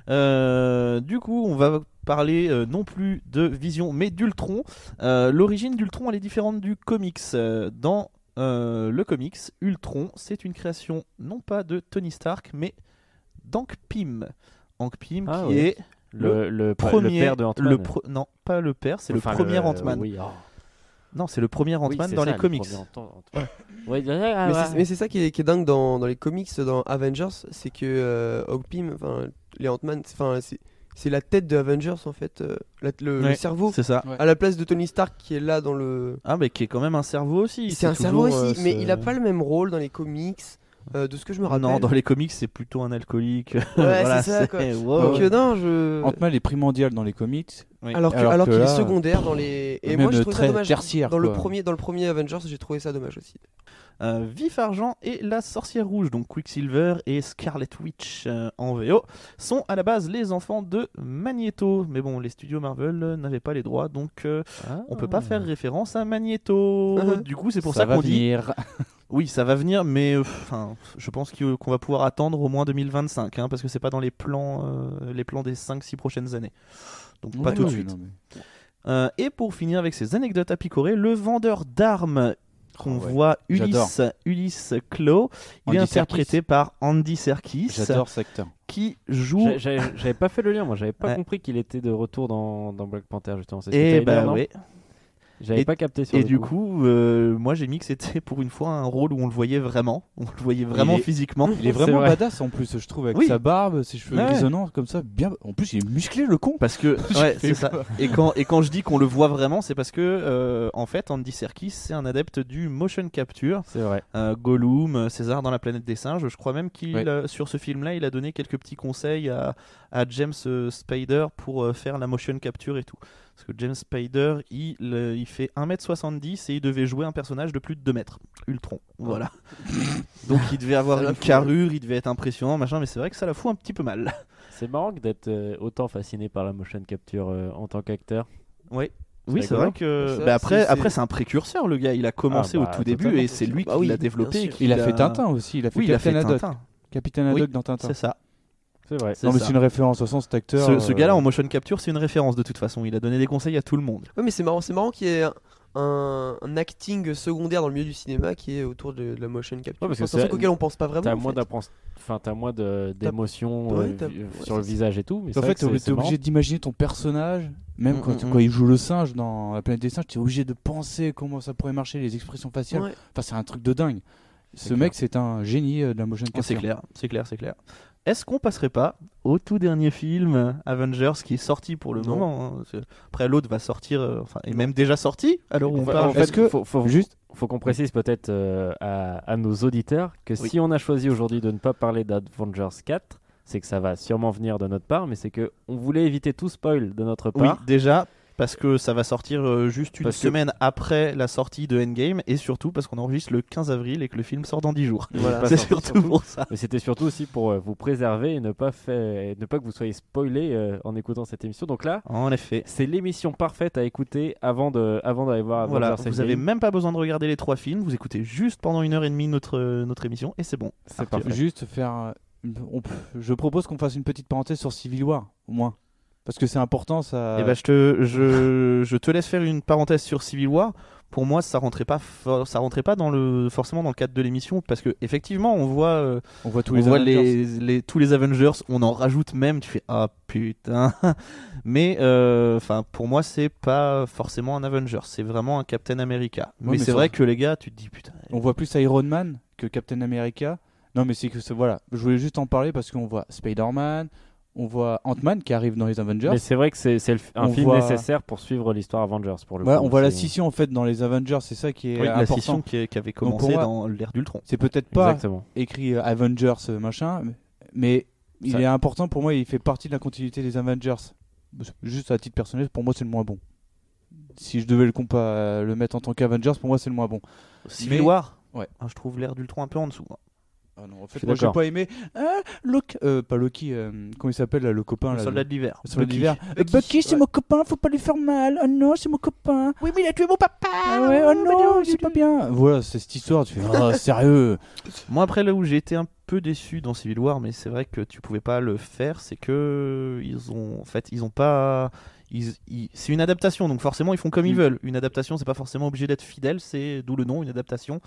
Euh, du coup, on va parler euh, non plus de Vision, mais d'Ultron. Euh, L'origine d'Ultron, elle est différente du comics. Euh, Dans euh, le comics, Ultron, c'est une création non pas de Tony Stark, mais d'Hank Pym. Hank Pym
Ah
qui
ouais.
est
le, le, pa- le
premier,
père de Ant-Man.
le pro- non, pas le père, c'est
Enfin,
le premier Ant-Man.
oui, oh.
Non, c'est le premier
Oui,
Ant-Man
c'est
dans
ça,
les
le
comics.
premier Ant- Ant- Ouais, ah,
Mais
ouais.
c'est- Mais c'est ça qui est, qui est dingue dans, dans les comics, dans Avengers, c'est que euh, Hank Pym, enfin les Ant-Man, c'est- enfin, c'est c'est la tête de Avengers en fait, euh, la- le, le
Ouais.
cerveau,
C'est ça.
à la place de Tony Stark qui est là dans le.
Ah, mais qui est quand même un cerveau aussi.
C'est un cerveau
toujours,
aussi,
euh,
mais
ce-
il a pas le même rôle dans les comics, euh, de ce que je me rappelle.
Non, dans les comics, c'est plutôt un alcoolique. Ouais,
c'est ça, quoi.
wow.
Donc euh, non, je.
Ant-Man est primordial dans les comics.
Alors que-
alors
alors
que
qu'il est
là,
secondaire dans les. Et
même
moi je trouve ça
très
dommage.
tertiaire.
Dans le,
quoi.
premier, dans le premier Avengers, j'ai trouvé ça dommage aussi.
Euh, Vif Argent et la Sorcière Rouge, donc Quicksilver et Scarlet Witch euh, en VO, sont à la base les enfants de Magneto. Mais bon, les studios Marvel euh, n'avaient pas les droits, donc euh,
Ah.
on peut pas faire référence à Magneto. du coup, c'est pour ça,
va
qu'on dit
venir.
oui, ça va venir, mais euh, enfin, je pense qu'il- qu'on va pouvoir attendre au moins 2025, hein, parce que c'est pas dans les plans, euh, les plans des 5-6 prochaines années. Donc pas
Ouais,
tout de
non,
suite.
non, mais-
Euh, et pour finir avec ces anecdotes à picorer, le vendeur d'armes qu'on
Ah ouais.
voit
J'adore.
Ulysse, Ulysse Clos, il
Andy
est interprété par Andy Serkis
J'adore cet acteur.
qui joue
J'a- J'avais j'avais pas fait le lien, moi j'avais pas
Ouais.
compris qu'il était de retour dans, dans Black Panther justement. C'est ce que
et
t'avais dit
bah
avant.
ouais.
J'avais pas capté sur
et
le
du coup euh, moi j'ai mis que c'était pour une fois un rôle où on le voyait vraiment on le voyait vraiment
Il est-
physiquement
Il est vraiment
vrai.
badass en plus, je trouve, avec
Oui.
sa barbe, ses cheveux
Ouais.
grisonnants comme ça. Bien. En plus, il est musclé le con.
parce que ouais c'est ça et quand et quand je dis qu'on le voit vraiment c'est parce que euh, en fait Andy Serkis c'est un adepte du motion capture
C'est vrai.
euh, Gollum, euh, César dans la planète des singes. Je crois même qu'il
Ouais.
euh, sur ce film-là, il a donné quelques petits conseils à, à James euh, Spader pour euh, faire la motion capture et tout. Parce que James Spader, il, euh, il fait 1m70 et il devait jouer un personnage de plus de 2 mètres. Ultron, voilà. Donc il devait avoir
Oh. Ça la hein.
une
fout, ouais.
carrure, il devait être impressionnant, machin, mais c'est vrai que ça la fout un petit peu mal.
C'est marrant que d'être euh, autant fasciné par la motion capture euh, en tant qu'acteur.
Oui. Oui, c'est
rigolo.
vrai que.
Ça,
bah, après,
c'est- c'est-
après c'est un précurseur, le gars. Il a commencé
Ah, bah,
au tout début
totalement.
et c'est lui
Bah
qui
oui,
l'a
bien
développé. et
sûr.
qui
Il a fait
l'a-
Tintin aussi. Il a fait
Oui, il a fait
Capitaine Haddock.
Tintin.
Capitaine
Oui,
Haddock dans Tintin.
C'est ça.
C'est vrai.
c'est
Non, mais
ça.
c'est une référence. En sens, cet acteur.
Ce, ce
euh,
gars-là en motion capture, c'est une référence de toute façon. Il a donné des conseils à tout le monde.
Ouais, mais c'est marrant, c'est marrant qu'il y ait un, un, un acting secondaire dans le milieu du cinéma qui est autour de, de la motion capture.
Ouais, parce que
c'est un truc
c'est-
auquel on pense pas vraiment.
T'as
Ah en
moins
fait.
d'apprens- enfin t'as moins de- d'émotions
Ouais,
euh,
t'as-
vi-
ouais,
sur le
c'est ça.
visage et tout. Mais c'est
En fait,
vrai
t'es
que c'est-
obligé,
c'est marrant.
d'imaginer ton personnage. Même
Mm,
quand,
mm,
quand il joue le singe dans la planète des singes, t'es obligé de penser comment ça pourrait marcher, les expressions faciales.
Ouais.
Enfin, c'est un truc de dingue. Ce
clair.
mec, c'est un génie euh, de la motion
Ah, c'est
capture.
clair, c'est clair, c'est clair. Est-ce qu'on passerait pas au tout dernier film euh, Avengers qui est sorti pour le
Non.
moment hein, parce que Après l'autre va sortir, euh, enfin, et même déjà sorti. Alors on
Enfin,
parle.
en fait,
Est-ce que-
faut, faut-
Juste,
faut qu'on précise peut-être euh, à, à nos auditeurs que
Oui.
si on a choisi aujourd'hui de ne pas parler d'Avengers 4, c'est que ça va sûrement venir de notre part, mais c'est que on voulait éviter tout spoil de notre
Oui,
part.
déjà parce que ça va sortir euh, juste une
Parce que-
semaine après la sortie de Endgame et surtout parce qu'on enregistre le 15 avril et que le film sort dans 10 jours.
Voilà.
c'est surtout pour ça.
Mais c'était surtout aussi pour euh, vous préserver et ne pas, fait- ne pas que vous soyez spoilé en écoutant cette émission. Donc là,
En effet.
c'est l'émission parfaite à écouter avant de, avant d'aller voir Avengers
Voilà, vous
Endgame.
avez même pas besoin de regarder les trois films, vous écoutez juste pendant une heure et demie notre, euh, notre émission et c'est bon.
C'est
Arthur.
parfait.
Juste faire. euh, une- on peut- je propose qu'on fasse une petite parenthèse sur Civil War, au moins. Parce que c'est important, ça.
Eh ben, je, te, je, je te laisse faire une parenthèse sur Civil War. Pour moi, ça rentrait pas, for- ça rentrait pas dans le, forcément dans le cadre de l'émission parce que effectivement, on voit, euh,
on voit tous
on
les
voit
Avengers.
les, les- tous les Avengers, on en rajoute même. Tu fais ah putain. Mais euh, enfin, pour moi, c'est pas forcément un Avengers, c'est vraiment un Captain America.
Ouais,
mais
mais
c'est
ça-
vrai que les gars, tu te dis putain.
On voit plus Iron Man que Captain America. Non, mais c'est que ça- voilà. Je voulais juste en parler parce qu'on voit Spider-Man, on voit Ant-Man qui arrive dans les Avengers.
Mais c'est vrai que c'est c'est le f- un
On
film
voit-
nécessaire pour suivre l'histoire Avengers pour le
Voilà,
coup.
on voit la
C'est-
scission en fait dans les Avengers. C'est ça qui est
Oui, la scission
important.
qui, qui avait
Donc, pour
commencé
moi-
dans l'ère d'Ultron.
C'est peut-être pas
Exactement.
écrit euh, Avengers euh, machin, mais- mais il
Ça-
est important pour moi. Il fait partie de la continuité des Avengers. Juste à titre personnel, pour moi, c'est le moins bon. Si je devais le compa le mettre en tant qu'Avengers, pour moi, c'est le moins bon.
Civil
Mais-
War.
Ouais.
Ah, je trouve l'ère d'Ultron un peu en dessous. hein.
Ah non, en
Je suis
fait, moi, j'ai
d'accord.
pas aimé. Ah, Loki, euh, pas Loki, euh, comment il s'appelle là, le copain
Le
là,
soldat de l'hiver.
le soldat
Bucky.
d'hiver. Euh, Bucky, c'est mon copain, faut pas lui faire mal. Oh non, c'est mon copain.
Oui, mais il a tué mon papa.
Ah ouais, oh non, c'est pas bien. Voilà, c'est cette histoire. Tu fais, Ah, sérieux.
Moi, après, là où j'ai été un peu déçu dans Civil War, mais c'est vrai que tu pouvais pas le faire, c'est que ils ont, en fait, ils ont pas. ils- ils- C'est une adaptation, donc forcément, ils font comme ils
Mm.
veulent. Une adaptation, c'est pas forcément obligé d'être fidèle, c'est d'où le nom, une adaptation.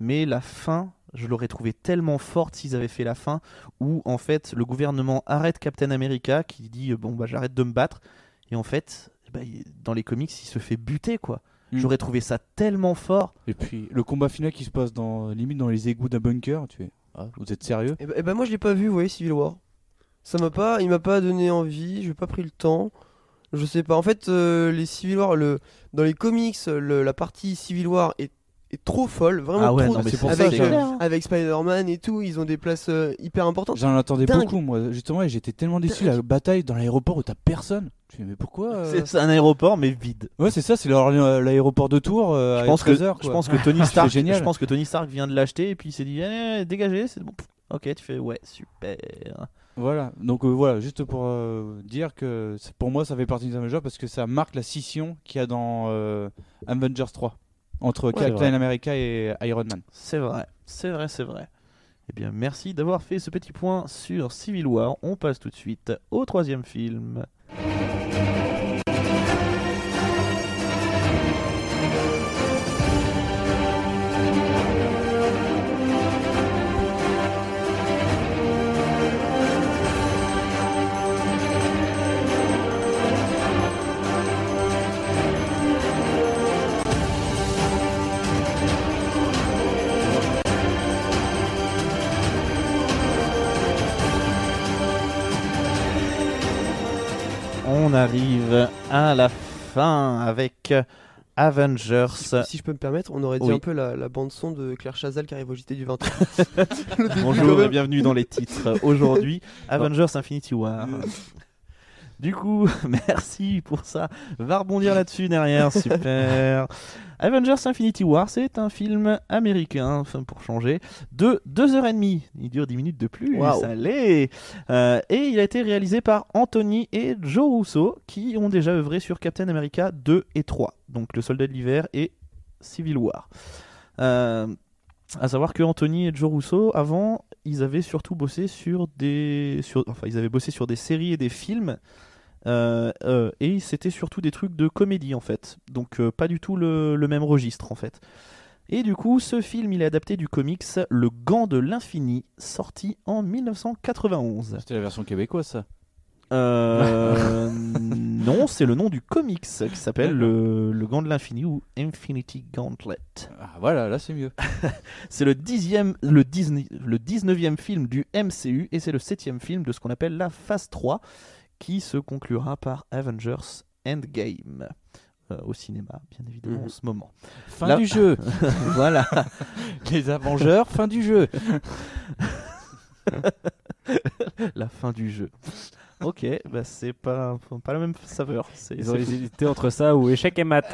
Mais la fin, je l'aurais trouvé tellement forte s'ils avaient fait la fin où, en fait, le gouvernement arrête Captain America qui dit euh, Bon, bah, j'arrête de me battre. Et en fait, bah, il- dans les comics, il se fait buter, quoi.
Mm.
J'aurais trouvé ça tellement fort.
Et puis le combat final qui se passe dans limite dans les égouts d'un bunker. Tu fais, ah, vous êtes sérieux
Et bah, moi je l'ai pas vu, vous voyez Civil War. Ça m'a pas, il m'a pas donné envie, j'ai pas pris le temps. Je sais pas. En fait, euh, les Civil War, le, dans les comics, le- la partie Civil War est, est trop folle, vraiment
Ah ouais,
trop.
non, mais
c'est pour
avec
ça,
euh,
c'est-
avec Spider-Man et tout, ils ont des places euh, hyper importantes.
J'en attendais
Dingue.
beaucoup moi justement et j'étais tellement déçu la bataille dans l'aéroport où t'as personne. Tu fais mais pourquoi euh
C'est c'est un aéroport, mais vide.
Ouais c'est ça c'est leur- euh, l'aéroport de Tours. euh,
je
à
pense que
13h,
je
quoi.
pense que Tony Stark
génial.
je pense que Tony Stark vient de l'acheter et puis il s'est dit Eh, dégagez c'est bon Pff, ok tu fais ouais super
Voilà, donc euh, voilà, juste pour euh, dire que c'est- pour moi ça fait partie des Avengers parce que ça marque la scission qu'il y a dans euh, Avengers 3 entre
c'est
Captain America et Iron Man.
c'est vrai c'est vrai c'est vrai eh bien merci d'avoir fait ce petit point sur Civil War on passe tout de suite au troisième film on arrive à la fin avec Avengers
Si, je- si je peux me permettre, on aurait dit
Oui.
un peu la, la bande son de Claire Chazal qui arrive au JT du 21.
Bonjour et bienvenue dans les titres. Aujourd'hui, Avengers Infinity War. Du coup, merci pour ça. Va rebondir là-dessus derrière, super. Avengers Infinity War, c'est un film américain, enfin pour changer, de 2h30. Il dure 10 minutes de plus,
Waouh.
allez Euh, Et il a été réalisé par Anthony et Joe Russo, qui ont déjà œuvré sur Captain America 2 et 3, donc Le Soldat de l'Hiver et Civil War. Euh, à savoir que Anthony et Joe Russo, avant, ils avaient surtout bossé sur des, sur, enfin, ils avaient bossé sur des séries et des films, Euh, euh, et c'était surtout des trucs de comédie en fait. Donc euh, pas du tout le, le même registre en fait. Et du coup, ce film, il est adapté du comics Le Gant de l'Infini, sorti en 1991.
C'était la version québécoise, ça.
Euh, non, c'est le nom du comics qui s'appelle le, le Gant de l'Infini ou Infinity Gauntlet.
Ah, voilà, là, c'est mieux.
C'est le dixième, le, 19 le 19e film du MCU et c'est le septième film de ce qu'on appelle la phase 3 qui se conclura par Avengers Endgame. euh, au cinéma, bien évidemment,
Mhm.
en ce moment.
Fin
Là-
du jeu.
voilà.
Les Avengers, fin du jeu.
la fin du jeu. Ok, bah c'est pas, pas la même saveur. C'est
Ils ont
c'est-
hésité entre ça ou échec et maths.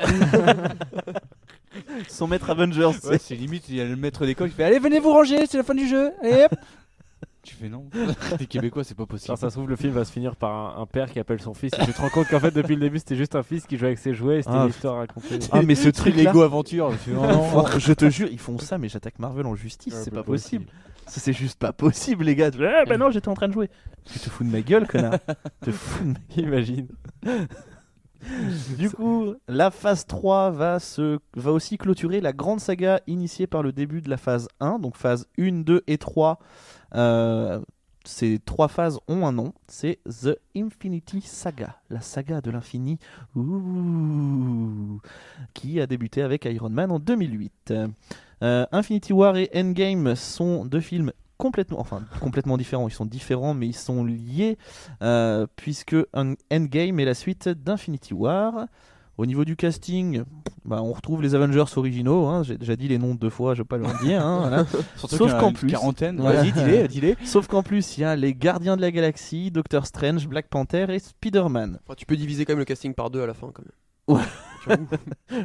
son maître Avengers. c'est-
Ouais, c'est limite, il y a le maître d'école qui fait Allez, venez vous ranger, c'est la fin du jeu. Allez, hop. tu fais non. Les Québécois, c'est pas possible.
Alors, ça se trouve, le film va se finir par un, un père qui appelle son fils. Et tu te rends compte qu'en fait, depuis le début, c'était juste un fils qui jouait avec ses jouets. et C'était
Ah,
une histoire racontée.
Ah mais ce
Très
truc là.
Lego aventure. Je fais, non, non, non.
je te jure, ils font ça, mais j'attaque Marvel en justice,
Ouais, bah,
c'est
pas
pas possible. Ça, C'est juste pas possible, les gars. Ah bah non, j'étais en train de jouer. Tu te fous de ma gueule, connard. Tu te fous de ma
Imagine.
Du coup, la phase 3 va, se... va aussi clôturer la grande saga initiée par le début de la phase 1. Donc phase 1, 2 et 3. Euh, ces trois phases ont un nom. C'est The Infinity Saga. La saga de l'infini. Ouh. Qui a débuté avec Iron Man en 2008. Euh, Infinity War et Endgame sont deux films complètement, enfin, complètement différents. Ils sont différents, mais ils sont liés euh, puisque un Endgame est la suite d'Infinity War. Au niveau du casting, bah, on retrouve les Avengers originaux. hein. J'ai déjà dit les noms deux fois, je vais pas leur dire. hein, voilà.
Surtout
Sauf
qu'il y a
qu'en
une
plus-
Quarantaine.
Voilà.
Vas-y, dis-les, dis-les.
Sauf qu'en plus, il y a les Gardiens de la Galaxie, Doctor Strange, Black Panther et Spider-Man.
Enfin, tu peux diviser quand même le casting par deux à la fin quand même.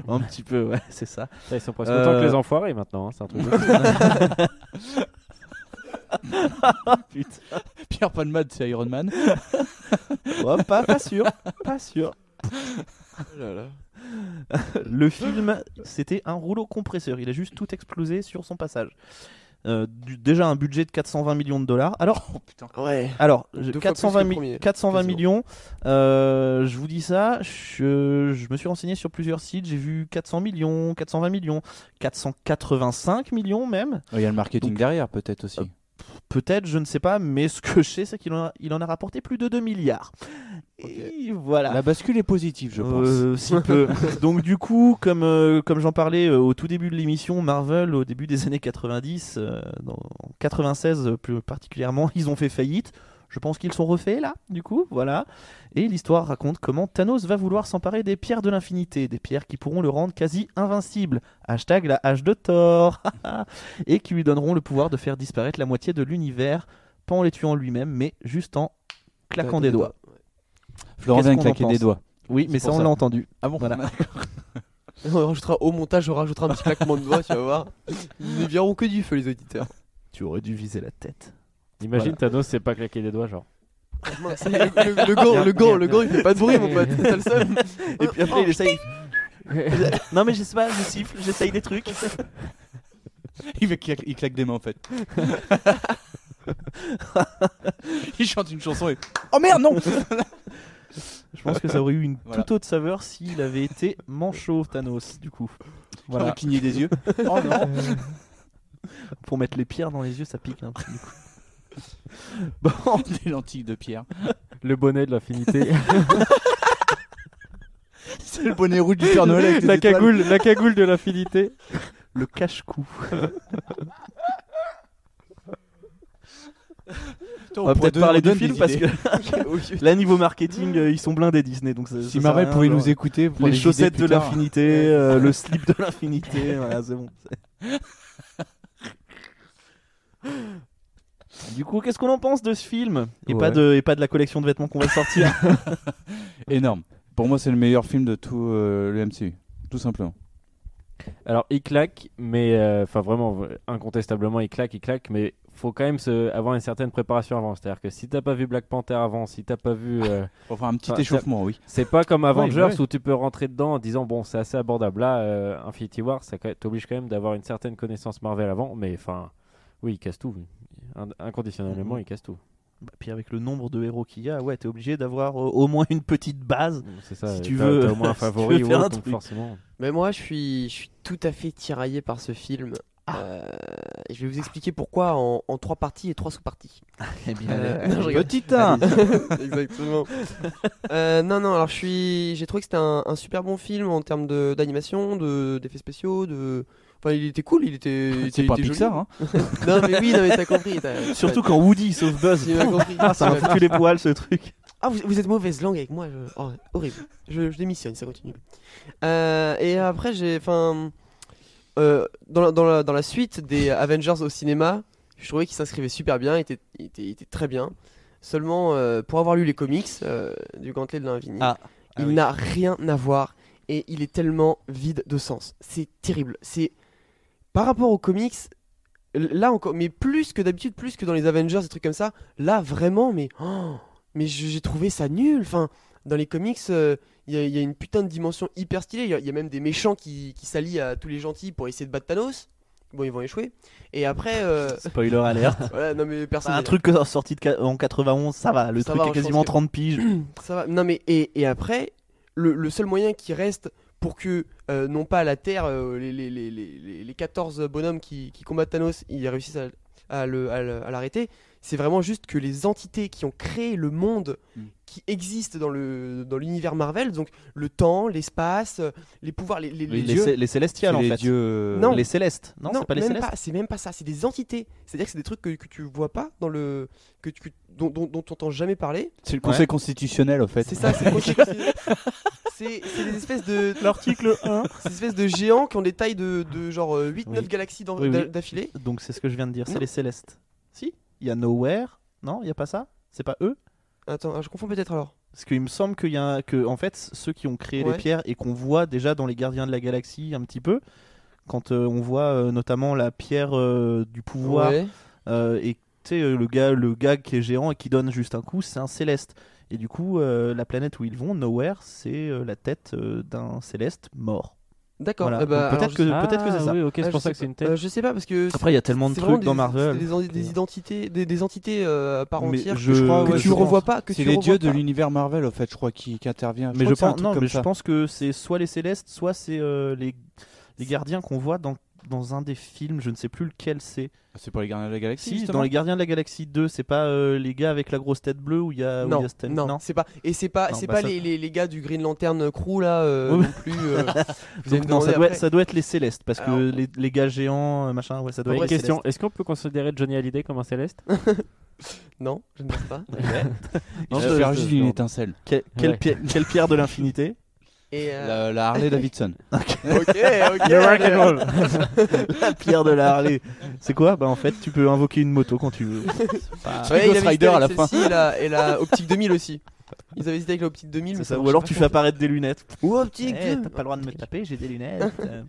Un petit peu, ouais, c'est ça.
Là, ils sont presque
Euh,
autant que les enfoirés maintenant. hein, C'est un truc. de fou.
Pierre Palmade, c'est Iron Man.
Ouais, pas, pas sûr, pas sûr. Le film, c'était un rouleau compresseur. Il a juste tout explosé sur son passage. Euh, du- déjà un budget de 420 millions de dollars. Alors,
Ouais.
Alors,
Deux
je-
fois
420,
plus que le
mi-
premier,
420
quasiment.
millions, euh, je vous dis ça, je, je me suis renseigné sur plusieurs sites, j'ai vu 400 millions, 420 millions, 485 millions même.
Il y a le marketing
Donc-
derrière, peut-être aussi.
Peut-être, je ne sais pas, mais ce que je sais, c'est qu'il en, a- il en a rapporté plus de 2 milliards. Et voilà.
La bascule est positive, je pense.
Euh, si peu. Donc du coup, comme, euh, comme j'en parlais euh, au tout début de l'émission, Marvel, au début des années 90, euh, dans- en 96 euh, plus particulièrement, ils ont fait faillite. Je pense qu'ils sont refaits là, du coup, voilà. Et l'histoire raconte comment Thanos va vouloir s'emparer des pierres de l'infinité, des pierres qui pourront le rendre quasi invincible. Hashtag la hache de Thor. et qui lui donneront le pouvoir de faire disparaître la moitié de l'univers, pas en les tuant lui-même, mais juste en claquant des doigts.
Florent
qu'est-ce
vient
qu'on en
claquer des
pense
doigts.
Oui,
C'est
mais ça
pour
on
ça.
l'a entendu.
Ah bon
Voilà.
On rajoutera au montage, on rajoutera un petit claquement de doigts, tu vas voir. Ils ne verront que du feu les auditeurs.
Tu aurais dû viser la tête.
Imagine Thanos, c'est pas claquer des doigts, genre.
Mince, Le, le- le gant, le gant, le gant, il fait pas de bruit mon pote, t'as le seum.
Et puis après, il essaye. non, mais je sais pas, je siffle, j'essaye des trucs.
Il, va claque- il claque des mains en fait. il chante une chanson et. Oh merde, non
Je pense que ça aurait eu une
Voilà.
toute autre saveur s'il avait été manchot, Thanos, du coup.
Voilà.
Voilà.
cligner des yeux. Oh non
Pour mettre les pierres dans les yeux, ça pique un peu, du coup. Bon,
Oh, Des lentilles de pierre.
Le bonnet de l'infinité.
C'est le bonnet rouge du Père Noël avec des
la
étoiles.
cagoule, la cagoule de l'infinité.
le cache-cou.
Putain,
On va
pourrait
peut-être parler
donner
du
des
film parce que
idées. Oh,
là, niveau marketing, euh, ils sont blindés Disney. Donc ça- ça
Si
sert à
Marvel
rien,
pouvait
genre,
nous écouter, pour
Les
des
chaussettes
idées
de
plus tard.
l'infinité, euh, le slip de l'infinité, voilà, c'est bon. Du coup, qu'est-ce qu'on en pense de ce film et, pas
Ouais.
de, et pas de la collection de vêtements qu'on va sortir
Énorme. Pour moi, c'est le meilleur film de tout euh, le MCU. Tout simplement.
Alors il claque, mais euh, enfin vraiment v- incontestablement il claque, il claque, mais faut quand même se, avoir une certaine préparation avant. C'est-à-dire que si t'as pas vu Black Panther avant, si t'as pas vu, euh,
Pour faire un petit
Ah, ça-
échauffement, oui.
c'est pas comme Avengers
ouais.
où tu peux rentrer dedans en disant bon c'est assez abordable. Là, euh, Infinity War, ça quand- t'oblige quand même d'avoir une certaine connaissance Marvel avant, mais enfin oui il casse tout, oui. Ind- inconditionnellement il casse tout.
Bah, puis avec le nombre de héros qu'il y a, ouais, t'es obligé d'avoir euh, au moins une petite base.
C'est ça.
Si
et
tu
t'as-
veux-
t'as au moins un
si tu veux
favori ou
faire
autre,
un
donc
truc.
forcément.
Mais moi, je suis, je suis tout à fait tiraillé par ce film. Euh, et je vais vous expliquer pourquoi en, en trois parties et trois sous-parties. Euh, non, je rigole.
Petit un
Exactement. Euh, non, non, alors je suis. J'ai trouvé que c'était un, un super bon film en termes de- d'animation, de- d'effets spéciaux, de. Enfin, il était cool, il était. il était-
C'est
il
pas
était joli.
Pixar, hein
Non, mais oui, non, mais t'as compris. t'as-
Surtout quand Woody sauve Buzz.
Tu m'as compris.
Ah, ça m'a
Tu m'as-
foutu les poils ce truc.
Ah, vous, vous êtes mauvaise langue avec moi, je- oh, horrible. Je, je démissionne, ça continue. Euh, et après, j'ai. Enfin. euh, dans, la, dans, la, dans la suite des Avengers au cinéma, je trouvais qu'il s'inscrivait super bien, il était, il était, il était très bien. Seulement, euh, pour avoir lu les comics euh, du Gantelet de l'Infini,
Ah. Ah
il
oui.
n'a rien à voir et il est tellement vide de sens. C'est terrible. C'est. Par rapport aux comics, l- là encore, mais plus que d'habitude, plus que dans les Avengers, des trucs comme ça, là vraiment, mais. oh, mais je- j'ai trouvé ça nul. Enfin, dans les comics, euh, il y, a- il y a une putain de dimension hyper stylée. Il y a- il y, a même des méchants qui, qui s'allient à tous les gentils pour essayer de battre Thanos. Bon, ils vont échouer. Et après, euh,
Spoiler alerte.
voilà, non mais personne.
Bah, un truc que- sorti de qua- en 91, ça va. Le
Ça
truc
va,
est
je
quasiment
pense que-
30 piges.
Ça va. Non mais et, et après, le, le seul moyen qui reste pour que euh, non pas la Terre, euh, les, les, les, les- les- les 14 bonhommes qui, qui combattent Thanos, ils réussissent à, à le- à le- à l'arrêter, c'est vraiment juste que les entités qui ont créé le monde
Mm.
qui existe dans le dans l'univers Marvel, donc le temps, l'espace, euh, les pouvoirs, les, les-
Les,
les-
cé- les célestiales en
les
fait.
dieux. euh,
Non.
Les célestes. Non, c'est pas les
même
célestes.
pas, c'est même pas ça, c'est des entités. C'est-à-dire que c'est des trucs que, que tu vois pas dans le que, tu- que- dont dont dont t'entends jamais parler.
C'est le conseil constitutionnel, en fait.
C'est ça, c'est c'est c'est des espèces de
L'article 1.
ces espèces de géants qui ont des tailles de, de genre 8-9
Oui.
galaxies d'en-
Oui, oui.
d'a- d'affilée.
Donc c'est ce que je viens de dire, c'est
Non.
les célestes. Si Il y a Nowhere. Non, il y a pas ça C'est pas eux
Attends, ah, je confonds peut-être alors.
Parce qu'il me semble qu'il y a un- que en fait ceux qui ont créé
Ouais.
les pierres et qu'on voit déjà dans les Gardiens de la Galaxie un petit peu quand euh, on voit euh, notamment la pierre euh, du pouvoir
Ouais.
euh, et tu sais euh, le gars le gars qui est géant et qui donne juste un coup c'est un céleste et du coup euh, la planète où ils vont Nowhere c'est euh, la tête euh, d'un céleste mort.
D'accord.
Voilà.
eh ben,
Donc
alors,
peut-être
je-
que Euh, peut-être que c'est ça.
Oui, ok,
ah,
c'est
je
pour ça
sais
que c'est une tête.
euh, je sais pas parce que. c'est-
Après il y a tellement de
c'est vraiment
trucs dans
des-
Marvel.
c'est Des, des identités, des, des entités euh, à part
Mais
entière
je-
que,
je
que
pense.
tu revois pas. Que
C'est
tu
les dieux
revois
de
pas.
l'univers Marvel, en fait, je crois, qui, qui intervient.
mais je
crois que c'est un
pense
truc
non,
comme
mais
ça.
je pense que c'est soit les célestes, soit c'est euh, les les gardiens qu'on voit dans dans un des films, je ne sais plus lequel c'est.
C'est pour les gardiens de la galaxie.
Si,
justement.
dans les Gardiens de la Galaxie 2, c'est pas euh, les gars avec la grosse tête bleue où il y a, où il
Non,
y a Stan-
non, c'est pas. Et c'est pas,
Non,
c'est
bah
pas
ça-
les, les, les gars du Green Lantern Crew là euh,
Ouais.
non plus. euh, vous allez me
Donc, non,
demander
ça, doit,
après.
ça doit être les célestes parce
Alors-
que les, les gars géants, euh, machin, ouais, ça doit
Ouais,
être.
ouais,
les
Question est-ce qu'on peut considérer Johnny Hallyday comme un céleste
Non, je ne pense pas.
Il
Non,
se
je-
faire
je-
juste
je-
une étincelle.
Quelle, quelle
Ouais.
pierre, quelle pierre de l'infinité
Et euh,
La, la Harley Davidson.
ok, ok.
La pierre de la Harley. C'est quoi Bah en fait, tu peux invoquer une moto quand tu veux.
Ouais,
Ghost
il avait
Rider
hésité
Bah, à la
avec
fin.
celle-ci Et la, et la optique 2000 aussi. Ils avaient hésité avec l'optique 2000.
C'est
Mais
ça.
ça
Ou
marchait
alors
pas
tu
trop.
fais apparaître des lunettes.
Ou optique
Eh,
2000.
T'as pas le droit de me taper, j'ai des lunettes. Euh,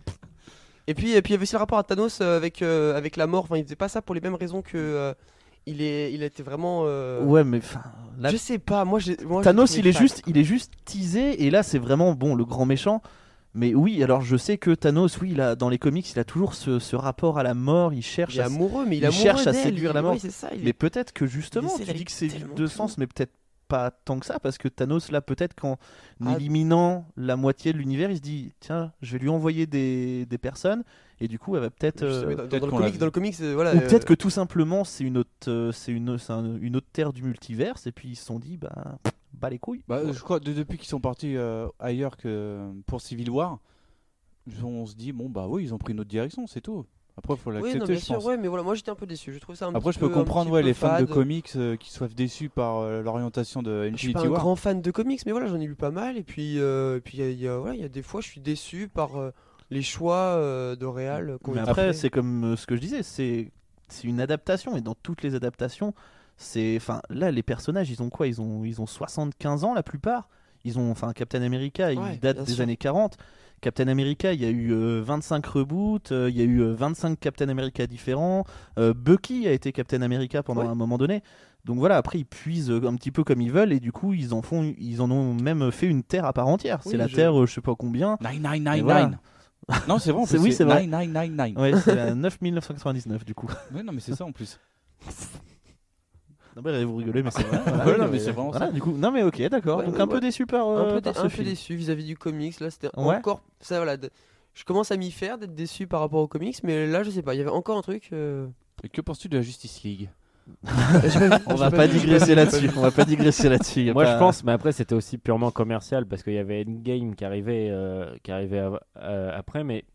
Et puis, et puis il y avait aussi le rapport à Thanos euh, avec, euh, avec la mort. Enfin, il faisait pas ça pour les mêmes raisons que. euh, il, est, il était vraiment. euh,
ouais, mais enfin. là,
Je sais pas, moi j'ai. moi, Oh, j'ai
Thanos,
trouvé
il est
ça-
juste, il est juste teasé et là c'est vraiment bon le grand méchant. Mais oui, alors je sais que Thanos, oui, il a, dans les comics, il a toujours ce, ce rapport à la mort. Il cherche.
Il est
à se-
amoureux, mais il,
il
est amoureux
cherche à
d'elle,
séduire
il-
la mort.
oui, c'est ça, il est-
Mais peut-être que justement,
essaie
tu
d'aller
dis que c'est
tellement
deux
plus loin.
sens, mais peut-être pas tant que ça parce que Thanos là, peut-être qu'en
Ah.
éliminant la moitié de l'univers, il se dit tiens, je vais lui envoyer des, des personnes et du coup, elle va peut-être.
Je sais,
euh,
mais dans, dans
peut-être
le
qu'on
comics,
l'a-
dans le comics, euh, voilà.
Ou
euh,
peut-être que tout simplement c'est une autre, euh, c'est une, c'est un- une autre terre du multiverse et puis ils se sont dit bah, bah les couilles.
Bah, Je crois de- depuis qu'ils sont partis euh, ailleurs que pour Civil War, on se dit bon bah oui ils ont pris une autre direction, c'est tout. Après faut
Oui, non,
l'accepter,
bien
je
sûr,
pense.
ouais, mais voilà, moi j'étais un peu déçu. Je trouve ça un
Après
petit
je peux
peu- un
comprendre
petit
ouais,
peu
les fans de
fade.
comics euh, qui soient déçus par euh, l'orientation de
Je suis pas
Infinity
un
War.
grand fan de comics, mais voilà, j'en ai lu pas mal. Et puis, euh, et puis il y a- il y, a- voilà, il y a des fois, je suis déçu par euh, les choix euh, de réal. qu'on
Mais après, c'est comme euh, ce que je disais, c'est c'est une adaptation et dans toutes les adaptations, c'est enfin là les personnages, ils ont quoi Ils ont ils ont 75 ans la plupart. Ils ont enfin Captain America,
Ouais,
il date
bien
des
sûr.
années 40. Captain America, il y a eu euh, 25 reboots, euh, il y a eu euh, 25 Captain America différents. Euh, Bucky a été Captain America pendant
Ouais.
un moment donné. Donc voilà, après ils puisent euh, un petit peu comme ils veulent et du coup ils en font, ils en ont même fait une terre à part entière.
Oui,
c'est la
je-
terre, euh, je sais pas combien.
9999.
Et voilà.
Non c'est vrai en
C'est-
plus.
oui, c'est vrai.
9999.
Ouais, c'est la 9999 du coup.
Ouais, non mais c'est ça en plus.
Non, mais vous rigolez, mais c'est
Ah,
vrai. Voilà,
Ouais, non, mais c'est vraiment
Voilà, du coup, non, mais ok, d'accord.
Ouais,
Donc,
ouais,
un peu
ouais.
déçu par, euh,
un peu, dé-
par ce
un peu
film.
déçu vis-à-vis du comics. Là, c'était
Ouais.
encore. Ça, voilà, de- Je commence à m'y faire d'être déçu par rapport aux comics, mais là, je sais pas. Il y avait encore un truc. euh,
Et que penses-tu de la Justice League
On va pas digresser là-dessus. On va pas digresser là-dessus. y a
Moi,
pas-
je pense, mais après, c'était aussi purement commercial parce qu'il y avait Endgame qui arrivait, euh, qui arrivait av- euh, après, mais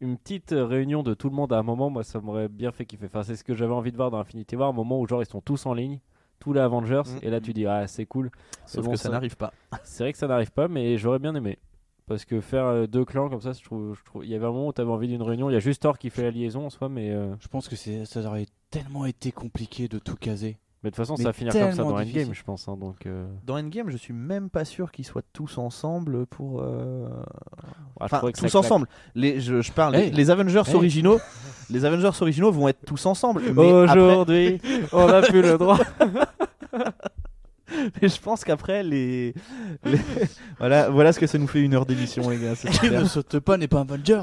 une petite euh, réunion de tout le monde à un moment, moi, ça m'aurait bien fait kiffer. Enfin, c'est ce que j'avais envie de voir dans Infinity War, un moment où genre ils sont tous en ligne, tous les Avengers,
Mm.
et là tu dis ah c'est cool.
Sauf
bon,
que ça
ça-
n'arrive pas.
C'est vrai que ça n'arrive pas, mais j'aurais bien aimé. Parce que faire euh, deux clans comme ça, je trouve, je trouve, il y avait un moment où t'avais envie d'une réunion. Il y a juste Thor qui fait la liaison en soi, mais euh,
Je pense que c'est- ça aurait tellement été compliqué de tout caser.
mais de toute façon,
Mais
ça va finir comme ça
tellement
dans Endgame,
difficile.
je pense. hein, donc euh,
Dans Endgame, je suis même pas sûr qu'ils soient tous ensemble pour. euh,
ah, je
Enfin,
trouvais que ça
tous
claque.
ensemble. Les, je, je parle.
Hey.
Les Avengers
Hey.
originaux. les Avengers originaux vont être tous ensemble. Mais après,
Aujourd'hui, on n'a plus le droit.
mais je pense qu'après les. les- voilà, voilà ce que ça nous fait une heure d'émission, les gars. c'est clair.
saute pas n'est pas Avengers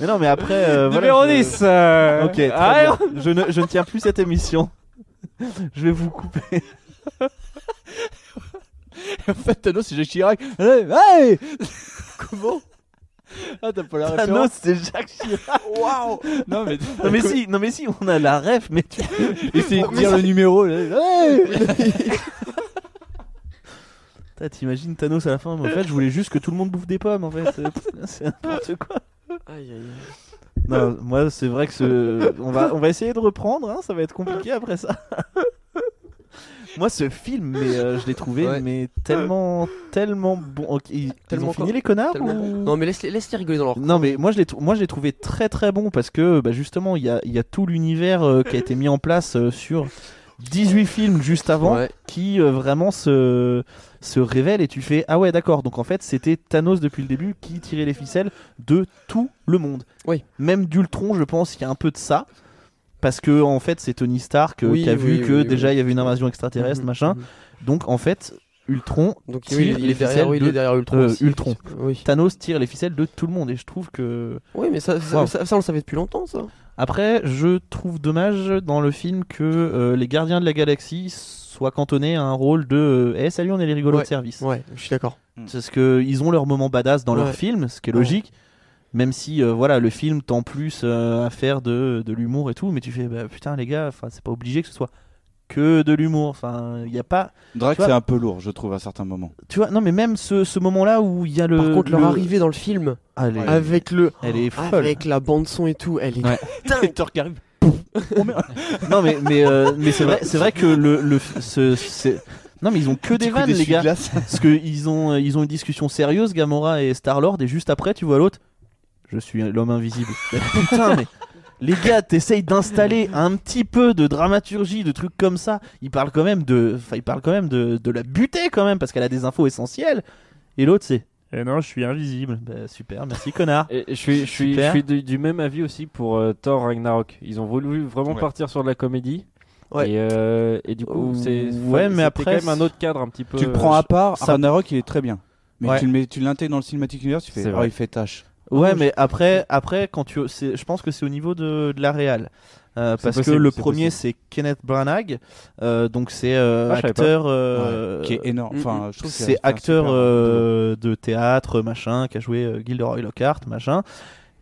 mais non, mais après. euh, voilà,
Numéro
je-
10 euh,
Ok, très
ah,
bien. Je, ne, je ne tiens plus cette émission. Je vais vous couper.
En fait, Thanos, c'est Jacques Chirac. Allez, allez
Comment
Ah, t'as pas la
Thanos,
référence
c'est Jacques Chirac. Waouh
Non, mais.
Non mais si, non mais si, on a la ref, mais tu-
Essayez de dire le numéro. là. Hey
Putain, t'imagines Thanos à la fin. Mais en fait, je voulais juste que tout le monde bouffe des pommes. En fait, C'est- c'est n'importe quoi.
Aïe, aïe, aïe.
Non, moi, c'est vrai que ce... on, va, on va essayer de reprendre, hein, ça va être compliqué après ça. moi, ce film, mais, euh, je l'ai trouvé
Ouais.
mais tellement, tellement bon. Ok, ils, ils
Tellement
ont fini
quoi
les connards
Tellement-
ou-
Non, mais laisse-les laisse-les rigoler dans leur.
Non, mais moi je l'ai trou- moi, je l'ai trouvé très très bon parce que bah, justement, il y a, il y a tout l'univers euh, qui a été mis en place euh, sur 18 films juste avant
Ouais.
qui euh, vraiment se, se révèle et tu fais Ah ouais, d'accord. Donc en fait, c'était Thanos depuis le début qui tirait les ficelles de tout le monde.
Oui.
Même d'Ultron, je pense qu'il y a un peu de ça. Parce que en fait, c'est Tony Stark euh,
Oui,
qui a
oui,
vu
oui,
que
oui,
déjà
oui.
il y avait une invasion extraterrestre,
Mhm,
machin.
mhm.
Donc en fait, Ultron,
Donc
Tire
oui, il, est- il
les
est derrière,
ficelles
oui, il
de-
est derrière Ultron.
euh,
aussi.
Ultron.
Oui.
Thanos tire les ficelles de tout le monde. Et je trouve que
Oui, mais ça, ça,
Wow.
ça- ça, on le savait depuis longtemps, ça.
Après, je trouve dommage dans le film que euh, les gardiens de la galaxie soient cantonnés à un rôle de euh, Eh, salut, on est les rigolos
Ouais.
de service.
Ouais, je suis d'accord.
C'est ce que ils ont leur moment badass dans leur
Mm. Ouais.
film, ce qui est
Ouais.
logique. Même si euh, voilà, le film tend plus euh, à faire de, de l'humour et tout, mais tu fais bah, putain les gars, enfin c'est pas obligé que ce soit que de l'humour. Enfin, il y a pas,
Drax,
Tu vois-
c'est un peu lourd, je trouve, à certains moments.
tu vois, non mais même ce, ce moment-là où il y a le
Par contre, leur
Euh, le-
arrivée dans le film,
Ah, elle est-
avec le. Oh,
elle est folle.
Avec la bande-son et tout, elle est.
Ouais.
Dingue.
Non mais mais euh, mais c'est vrai c'est vrai que le le ce- c'est- non mais ils ont que des vannes les gars. Parce que ils ont, euh, ils ont une discussion sérieuse, Gamora et Star-Lord, et juste après, tu vois l'autre, je suis l'homme invisible. Mais putain, mais les gars, t'essayes d'installer un petit peu de dramaturgie, de trucs comme ça. Ils parlent quand même de, enfin, ils parlent quand même de, de la butée quand même, parce qu'elle a des infos essentielles. Et l'autre, c'est. Eh non, je suis invisible. Bah, super, merci connard.
Et je suis, je suis, je
Super.
suis du, du même avis aussi pour euh, Thor Ragnarok. Ils ont voulu vraiment
Ouais.
partir sur de la comédie.
Ouais.
Et, euh, et du coup,
Ouh,
c'est
ouais, mais
enfin, c'était
après,
quand même un
c'est-
autre cadre un petit peu.
Tu le prends à part,
ça-
Ragnarok, il est très bien. Mais
Ouais.
tu le mets- tu l'intègres dans le cinématique univers, tu
C'est
fais. Oh,
vrai.
il fait tâche.
Ouais, mais après, après, quand tu, c'est- je pense que c'est au niveau de, de la réal. Euh,
C'est
parce que
possible,
le
c'est
premier
possible.
c'est Kenneth Branagh, euh, donc c'est euh,
Ah, je savais pas.
acteur, euh,
qui est énorme.
mm,
Enfin, je trouve que
c'est
un
acteur
super-
euh, de théâtre, machin, qui a joué euh, Gilderoy Lockhart, machin.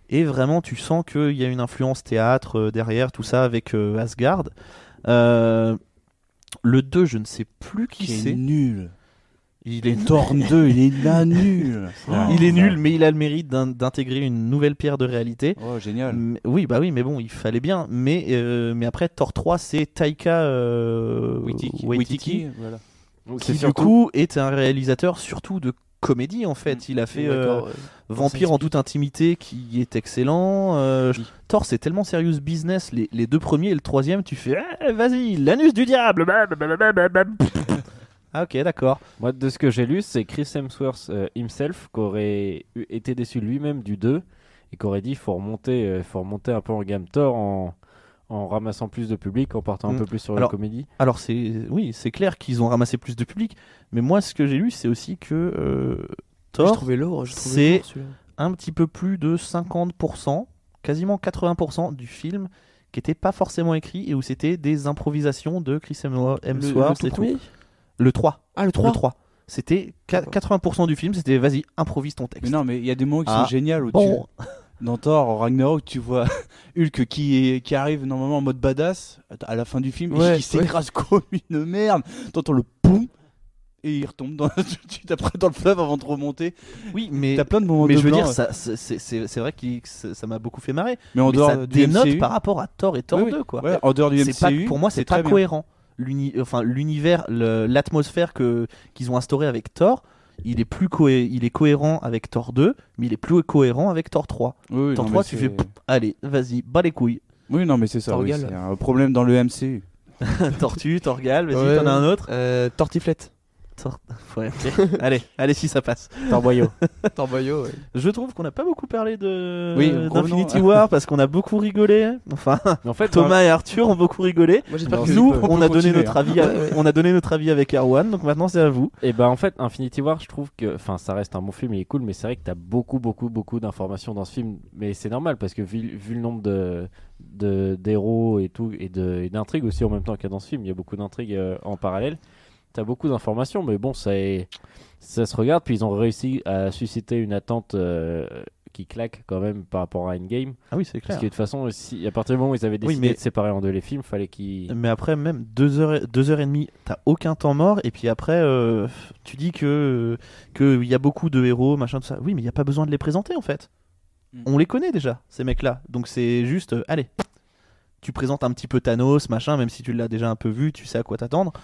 Et vraiment, tu sens qu'il y a une influence théâtre euh, derrière tout ça avec euh, Asgard. Euh, le 2, je ne sais plus qui
qui est
c'est.
nul.
Il est
Thorn 2, il est là nul.
Ah. il est nul, mais il a le mérite d'in- d'intégrer une nouvelle pierre de réalité.
Oh, génial.
Mais- oui, bah oui, mais bon, il fallait bien. Mais, euh, mais après, Thor 3, c'est Taika euh,
Waititi.
Waititi.
Waititi, voilà.
Donc,
qui
euh, c'est
du
surtout-
coup est un réalisateur surtout de comédie en fait. Il a fait euh,
D'accord, ouais.
Vampire en toute intimité qui est excellent. Euh, je- Thor c'est tellement serious business. Les, les deux premiers et le troisième, tu fais Ah, vas-y, l'anus du diable. bah, blablabla. ah ok, d'accord.
Moi, de ce que j'ai lu, c'est Chris Hemsworth euh, himself qui aurait eu- été déçu lui-même du 2 et qui aurait dit faut remonter, euh, faut remonter un peu en gamme Thor en, en ramassant plus de public, en partant
Mm.
un peu plus sur
Alors-
la comédie.
Alors c'est oui, c'est clair qu'ils ont ramassé plus de public. Mais moi, ce que j'ai lu, c'est aussi que euh,
J'ai
Thor
trouvé lourd, j'ai trouvé
c'est-
lourd, celui-là.
un petit peu plus de 50%, quasiment 80% du film qui n'étaient pas forcément écrits et où c'était des improvisations de Chris Hemsworth
Le- le
Hemsworth
tout
et tout.
premier
Le 3.
Ah, le
Le
3
3. C'était qua- 80% du film, c'était vas-y, improvise ton texte.
Mais non, mais il y a des moments qui
Ah.
sont géniaux où
bon,
tu, dans Thor, Ragnarok, tu vois Hulk qui, est- qui arrive normalement en mode badass à la fin du film
Ouais,
et qui s'écrase comme une merde. T'entends le poum et il retombe dans, tout de suite après dans le fleuve avant de remonter.
oui, mais,
T'as plein de moments
mais
de
je veux
blanc,
dire, ça- c'est- c'est c'est vrai que ça ça m'a beaucoup fait marrer.
mais en
mais
dehors
ça
du
dénote
MCU,
par rapport à Thor et Thor
Oui, oui.
2, quoi.
ouais, en dehors du
C'est pas-
MCU,
pour moi, c'est pas
très bien.
cohérent. L'uni- enfin, l'univers, le- l'atmosphère que qu'ils ont instauré avec Thor, il est plus cohé- il est cohérent avec Thor 2, mais il est plus cohérent avec Thor 3.
Oui, oui,
Thor
non,
3,
mais
tu
c'est-
fais pff, allez, vas-y, bas les couilles.
Oui, non, mais c'est ça. oui,
Torgal.
c'est un problème dans le MCU.
Tortue, Torgal, vas-y,
Ouais,
t'en as un autre.
Euh, Tortiflette.
Tor- Ouais, ok. allez, allez, si ça passe.
Torboyau.
Torboyau, ouais.
Je trouve qu'on n'a pas beaucoup parlé de
Oui,
d'Infinity
revenons.
War parce qu'on a beaucoup rigolé. Enfin,
Mais en fait,
Thomas et Arthur ont beaucoup rigolé.
Moi j'espère que
Nous,
peut-
on
on
a
peut
donné
continuer,
notre
hein.
avis. à-
Ouais, ouais.
On a donné notre avis avec Erwan, donc maintenant c'est à vous.
Et ben en fait, Infinity War, je trouve que, enfin, ça reste un bon film, il est cool, mais c'est vrai que t'as beaucoup, beaucoup, beaucoup d'informations dans ce film. Mais c'est normal parce que vu, vu le nombre de de- d'héros et tout et de- et d'intrigues aussi en même temps qu'il y a dans ce film, il y a beaucoup d'intrigues euh, en parallèle. T'as beaucoup d'informations, mais bon, ça est- ça se regarde. Puis ils ont réussi à susciter une attente euh, qui claque quand même par rapport à Endgame,
Ah oui, c'est
parce que de toute façon, si, à partir du moment où ils avaient
Oui,
décidé
mais-
de séparer en deux les films, fallait qu'ils
Mais après, même 2h30, deux heures, deux heures et demie, t'as aucun temps mort. Et puis après, euh, tu dis que qu'il y a beaucoup de héros, machin, tout ça. Oui, mais il n'y a pas besoin de les présenter en fait.
Mm.
On les connaît déjà, ces mecs-là. Donc c'est juste, euh, allez, tu présentes un petit peu Thanos, machin, même si tu l'as déjà un peu vu, tu sais à quoi t'attendre.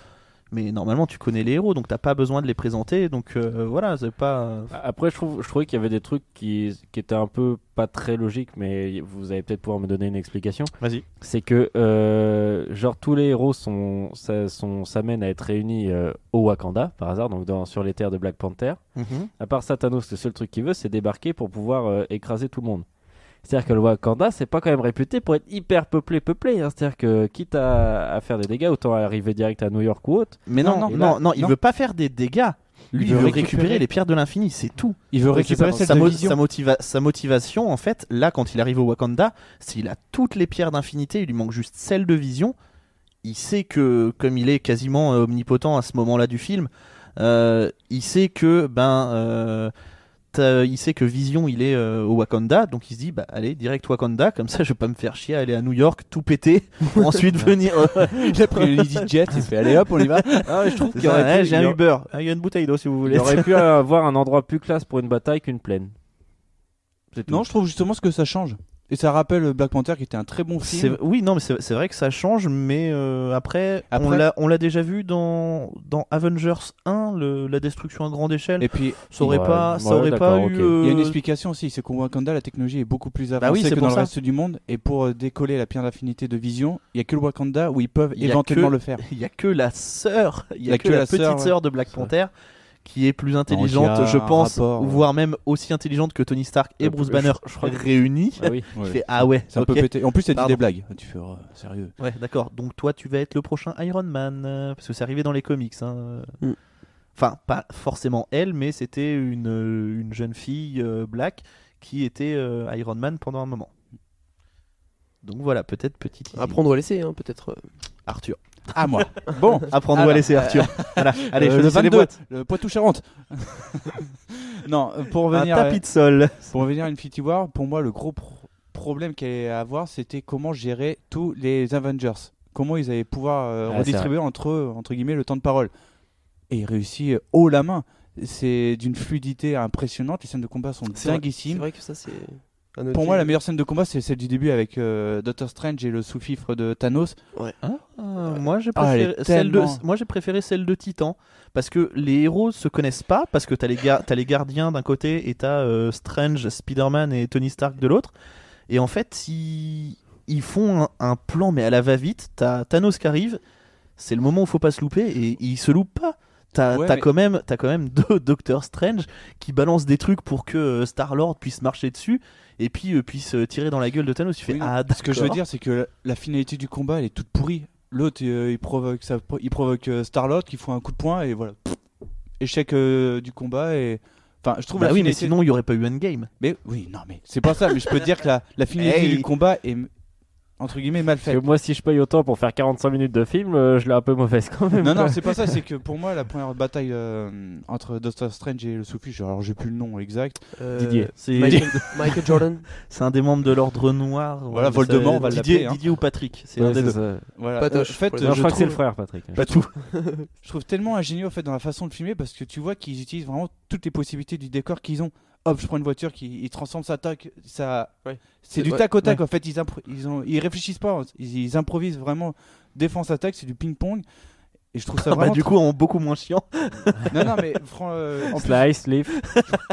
Mais normalement, tu connais les héros, donc t'as pas besoin de les présenter. Donc euh, voilà, c'est pas.
Après, je, trouve, je trouvais qu'il y avait des trucs qui, qui étaient un peu pas très logiques, mais vous allez peut-être pouvoir me donner une explication.
Vas-y.
C'est que, euh, genre, tous les héros sont, ça- sont- s'amènent à être réunis euh, au Wakanda, par hasard, donc dans, sur les terres de Black Panther. À part ça, Thanos, le seul truc qu'il veut, c'est débarquer pour pouvoir euh, écraser tout le monde. C'est-à-dire que le Wakanda, c'est pas quand même réputé pour être hyper peuplé, peuplé. hein. C'est-à-dire que, quitte à, à faire des dégâts, autant arriver direct à New York ou autre.
Mais non, non,
Non,
non,
non, là-
il
non.
veut pas faire des dégâts. Lui, il veut récupérer les pierres de l'infini, c'est tout.
Il veut
Ouais, c'est ça.
récupérer celle
sa,
de
mo-
Vision.
sa motiva- sa motivation, en fait, là, quand il arrive au Wakanda, c'est qu'il a toutes les pierres d'infinité, il lui manque juste celle de vision. Il sait que, comme il est quasiment euh, omnipotent à ce moment-là du film, euh, il sait que, ben, euh, t'as- il sait que Vision, il est euh, au Wakanda, donc il se dit, bah, allez, direct Wakanda, comme ça, je vais pas me faire chier à aller à New York, tout péter, ensuite venir. euh,
Il a pris le EasyJet, il fait allez hop, on y va.
je trouve
ça, eh, J'ai un Uber, Ah, il y a une bouteille d'eau si vous voulez.
Il aurait pu avoir un endroit plus classe pour une bataille qu'une plaine. C'est tout.
Non, je trouve justement ce que ça change. Et ça rappelle Black Panther qui était un très bon
C'est-
film.
Oui, non, mais c'est c'est vrai que ça change, mais euh, après, on
Après-
l'a- on l'a déjà vu dans, dans Avengers 1, le- la destruction à grande échelle.
Et puis
ça aurait
Ouais,
pas, ça
ouais,
aurait pas
d'accord,
eu.
ok.
euh,
il y a une explication aussi, c'est qu'au Wakanda la technologie est beaucoup plus avancée
Bah oui, c'est
que
pour
dans
ça.
le reste du monde. Et pour euh, décoller la pierre d'infinité de Vision, il y a que le Wakanda où ils peuvent
Il y a
éventuellement
que-
le faire.
Il y a que la sœur, il y a que la, petite sœur,
ouais.
de Black
C'est vrai.
Panther qui est plus intelligente,
qui a
je
un
pense,
rapport, ouais.
voire même aussi intelligente que Tony Stark et
Euh,
Bruce
je-
Banner
je crois que-
réunis.
Ah oui.
Tu fais, ah ouais,
C'est un
ok.
peu pété. En plus, elle dit
Pardon.
des blagues. Tu fais oh, sérieux.
Ouais, d'accord. Donc toi, tu vas être le prochain Iron Man, euh, parce que c'est arrivé dans les comics. hein.
Mm.
Enfin, pas forcément elle, mais c'était une, euh, une jeune fille euh, black qui était euh, Iron Man pendant un moment. Donc voilà, peut-être petite. idée.
Apprendre ou à laisser, hein, peut-être. euh.
Arthur.
Ah moi. Bon.
Apprendre ou à
Alors,
laisser Arthur. voilà. Allez,
Euh,
je
le
les
22,
boîtes.
le Poitou-Charentes. non, euh, pour
Un
revenir à-
tapis de sol.
pour revenir à Infinity War, pour moi le gros pro- problème qu'elle allait avoir, c'était comment gérer tous les Avengers. Comment ils allaient pouvoir euh,
Ah, c'est
redistribuer entre eux, entre guillemets le temps de parole. Et il réussit euh, haut la main. C'est d'une fluidité impressionnante. Les scènes de combat sont
C'est vrai- C'est
dinguissimes.
vrai que ça c'est.
Pour moi, la meilleure scène de combat, c'est celle du début avec euh, Doctor Strange et le sous-fifre de Thanos.
Ah, moi, j'ai
Ah, elle
préféré,
est
celle de,
tellement-
moi, j'ai préféré celle de Titan. Parce que les héros se connaissent pas. Parce que t'as les, gar- t'as les gardiens d'un côté et t'as euh, Strange, Spider-Man et Tony Stark de l'autre. Et en fait, ils, ils font un, un plan, mais à la va-vite. T'as Thanos qui arrive. C'est le moment où faut pas se louper. Et il se loupe pas. T'as
Ouais,
t'as
mais-
quand même, t'as quand même deux Doctor Strange qui balancent des trucs pour que euh, Star-Lord puisse marcher dessus et puis euh, puisse euh, tirer dans la gueule de Thanos. Tu fais
Oui, non.
ah,
Ce que je veux dire, c'est que la, la finalité du combat, elle est toute pourrie. L'autre, euh, il provoque, ça, il provoque euh, Star-Lord qui fout un coup de poing et voilà. Pff, échec euh, du combat et. Enfin, je trouve
Bah
la
oui, mais
finalité.
sinon il y aurait pas eu Endgame.
Mais oui, non, mais c'est pas ça. Mais je peux te dire que la, la finalité
Hey.
du combat est. entre guillemets mal
Parce
faite.
que moi, si je paye autant pour faire 45 minutes de film, euh, je l'ai un peu mauvaise quand même.
Non,
quoi.
non, c'est pas ça, c'est que pour moi, la première bataille euh, entre Doctor Strange et le Souffle, alors j'ai plus le nom exact.
Euh,
Didier.
C'est
Michael, Michael
Euh,
Jordan.
c'est un des membres de l'ordre noir.
Voilà,
Ouais,
Voldemort,
c'est-
on va
Didier,
l'appeler, hein.
Didier ou Patrick. C'est
Ouais,
un des
c'est
deux.
ça.
Voilà.
Patoche,
Euh, en fait,
pour les
Non, je,
je,
crois que c'est le
trouve-
frère, Patrick.
Pas tout.
je trouve tellement ingénieux en fait, dans la façon de filmer parce que tu vois qu'ils utilisent vraiment toutes les possibilités du décor qu'ils ont. Hop, je prends une voiture qui ils transforment ça tac, ça.
Ouais.
C'est
C'est-
du
ouais,
tac au tac en fait. Ils, impro- ils, ont... ils réfléchissent pas, hein. ils, ils improvisent vraiment défense-attaque, c'est du ping-pong. Et je trouve
Ah
ça
bah,
vraiment.
du coup, en beaucoup moins chiant.
Non, non, mais fran- euh, en plus,
Slice, Leaf.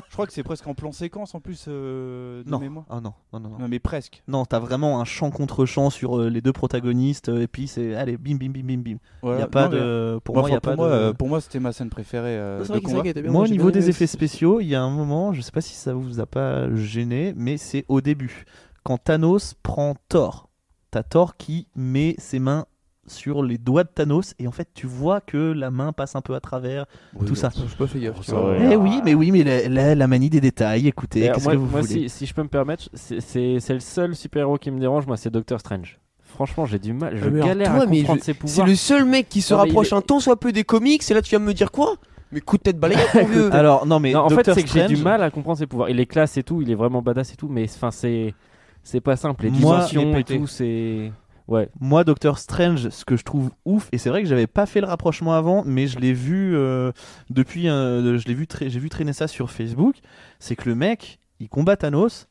je crois que c'est presque en plan séquence en plus euh, de
Non.
mémoire.
Ah non, non, non, non.
Non, mais presque.
Non, t'as vraiment un champ contre champ sur euh, les deux protagonistes. euh, et puis c'est allez, bim, bim, bim, bim, bim. Il
Voilà.
y a pas
Non, mais-
de. Pour
Bah,
moi, il y a
enfin,
pas
pour moi,
de.
euh, pour moi, c'était ma scène préférée euh,
C'est
de
vrai qu'il- c'est vrai
combat.
qu'il était Eh bien,
Moi, au
j'ai
niveau
bien
des
aimé
effets
aussi.
spéciaux, il y a un moment, je sais pas si ça vous a pas gêné, mais c'est au début. Quand Thanos prend Thor, t'as Thor qui met ses mains sur les doigts de Thanos, et en fait, tu vois que la main passe un peu à travers tout ça.
Je sais pas fait gaffe. tu
ça
vois.
va.
Eh oui, mais oui, mais la, la- la manie des détails, écoutez,
D'ailleurs,
qu'est-ce
moi,
que vous
moi,
voulez
si, si je peux me permettre, c'est- c'est c'est le seul super-héros qui me dérange, moi, c'est Doctor Strange. Franchement, j'ai du mal, je
Ah, mais alors,
galère
toi,
à
mais
comprendre
je-
ses
C'est
pouvoirs.
le seul mec qui se
Non, mais il
rapproche
est-
un tant soit peu des comics et là tu viens me dire quoi Mais coup de tête balayé mon vieux
Alors, non, mais
Euh, Non, en fait,
Doctor
c'est que j'ai du
Strange,
mal à comprendre ses pouvoirs. Il est classe et tout, il est vraiment badass et tout, mais enfin, c'est c'est pas simple. Les
Moi,
dimensions
il est
et tout, c'est. Ouais,
Moi, Doctor Strange, ce que je trouve ouf, et c'est vrai que j'avais pas fait le rapprochement avant, mais je l'ai vu euh, depuis, euh, je l'ai vu, trai- j'ai vu traîner ça sur Facebook, c'est que le mec, il combat Thanos,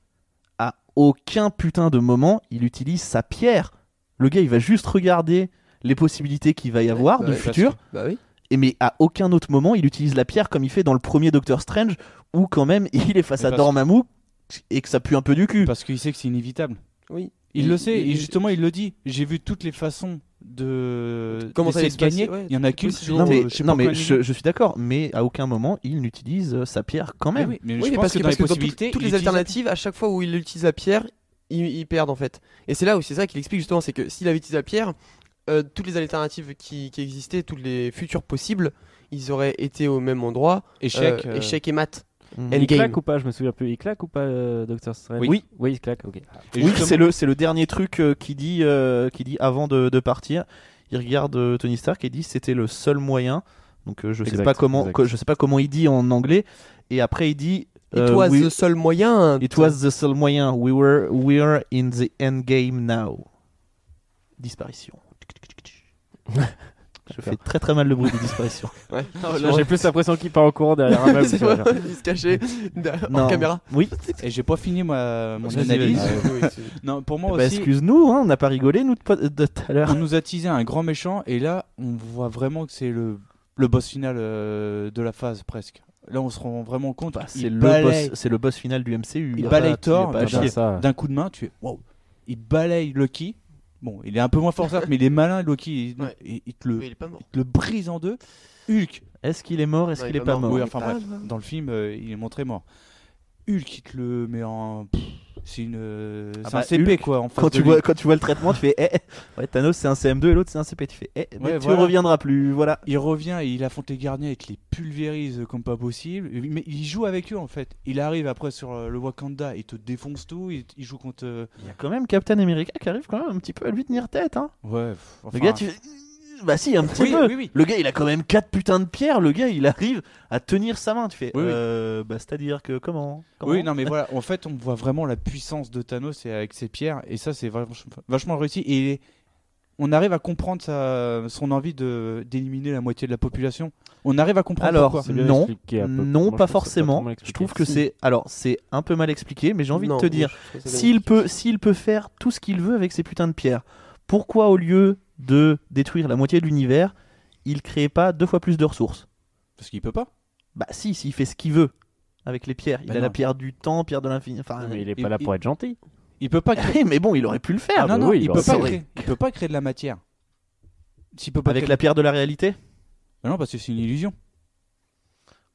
à aucun putain de moment, il utilise sa pierre. Le gars, il va juste regarder les possibilités qu'il va y avoir
bah
de
ouais,
futur,
Bah oui.
et mais à aucun autre moment, il utilise la pierre comme il fait dans le premier Doctor Strange, où quand même, il est face
Mais
à
parce-
Dormammu et que ça pue un peu du cul.
Parce qu'il sait que c'est inévitable.
Oui.
Il, le sait,
il-
et justement, il le dit. J'ai vu toutes les façons de
Comment ça allait
d'essayer de
se
gagner.
passer, ouais,
il y en a
toutes les
qu'une. euh,
possibilités.
Non mais,
je sais
non,
pas
mais
quoi
je,
dire.
je suis d'accord, mais à aucun moment il n'utilise euh, sa pierre quand
Mais
même.
oui, mais je
Oui, Ah, mais
pense
parce que,
dans
parce que
les
dans toutes-
possibilités,
toutes
il euh,
les
utilise-
alternatives, à chaque fois où il utilise la pierre, ils, ils perdent en fait. Et c'est là où c'est ça qu'il explique justement, c'est que s'il avait utilisé la pierre, euh, toutes les alternatives qui, qui existaient, toutes les futurs possibles, ils auraient été au même endroit.
Échec.
euh,
euh,
échec et maths.
Mm.
il
Endgame.
claque ou pas Je me souviens plus. Il claque ou pas, euh, Doctor Strange
Oui.
oui, il claque. Ok.
et
Oui,
justement-
c'est le, c'est le dernier truc euh, qui dit, euh, qui dit avant de, de partir. Il regarde euh, Tony Stark et dit c'était le seul moyen. Donc euh, je sais
Exact,
pas comment,
exact.
que- je sais pas comment il dit en anglais. Et après il dit.
Et
euh,
toi,
we-
le seul moyen.
it was the seul moyen. We were we're in the end game now. Disparition. je fais très très mal le bruit de disparition.
Ouais.
Là, j'ai plus l'impression qu'il part en courant derrière un meuble.
C'est
tu vois,
vrai,
genre.
il se cachait derrière-
Non.
en caméra.
Oui.
Et j'ai pas fini ma... mon
Vas-y,
analyse.
vas-y.
Non, pour moi
Eh
Bah,
ben,
aussi,
excuse-nous, hein, on n'a pas rigolé nous de po- de tout à l'heure.
on nous a teasé un grand méchant, et là, on voit vraiment que c'est le... le boss final euh, de la phase presque. Là, on se rend vraiment compte.
Bah,
il
c'est le
balaye-
boss, c'est le boss final du MCU.
Il
a
balaye
pas-
Thor,
il a
Ah,
pas à
mais
bah,
Euh, chier.
ça.
D'un coup de main, tu es waouh. Il balaye Loki. Bon, il est un peu moins fort, certes, mais il est malin, Loki. Il,
Ouais.
il- il te le,
Mais il est pas mort.
il te le brise en deux. Hulk,
Est-ce qu'il est mort Est-ce
Non,
qu'il
il
est
est
pas
pas
mort
oui, enfin
Ah,
bref, dans le film, euh, il est montré mort. Hulk, il te le met en. pff, C'est une. euh,
Ah
c'est
bah,
un CP,
Hulk,
quoi. En face
quand
de
tu,
lui.
vois, quand tu vois le traitement, tu fais eh, eh, ouais, Thanos c'est un CM2 et l'autre c'est un CP. Tu fais eh, mais
Ouais,
tu
voilà.
reviendras plus. Voilà.
Il revient et il affronte les gardiens et il les pulvérise comme pas possible. Mais il joue avec eux, en fait. Il arrive après sur euh, le Wakanda, il te défonce tout. Il, il joue contre. euh,
Il y a quand même Captain America qui arrive quand même un petit peu à lui tenir tête. Hein.
Ouais, pff, enfin,
Le gars, tu fais, Bah si, un petit
Oui,
peu.
oui, oui.
Le gars, il a quand même quatre putains de pierres. Le gars, il arrive à tenir sa main. Tu fais
Oui, oui.
euh, Bah c'est à dire que comment, Comment
Oui, non, mais voilà, en fait, on voit vraiment la puissance de Thanos et avec ses pierres, et ça, c'est vach- vachement réussi. Et il est- on arrive à comprendre sa- son envie de d'éliminer la moitié de la population. On arrive à comprendre
Alors,
pourquoi.
C'est bien
Non,
expliqué un peu. Moi,
Non,
je trouve
pas
ça
forcément.
mal
Je
expliqué.
trouve que
Si.
c'est. Alors, c'est un peu mal expliqué, mais j'ai envie
Non,
de te dire.
je trouve ça
S'il peut, s'il peut faire tout ce qu'il veut avec ses putains de pierres, pourquoi au lieu de détruire la moitié de l'univers, il crée pas deux fois plus de ressources
Parce qu'il peut pas.
Bah si, s'il fait ce qu'il veut avec les pierres, il
Bah
a la
non.
pierre du temps, pierre de l'infini. Enfin,
Ah, Mais il est
Il-
pas là pour
il-
être gentil.
Il peut pas créer.
oui, mais bon, il aurait pu le faire
Ah,
non,
bah
non,
oui,
il,
bah
peut
ça,
pas
oui.
créer, il peut pas créer de la matière. S'il peut pas
avec
créer-
la pierre de la réalité.
Ah Non, parce que c'est une illusion.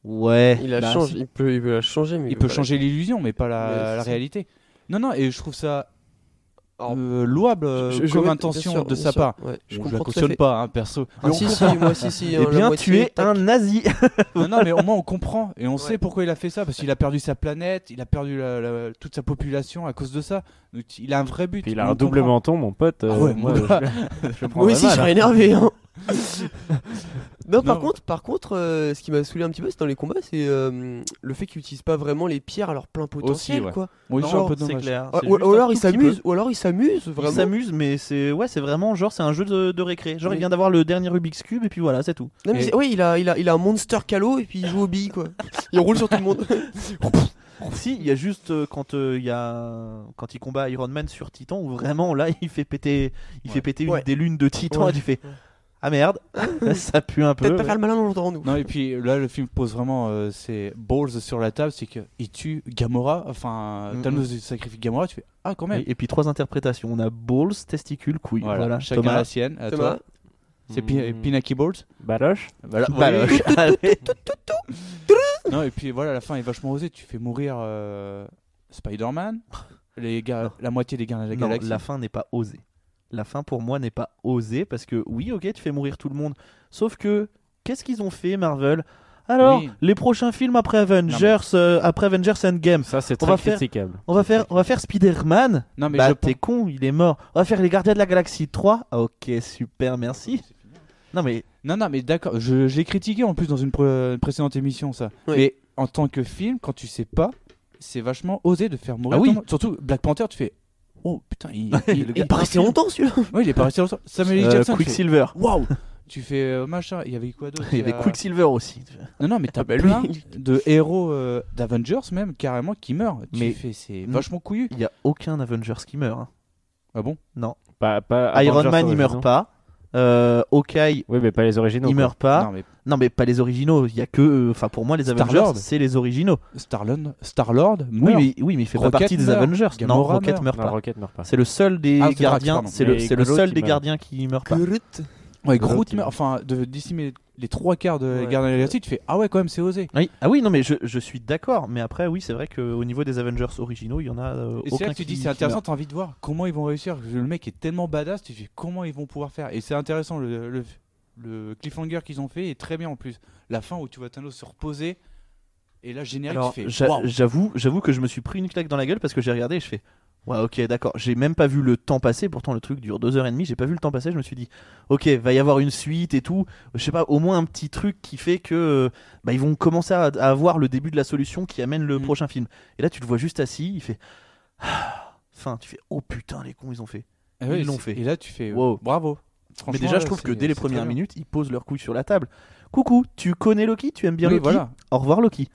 Ouais.
Il la
Bah,
change,
si.
il peut, il peut la changer, mais
Il peut
voilà.
changer l'illusion, mais pas la,
Mais
la
si.
réalité. Non, non, et je trouve ça
Alors,
euh, louable euh,
Je- je-
comme
bien
intention
sûr,
de
bien
sa
sûr,
part.
ouais, je
Bon, je la
comprends tout à
cautionne
fait.
pas, hein, perso.
Ah,
Mais on
si,
comprend.
si, moi, si, si. hein,
Eh
la
bien,
moitié,
tu es
tac.
un nazi.
Non, non, mais au moins on comprend et on
Ouais.
sait pourquoi il a fait ça parce qu'il a perdu sa planète, il a perdu la- la- toute sa population à cause de ça. Donc, il a un vrai but.
Puis il a
on
un double
comprend.
menton, mon pote. euh,
Ah ouais,
moi,
mon
je-
gars.
je prends
Moi
la
aussi, je
balle.
serais énervé. hein. non, par
Non.
contre, par contre euh, ce qui m'a saoulé un petit peu, c'est dans les combats, c'est euh, le fait qu'ils utilisent pas vraiment les pierres à leur plein potentiel,
ouais.
quoi.
Oui, c'est un
Non,
peu
c'est
dommage.
clair.
Ah,
c'est
Ou,
juste
ou
un
alors ils
tout petit peu.
s'amusent, ou alors ils s'amusent
Ils
vraiment.
s'amusent, mais c'est ouais, c'est vraiment genre c'est un jeu de, de récré. Genre il
Oui.
vient d'avoir le dernier Rubik's cube et puis voilà, c'est tout.
Non, mais
Et-
c'est- oui, il a, il a, il a un monster calo et puis il joue aux billes, quoi. il roule sur tout le monde.
Si, il y a juste euh, quand euh, il y a quand il combat Iron Man sur Titan où vraiment là il fait péter il fait péter une
Ouais.
des lunes de Titan
Ouais.
et tu fais ah merde ça pue un peu.
Peut-être pas faire le malin dans longtemps, nous.
Non, et puis là, le film pose vraiment euh, ses balls sur la table c'est qu'il tue Gamora, enfin,
Mhm.
Thanos sacrifie Gamora, tu fais Ah, quand même.
Et, et puis trois interprétations. On a balls, testicules, couilles. Voilà,
chacun
Thomas.
la sienne. à
Thomas,
toi. C'est Pi-
Mm.
Pinaki Balls.
Baloche.
Voilà.
Baloche. Allez.
Non, et puis voilà, la fin est vachement osée. Tu fais mourir euh, Spider-Man, les gar-
Non.
la moitié des gardiens de la
Non,
galaxie.
la fin n'est pas osée. La fin pour moi n'est pas osée parce que oui, ok, tu fais mourir tout le monde. Sauf que qu'est-ce qu'ils ont fait Marvel Alors
Oui.
les prochains films après Avengers, euh, après Avengers Endgame,
Ça, c'est
On va
très
faire-
critiquable.
on va faire, on va faire Spider-Man.
Non, mais je
Bah
pense-
t'es con, il est mort. On va faire les Gardiens de la Galaxie 3. Ah, ok, super, merci. Non mais
Non, non, mais d'accord, je, je l'ai critiqué en plus dans une, pré- précédente émission, ça.
Oui.
Mais en tant que film, quand tu sais pas, c'est vachement osé de faire
Ah
mourir. tout
oui.
le monde. Surtout Black Panther, tu fais Oh putain, il, il,
il est pas resté longtemps celui-là.
Ouais, il est pas resté longtemps. Samuel L.
euh,
Jackson, tu fais,
Quicksilver.
Waouh Tu fais euh, machin, il y avait quoi d'autre
Il y avait
euh,
Quicksilver Ah aussi.
Non, non, mais t'as
bah, lui,
plein de héros euh, d'Avengers, même carrément, qui meurent.
Mais-
Tu fais, c'est
Mm.
vachement couillu.
Il y a aucun Avengers qui meurt. hein.
Ah bon
Pas, pas
Iron
Avengers
Man il
originaux.
meurt pas. Euh, Hawkeye
Oui, mais pas les originaux.
il
quoi.
meurt pas.
Non, mais
Non mais pas les originaux, il y a que euh, enfin pour moi les Avengers
Star-Lord.
c'est les originaux.
Star-Lord, Star-Lord
Oui
meurt.
mais, oui mais il fait pas
Rocket
partie des
meurt.
Avengers.
Gamora
non, Rocket meurt,
meurt.
Non,
pas.
Rocket meurt pas.
C'est le seul des
Ah, c'est
gardiens,
Drax, pardon.
c'est le,
Mais
c'est le
Groot,
seul
il
des
meurt.
gardiens qui meurt
Bah.
pas.
Groot.
Ouais,
Groot,
euh,
Groot
il meurt.
meurt. Enfin, de- d'ici mais les trois quarts de
Ouais.
Gardiens de la Galaxie, tu fais Ah ouais, quand même, c'est osé.
Oui. Ah oui non mais je, je suis d'accord mais après oui c'est vrai qu'au niveau des Avengers originaux il y en a euh,
Et c'est
aucun
là que tu
qui-
dis
qui
c'est intéressant,
meurt.
t'as envie de voir comment ils vont réussir. Le mec est tellement badass, tu fais comment ils vont pouvoir faire. Et c'est intéressant, le, le, le cliffhanger qu'ils ont fait est très bien en plus. La fin où tu vois Thanos se reposer, et là, générique,
Alors,
tu fais
j'a-
waouh.
j'avoue j'avoue que je me suis pris une claque dans la gueule parce que j'ai regardé et je fais Ouais, ok, d'accord. J'ai même pas vu le temps passer. Pourtant, le truc dure deux heures et demie. J'ai pas vu le temps passer. Je me suis dit, ok, va y avoir une suite et tout. Je sais pas, au moins un petit truc qui fait que euh, bah, ils vont commencer à, à avoir le début de la solution qui amène le
Mm.
prochain film. Et là, tu le vois juste assis. Il fait, Ah. enfin, tu fais, oh putain, les cons, ils ont fait.
Ah ouais,
ils l'ont
c'est-
fait.
Et là, tu fais
Wow.
bravo.
Mais
Franchement,
déjà, je
là,
trouve que
c'est-
dès les
c'est
premières
très bien.
minutes, ils posent leur couille sur la table. Coucou, tu connais Loki Tu aimes bien
Oui,
Loki
voilà.
Au revoir Loki.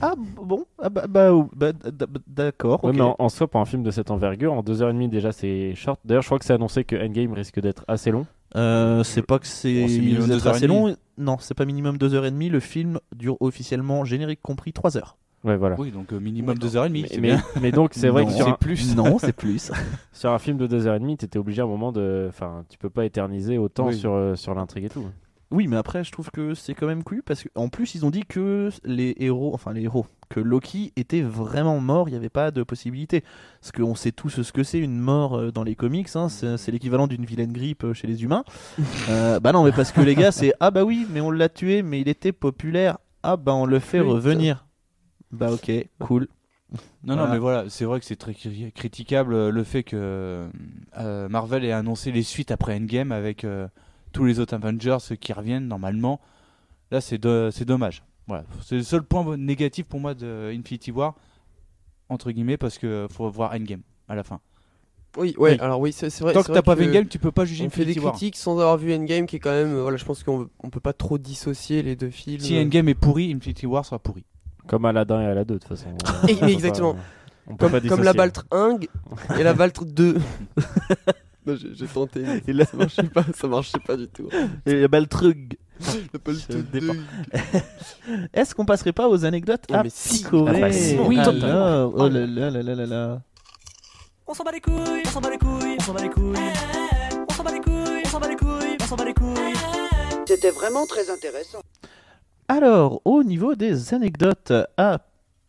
Ah bon Ah bah, bah, oh, bah, d- d- d'accord.
Ouais,
ok.
mais en, en soi, pour un film de cette envergure, en 2h30 déjà, c'est short. D'ailleurs, je crois que c'est annoncé que Endgame risque d'être assez long.
Euh, c'est pas que c'est
Bon, c'est
il
minimum
doit
deux
être
heures et
assez
demie.
long. Non, c'est pas minimum 2h30. Le film dure officiellement, générique compris, 3 heures.
Ouais, voilà.
Oui, donc euh, minimum 2h30.
mais,
c'est
mais-
bien.
mais donc, c'est vrai que
Non,
sur un,
plus.
Non, c'est plus.
sur un film de 2h30, t'étais obligé à un moment de. Enfin, tu peux pas éterniser autant
Oui.
sur, euh, sur l'intrigue et tout.
oui, mais après, je trouve que c'est quand même cool parce qu'en plus, ils ont dit que les héros, enfin les héros, que Loki était vraiment mort, il n'y avait pas de possibilité. Parce qu'on sait tous ce que c'est une mort euh, dans les comics, hein, c'est c'est l'équivalent d'une vilaine grippe euh, chez les humains. Euh, bah non, mais parce que les gars, c'est ah bah oui, mais on l'a tué, mais il était populaire, ah bah on le fait
Putain.
revenir. Bah ok, cool.
Non,
Voilà.
non, mais voilà, c'est vrai que c'est très cri- critiquable euh, le fait que euh, Marvel ait annoncé les suites après Endgame avec euh, tous les autres Avengers euh, qui reviennent normalement. Là, c'est do- c'est dommage. Voilà, c'est le seul point négatif pour moi de Infinity War, entre guillemets, parce que faut voir Endgame à la fin.
Oui, ouais,
Oui.
alors oui, c'est c'est vrai.
Tant
c'est
que
vrai
t'as pas vu Endgame, tu peux pas juger
on fait des
Infinity War.
critiques sans avoir vu Endgame qui est quand même. euh, Voilà, je pense qu'on on peut pas trop dissocier les deux films.
Si Endgame est pourri, Infinity War sera pourri.
Comme Aladdin et Aladdin, de toute façon.
Et-
On peut
exactement.
pas- on peut
Comme,
pas
comme
dissocier.
la Baltre 1 et la Baltre 2. Non, j'ai j'ai tenté, mais
Et là-
ça marchait pas, ça marchait pas du tout.
Et bah, le truc.
La Baltre
Ça
2.
dépend. Est-ce qu'on passerait pas aux anecdotes
Ah,
à
mais si.
picorer
Ah, bah, si.
Oui,
Alors, oh là là là là là là.
On s'en bat les couilles, on s'en bat les couilles, on s'en bat les couilles. On s'en bat les couilles, on s'en bat les couilles, on s'en bat les couilles.
C'était vraiment très intéressant.
Alors, au niveau des anecdotes à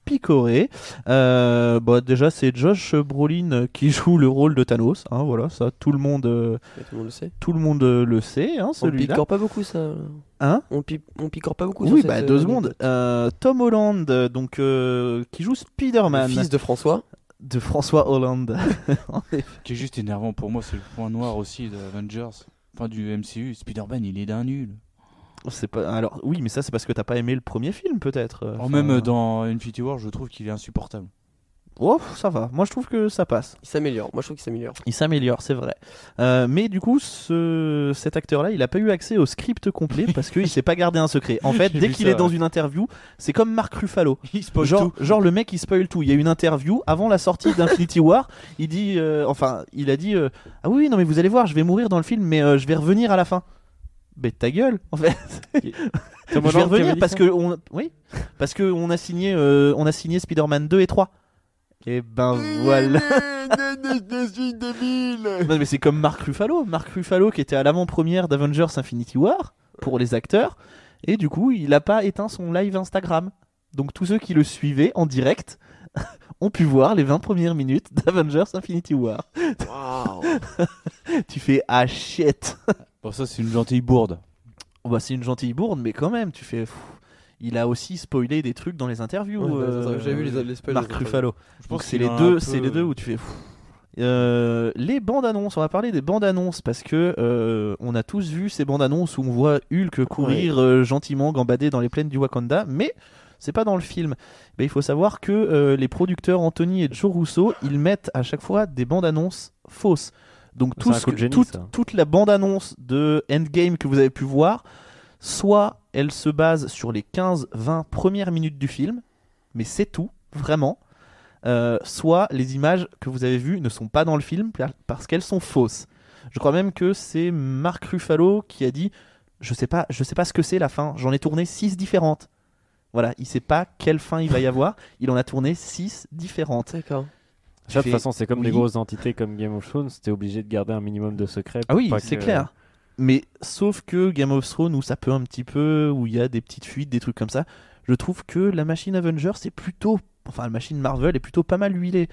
picoré. Euh, bah, déjà, c'est Josh Brolin qui joue le rôle de Thanos. hein, voilà, ça, tout le monde, euh,
Mais Tout le monde le sait.
tout le monde euh, le sait, hein,
On
celui-là.
picore pas beaucoup ça.
Hein
On, pi- on picore pas beaucoup.
Oui,
sur
bah
cette,
deux
euh,
secondes. Euh, Tom Holland, euh, donc euh, qui joue
le
Spider-Man
Fils de François.
de François Hollande.
Qui est juste énervant pour moi, c'est le point noir aussi de Avengers. Enfin, du MCU. Spider-Man, il est d'un nul.
c'est pas. Alors oui, mais ça c'est parce que t'as pas aimé le premier film peut-être. euh,
En
Oh,
enfin,
même euh, dans Infinity War, je trouve qu'il est insupportable.
Oh, ça va. Moi je trouve que ça passe.
Il s'améliore. Moi, je trouve qu'il s'améliore.
Il s'améliore, c'est vrai. Euh, mais du coup, ce... cet acteur-là, il a pas eu accès au script complet parce qu'il s'est pas gardé un secret. En fait,
J'ai
dès
vu
qu'il
ça,
est dans
ouais.
une interview, c'est comme Marc Ruffalo.
Il spoil
genre, genre le mec il spoil tout. Il y a une interview avant la sortie d'Infinity War. Il dit, euh, enfin, il a dit, euh, ah oui, oui, non mais vous allez voir, je vais mourir dans le film, mais euh, je vais revenir à la fin. Mais ta gueule, en fait. je
Tom Holland qui
vais
avait
revenir
dit
parce
ça
que on, oui, parce que on a signé, euh, on a signé Spider-Man 2 et 3.
Eh
Et ben voilà. Non mais c'est comme Marc Ruffalo, Marc Ruffalo qui était à l'avant-première d'Avengers Infinity War pour les acteurs et du coup, il a pas éteint son live Instagram. Donc tous ceux qui le suivaient en direct ont pu voir les 20 premières minutes d'Avengers Infinity War. Tu fais ah shit.
Bon, ça, c'est une gentille bourde.
Bah c'est une gentille bourde mais quand même, tu fais pff, il a aussi spoilé des trucs dans les interviews.
Ouais,
euh,
attends, J'ai vu les, les spoilers.
Marc Ruffalo.
Je
Donc
pense
c'est
qu'il
les
en a
deux,
un
c'est
peu-
les deux où tu fais. pff. Euh, les bandes annonces, on va parler des bandes annonces parce que euh, on a tous vu ces bandes annonces où on voit Hulk courir euh, gentiment gambader dans les plaines du Wakanda, mais c'est pas dans le film. Ben, il faut savoir que euh, les producteurs Anthony et Joe Russo, ils mettent à chaque fois des bandes annonces fausses. Donc
C'est
tout
un
ce
coup de
que-
génie,
toute-
ça.
toute la bande annonce de Endgame que vous avez pu voir, soit elle se base sur les 15-20 premières minutes du film, mais c'est tout, vraiment. Euh, soit les images que vous avez vues ne sont pas dans le film par- parce qu'elles sont fausses. Je crois même que c'est Marc Ruffalo qui a dit je sais pas, je sais pas ce que c'est la fin. J'en ai tourné 6 différentes. Voilà, il sait pas quelle fin il va y avoir. Il en a tourné 6 différentes.
euh, D'accord.
Ça, de toute
Fait-
façon, c'est comme des
oui.
grosses entités comme Game of Thrones, t'es obligé de garder un minimum de secret.
Ah
pour
oui,
pas
c'est
que-
clair. Mais sauf que Game of Thrones, où ça peut un petit peu, où il y a des petites fuites, des trucs comme ça, je trouve que la machine Avengers c'est plutôt. Enfin, la machine Marvel est plutôt pas mal huilée.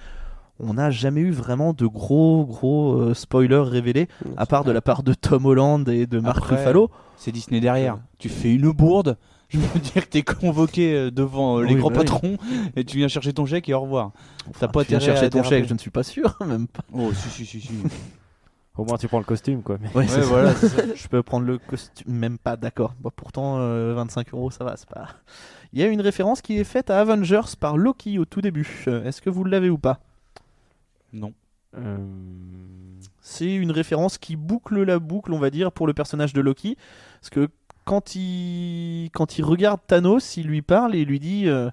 On n'a jamais eu vraiment de gros, gros euh, spoilers révélés, à part de la part de Tom Holland et de Mark
Après,
Ruffalo.
C'est Disney derrière. Tu fais une bourde. Je veux dire que t'es convoqué euh, devant euh, les
Oui,
grands
bah oui.
patrons et tu viens chercher ton chèque et au revoir.
Enfin,
pas
tu viens
intérêt à
chercher ton
déraper.
chèque, je ne suis pas sûr, même pas.
Oh, si, si, si, si.
Au moins, tu prends le costume, quoi. Mais...
Ouais,
ouais, voilà, c'est ça.
je peux prendre le costume, même pas, d'accord. Bon, pourtant, euh, 25 euros, ça va, c'est pas. Il y a une référence qui est faite à Avengers par Loki au tout début. Euh, Est-ce que vous l'avez ou pas
Non.
Euh,
C'est une référence qui boucle la boucle, on va dire, pour le personnage de Loki. Parce que quand il, quand il regarde Thanos, il lui parle et il lui dit. euh,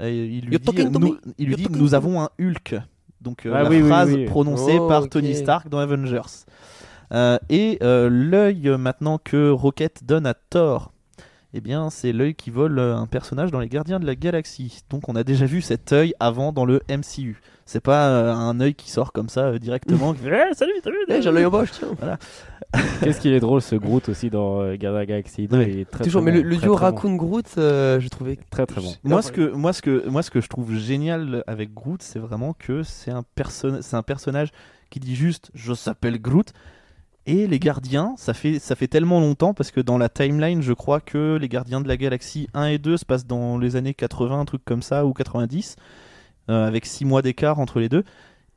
euh, il lui dit,
You're talking to
nous,
me.
il lui
You're
dit
talking
nous
to me.
avons un Hulk. Donc euh,
Ah
la
oui, oui,
phrase
oui.
prononcée
Oh,
par
ok.
Tony Stark dans Avengers. Euh, et euh, l'œil euh, maintenant que Rocket donne à Thor, eh bien c'est l'œil qui vole euh, un personnage dans les Gardiens de la Galaxie. Donc on a déjà vu cet œil avant dans le MCU. C'est pas euh, un œil qui sort comme ça euh, directement. qui fait, Eh, salut, t'as vu, t'as
Eh,
vu
j'ai l'œil en poche, tiens.
Qu'est-ce qu'il est drôle, ce Groot aussi dans euh, Guardians of the Galaxy 2.
Ouais.
il est très,
Toujours,
très
mais le,
bon,
le
très,
duo
très bon.
Raccoon Groot, euh, je trouvais.
Très très bon.
Moi ce, que, moi, ce que, moi, ce que je trouve génial avec Groot, c'est vraiment que c'est un, perso- c'est un personnage qui dit juste Je s'appelle Groot. Et les gardiens, ça fait, ça fait tellement longtemps parce que dans la timeline, je crois que les gardiens de la galaxie 1 et 2 se passent dans les années 80, un truc comme ça, ou 90, euh, avec 6 mois d'écart entre les deux.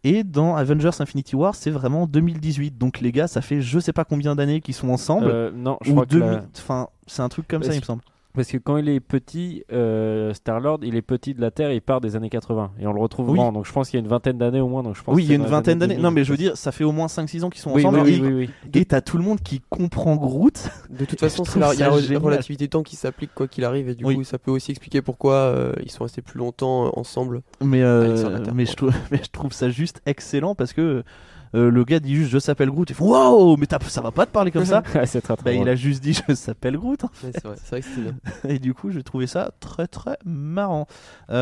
Et dans Avengers Infinity War, c'est vraiment 2018. Donc les gars, ça fait je sais pas combien d'années qu'ils sont ensemble.
Euh, non, je
ou
crois que la-
2000 Enfin, c'est un truc comme ça,
Parce
il me semble.
Parce que quand il est petit, euh, Star-Lord, il est petit de la Terre, il part des années 80. Et on le retrouve
Oui.
grand. Donc je pense qu'il y a une vingtaine d'années au moins. Donc je pense
Oui,
que
il y a
c'est
une
dans les
vingtaine
années
d'années. Non, mais je veux
2000.
dire, ça fait au moins 5-6 ans qu'ils sont
Oui,
ensemble.
oui,
et-
oui, oui,
Et t'as tout le monde qui comprend Groot.
De toute
Je
façon, c'est
trouve
la- il y a
ça
la
génial.
relativité de temps qui s'applique quoi qu'il arrive, et du
Oui.
coup, ça peut aussi expliquer pourquoi euh, ils sont restés plus longtemps euh, ensemble.
Ah,
Mais, euh,
Alexandre Latter,
mais,
quoi.
je trouve, mais je trouve ça juste excellent parce que euh, le gars dit juste je s'appelle Groot. Il fait waouh, mais t'as- ça va pas de parler comme ça.
oui. Ouais, c'est très très
Bah, il
drôle.
a juste dit je s'appelle Groot. hein.
Ouais, c'est vrai, c'est vrai que c'est bien.
Et du coup, j'ai trouvé ça très très marrant.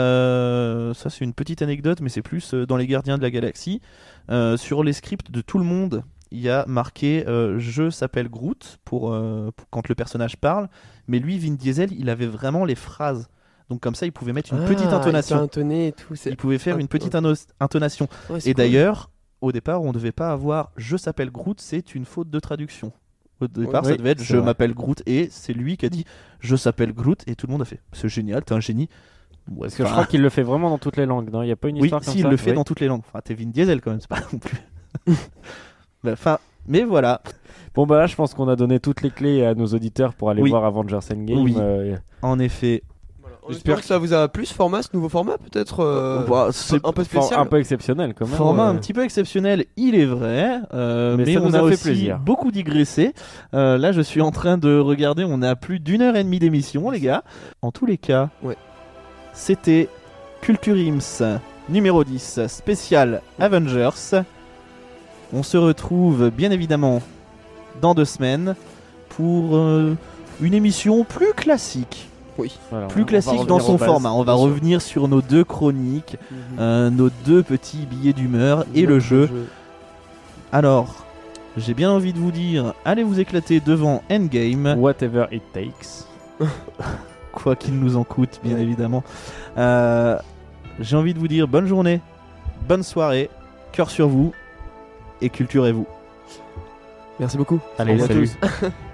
Euh, ça, c'est une petite anecdote, mais c'est plus euh, dans Les Gardiens de la Galaxie. Euh, sur les scripts de tout le monde, il y a marqué euh, Je s'appelle Groot pour, euh, pour quand le personnage parle, mais lui, Vin Diesel, il avait vraiment les phrases. Donc comme ça, il pouvait mettre une
Ah,
petite
il peut
intonation.
intonner et tout.
Il
c'est-
pouvait faire une petite inno- intonation.
ouais, c'est
Et
cool.
d'ailleurs, au départ, on devait pas avoir Je s'appelle Groot, c'est une faute de traduction. Au départ,
Oui,
ça devait être
c'est
Je
vrai.
m'appelle Groot et c'est lui qui a dit Je s'appelle Groot et tout le monde a fait C'est génial, t'es un génie. Ouais,
Parce que je
enfin,
crois qu'il le fait vraiment dans toutes les langues, non Il n'y a pas une
oui,
histoire comme
si, il
ça
le fait
Ouais.
dans toutes les langues. Enfin, t'es Vin Diesel quand même, c'est pas non plus. Mais Enfin, mais voilà.
Bon, bah là, je pense qu'on a donné toutes les clés à nos auditeurs pour aller
Oui.
voir Avengers Endgame.
Oui.
euh,
En effet,
Voilà. En espérant que ça vous a plu ce format, ce nouveau format peut-être euh,
bah, c'est
un peu
for-
spécial.
un peu exceptionnel quand même.
Format
euh.
un petit peu exceptionnel, il est vrai, euh, mais,
Mais ça
on
nous
a,
a fait
aussi
plaisir.
beaucoup digressé. Euh, là, je suis en train de regarder, on a plus d'une heure et demie d'émission, les gars. En tous les cas,
Ouais.
c'était Culture Ims numéro 10, spécial Avengers. On se retrouve bien évidemment dans deux semaines pour euh, une émission plus classique,
Voilà, on
plus
va
classique
revenir
dans
aux
son
bases,
format. On va
bien sûr.
revenir sur nos deux chroniques,
Mm-hmm.
euh, nos deux petits billets d'humeur et le jeu. Alors, j'ai bien envie de vous dire, allez vous éclater devant Endgame,
Whatever it takes.
quoi qu'il nous en coûte, bien évidemment. Euh, j'ai envie de vous dire bonne journée, bonne soirée, cœur sur vous et culturez-vous.
Merci beaucoup.
Allez,
revoir
salut.
tous.